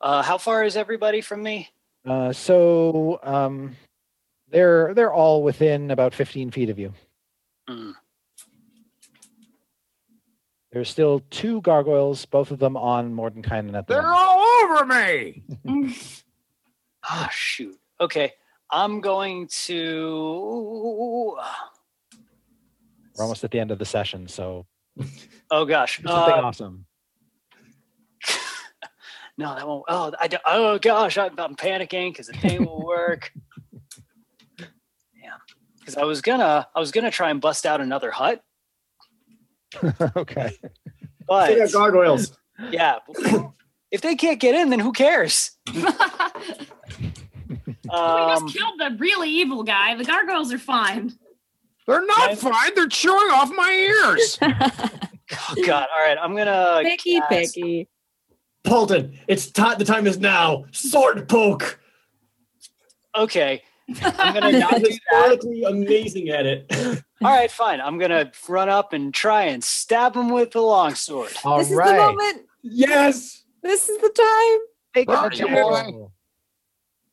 S6: Uh, how far is everybody from me?
S1: Uh, so, um, they're they're all within about 15 feet of you.
S6: Hmm.
S1: There's still two gargoyles, both of them on Mordenkainen at the
S3: They're
S1: moment.
S3: all over me.
S6: Ah, shoot. Okay, I'm going to. oh,
S1: We're almost at the end of the session, so
S6: Oh gosh.
S1: do something
S6: Uh,
S1: awesome.
S6: no, that won't. Oh, I don't, oh gosh, I'm, I'm panicking because it ain't will work. Yeah, because I was gonna, I was gonna try and bust out another hut,
S1: <laughs> okay.
S6: but
S4: Take out gargoyles.
S6: yeah, if they can't get in, then who cares?
S5: we
S6: Um,
S5: just killed the really evil guy. The gargoyles are
S4: <laughs>
S5: fine.
S3: They're
S6: I'm-
S3: not fine. They're chewing off my ears.
S6: oh God! All right, I'm gonna.
S7: picky,
S6: cast-
S7: picky.
S4: Paulton, it's time. The time is now. Sword poke.
S6: Okay, I'm
S7: <laughs>
S6: gonna not do that.
S4: Historically amazing at it.
S6: All right, fine. I'm gonna run up and try and stab him with the longsword.
S1: All right.
S7: this is the moment. <laughs>
S4: <laughs> yes.
S7: This is the time.
S1: Take
S3: Right,
S1: out your
S3: yeah.
S1: roll.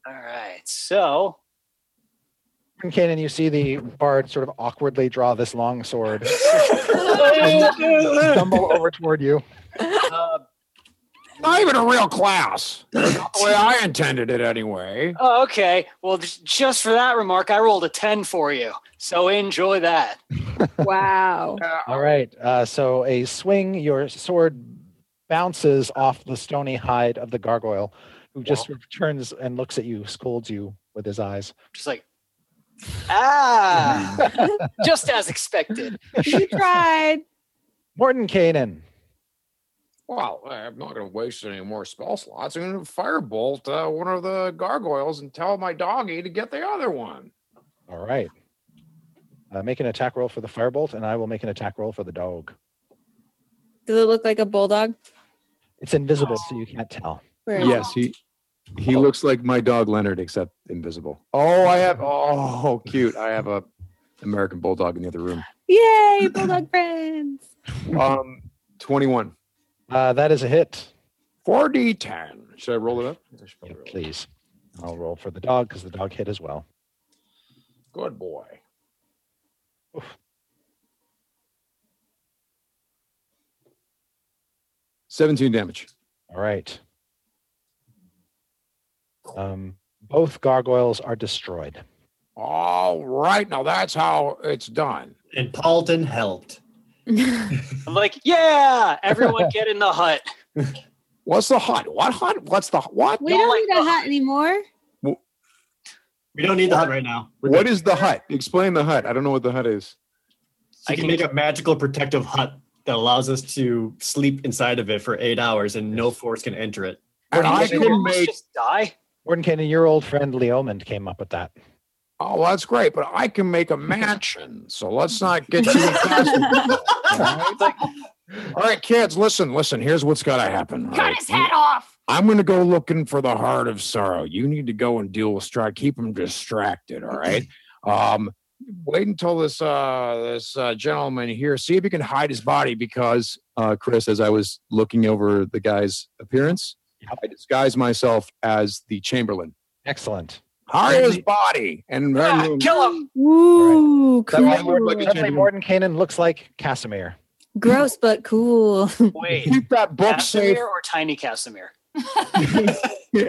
S6: All right, so
S1: And Kanan, you see the bard sort of awkwardly draw this long <laughs> sword, stumble over toward you.
S6: Uh,
S3: not even a real class. Not the way I intended it anyway.
S6: oh, okay. Well, j- just for that remark, I rolled a 10 for you. So enjoy that.
S7: Wow.
S1: All right. Uh, so a swing, your sword bounces off the stony hide of the gargoyle, who just sort of turns and looks at you, scolds you with his eyes.
S6: Just like, ah,
S7: <laughs>
S6: just as expected.
S7: You tried.
S1: Morton Kanan.
S3: Well, I'm not going to waste any more spell slots. I'm going to firebolt uh, one of the gargoyles and tell my doggy to get the other one.
S1: All right. Uh, make an attack roll for the firebolt, and I will make an attack roll for the dog.
S7: Does it look like a bulldog?
S1: It's invisible, so you can't tell.
S7: Where is it?
S8: Yes, he he looks like my dog Leonard, except invisible. Oh, I have oh cute. I have a American bulldog in the other room.
S7: Yay, bulldog <laughs> friends.
S8: Um, twenty-one.
S1: Uh, that is a hit.
S3: 4d10. Should I roll it up? I
S1: Yeah,
S3: should probably roll it
S1: please. I'll roll for the dog because the dog hit as well.
S3: up. Good boy.
S8: Seventeen damage.
S1: All right. Um, both gargoyles are destroyed.
S3: All right. Now that's how it's done.
S4: And Paulton helped.
S6: I'm like, yeah, everyone get in the hut.
S3: What's the hut? What hut? What's the what?
S7: we don't need a hut anymore.
S4: We don't need the hut right now. We're
S8: What
S4: good.
S8: is the hut? Explain the hut. I don't know what the hut is.
S4: So
S6: I
S4: you can
S6: can-
S4: make a magical protective hut that allows us to sleep inside of it for eight hours and no force can enter it.
S3: And I
S6: Did
S3: can
S6: almost
S3: make.
S6: just die.
S1: Warden Kanan, your old friend Leomond came up with that.
S3: Oh, that's great. But I can make a mansion. So let's not get
S7: <laughs>
S3: too <laughs> invested. All right, kids. Listen, listen. Here's what's got to happen. all
S5: Cut
S3: right?
S4: <laughs>
S5: his head off.
S3: I'm going to go looking for the heart of sorrow. You need to go and deal with Strahd. Keep him distracted. All right. Um, wait until this uh, this uh, gentleman here. See if you can hide his body because
S8: uh, Chris, as I was looking over the guy's appearance,
S1: Yep.
S8: I disguised myself as the Chamberlain.
S1: Excellent.
S3: hide his body and
S6: Ah,
S3: then
S6: kill him.
S7: Ooh,
S8: That one word
S7: cool.
S8: like a-
S1: Suddenly, Morton Kanan looks like Casimir.
S7: Gross, but cool. <laughs>
S6: Wait,
S3: keep that <laughs> book safe.
S6: Casimir or Tiny Casimir?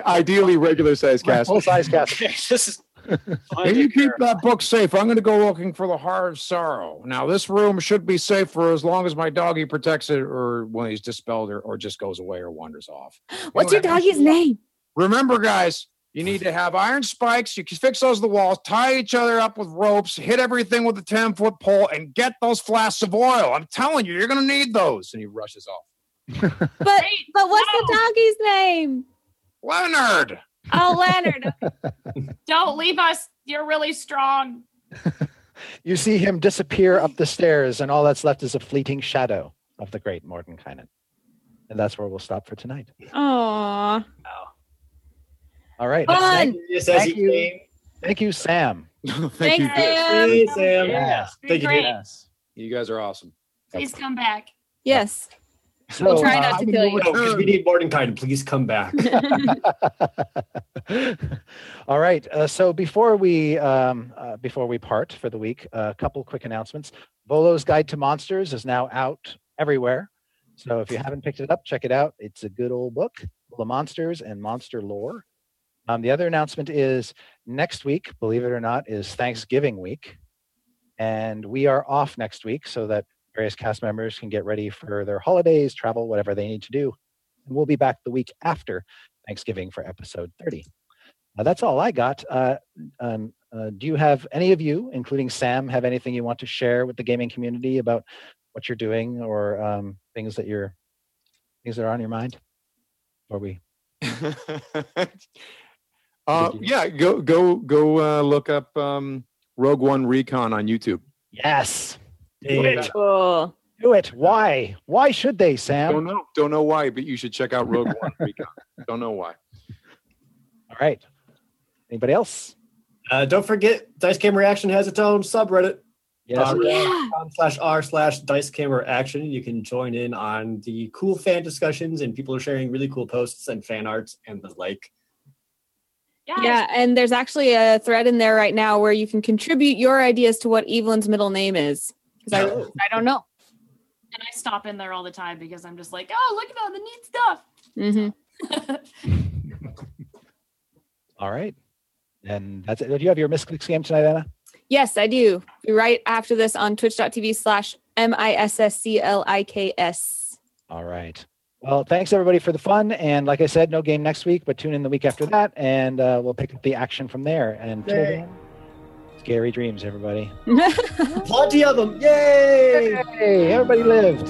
S8: Ideally, regular size cast.
S1: Full size Casimir.
S6: Okay, <laughs> this is.
S3: Can you keep that book safe? I'm going to go looking for the heart of sorrow. Now, this room should be safe for as long as my doggy protects it, or when he's dispelled, or, or just goes away or
S7: <gasps>
S3: wanders off.
S7: What's your doggy's name?
S3: Remember, guys, you need to have iron spikes. You can fix those to the walls, tie each other up with ropes, hit everything with a 10 foot pole, and get those flasks of oil. I'm telling you, you're going to need those. And he rushes
S7: But
S3: off.
S5: Hey,
S7: but what's the doggy's name?
S3: Leonard! <laughs>
S7: Oh, Leonard.
S5: don't leave us. You're really strong.
S1: You see him disappear up the stairs, and all that's left is a fleeting shadow of the great Morton Kanan. And that's where we'll stop for tonight.
S7: <laughs> Aw.
S1: All right.
S7: Fun.
S4: Magnus as
S1: Thank
S4: he
S1: you.
S4: came.
S1: Thank you, Sam.
S3: Thank you.
S2: Thanks, Sam.
S4: Hey, Sam.
S5: Yeah.
S4: Thank you.
S5: Great.
S4: Yes.
S3: You guys are awesome.
S5: Please come back.
S2: Yes.
S1: So,
S2: We'll try not to kill you.
S4: No, because we need Mordenkai to please
S1: <laughs>
S4: come back.
S1: All right. Uh, so before we um, uh, before we part for the week, a couple quick announcements. Volo's Guide to Monsters is now out everywhere. So if you haven't picked it up, check it out. It's a good old book full of monsters and monster lore. Um, the other announcement is next week, believe it or not, is Thanksgiving week, and we are off next week so that various cast members can get ready for their holidays, travel, whatever they need to do. And we'll be back the week after Thanksgiving for episode 30. Uh, that's all I got. Uh, um, uh, do you have any of you, including Sam, have anything you want to share with the gaming community about what you're doing or um, things that you're things that are on your mind? Or we
S3: <laughs>
S4: <laughs>
S3: uh,
S1: Good deal.
S3: yeah, go go go uh, look up um, Rogue One Recon on YouTube.
S1: yes,
S4: Hey,
S2: Cool.
S1: do it. Why? Why should they,
S3: Don't
S1: Sam?
S3: know don't know why, but you should check out Rogue One Recon. Don't know why.
S1: All right. Anybody else?
S4: Uh, don't forget, Dice Cam Reaction has its own subreddit.
S1: Yes.
S4: r slash r slash dice camera action you can join in on the cool fan discussions and people are sharing really cool posts and fan arts and the like
S5: Yes.
S2: Yeah, and there's actually a thread in there right now where you can contribute your ideas to what Evelyn's middle name is. Because
S4: Oh.
S2: I, I don't know.
S5: And I stop in there all the time because I'm just like, oh, look at all the neat stuff.
S2: hmm
S1: All right. And that's it. Do you have your Misclicks game tonight, Anna?
S2: Yes, I do. Be right after this on twitch.tv slash M I S S C L I K S.
S1: All right. Well, thanks everybody for the fun. And like I said, no game next week, but tune in the week after that, and uh, we'll pick up the action from there. And till
S4: Yay.
S1: then, scary dreams, everybody.
S4: plenty of them yay
S1: Hey, everybody lived.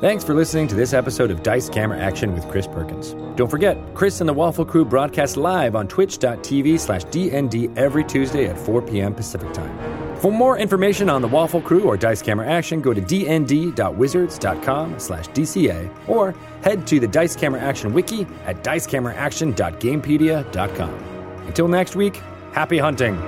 S11: Thanks for listening to this episode of Dice Camera Action with Chris Perkins. Don't forget, Chris and the Waffle Crew broadcast live on twitch.tv slash DND every Tuesday at 4 p.m. Pacific Time. For more information on the Waffle Crew or Dice Camera Action, go to dnd.wizards.com slash DCA or head to the Dice Camera Action wiki at dicecameraaction.gamepedia.com. Until next week, happy hunting!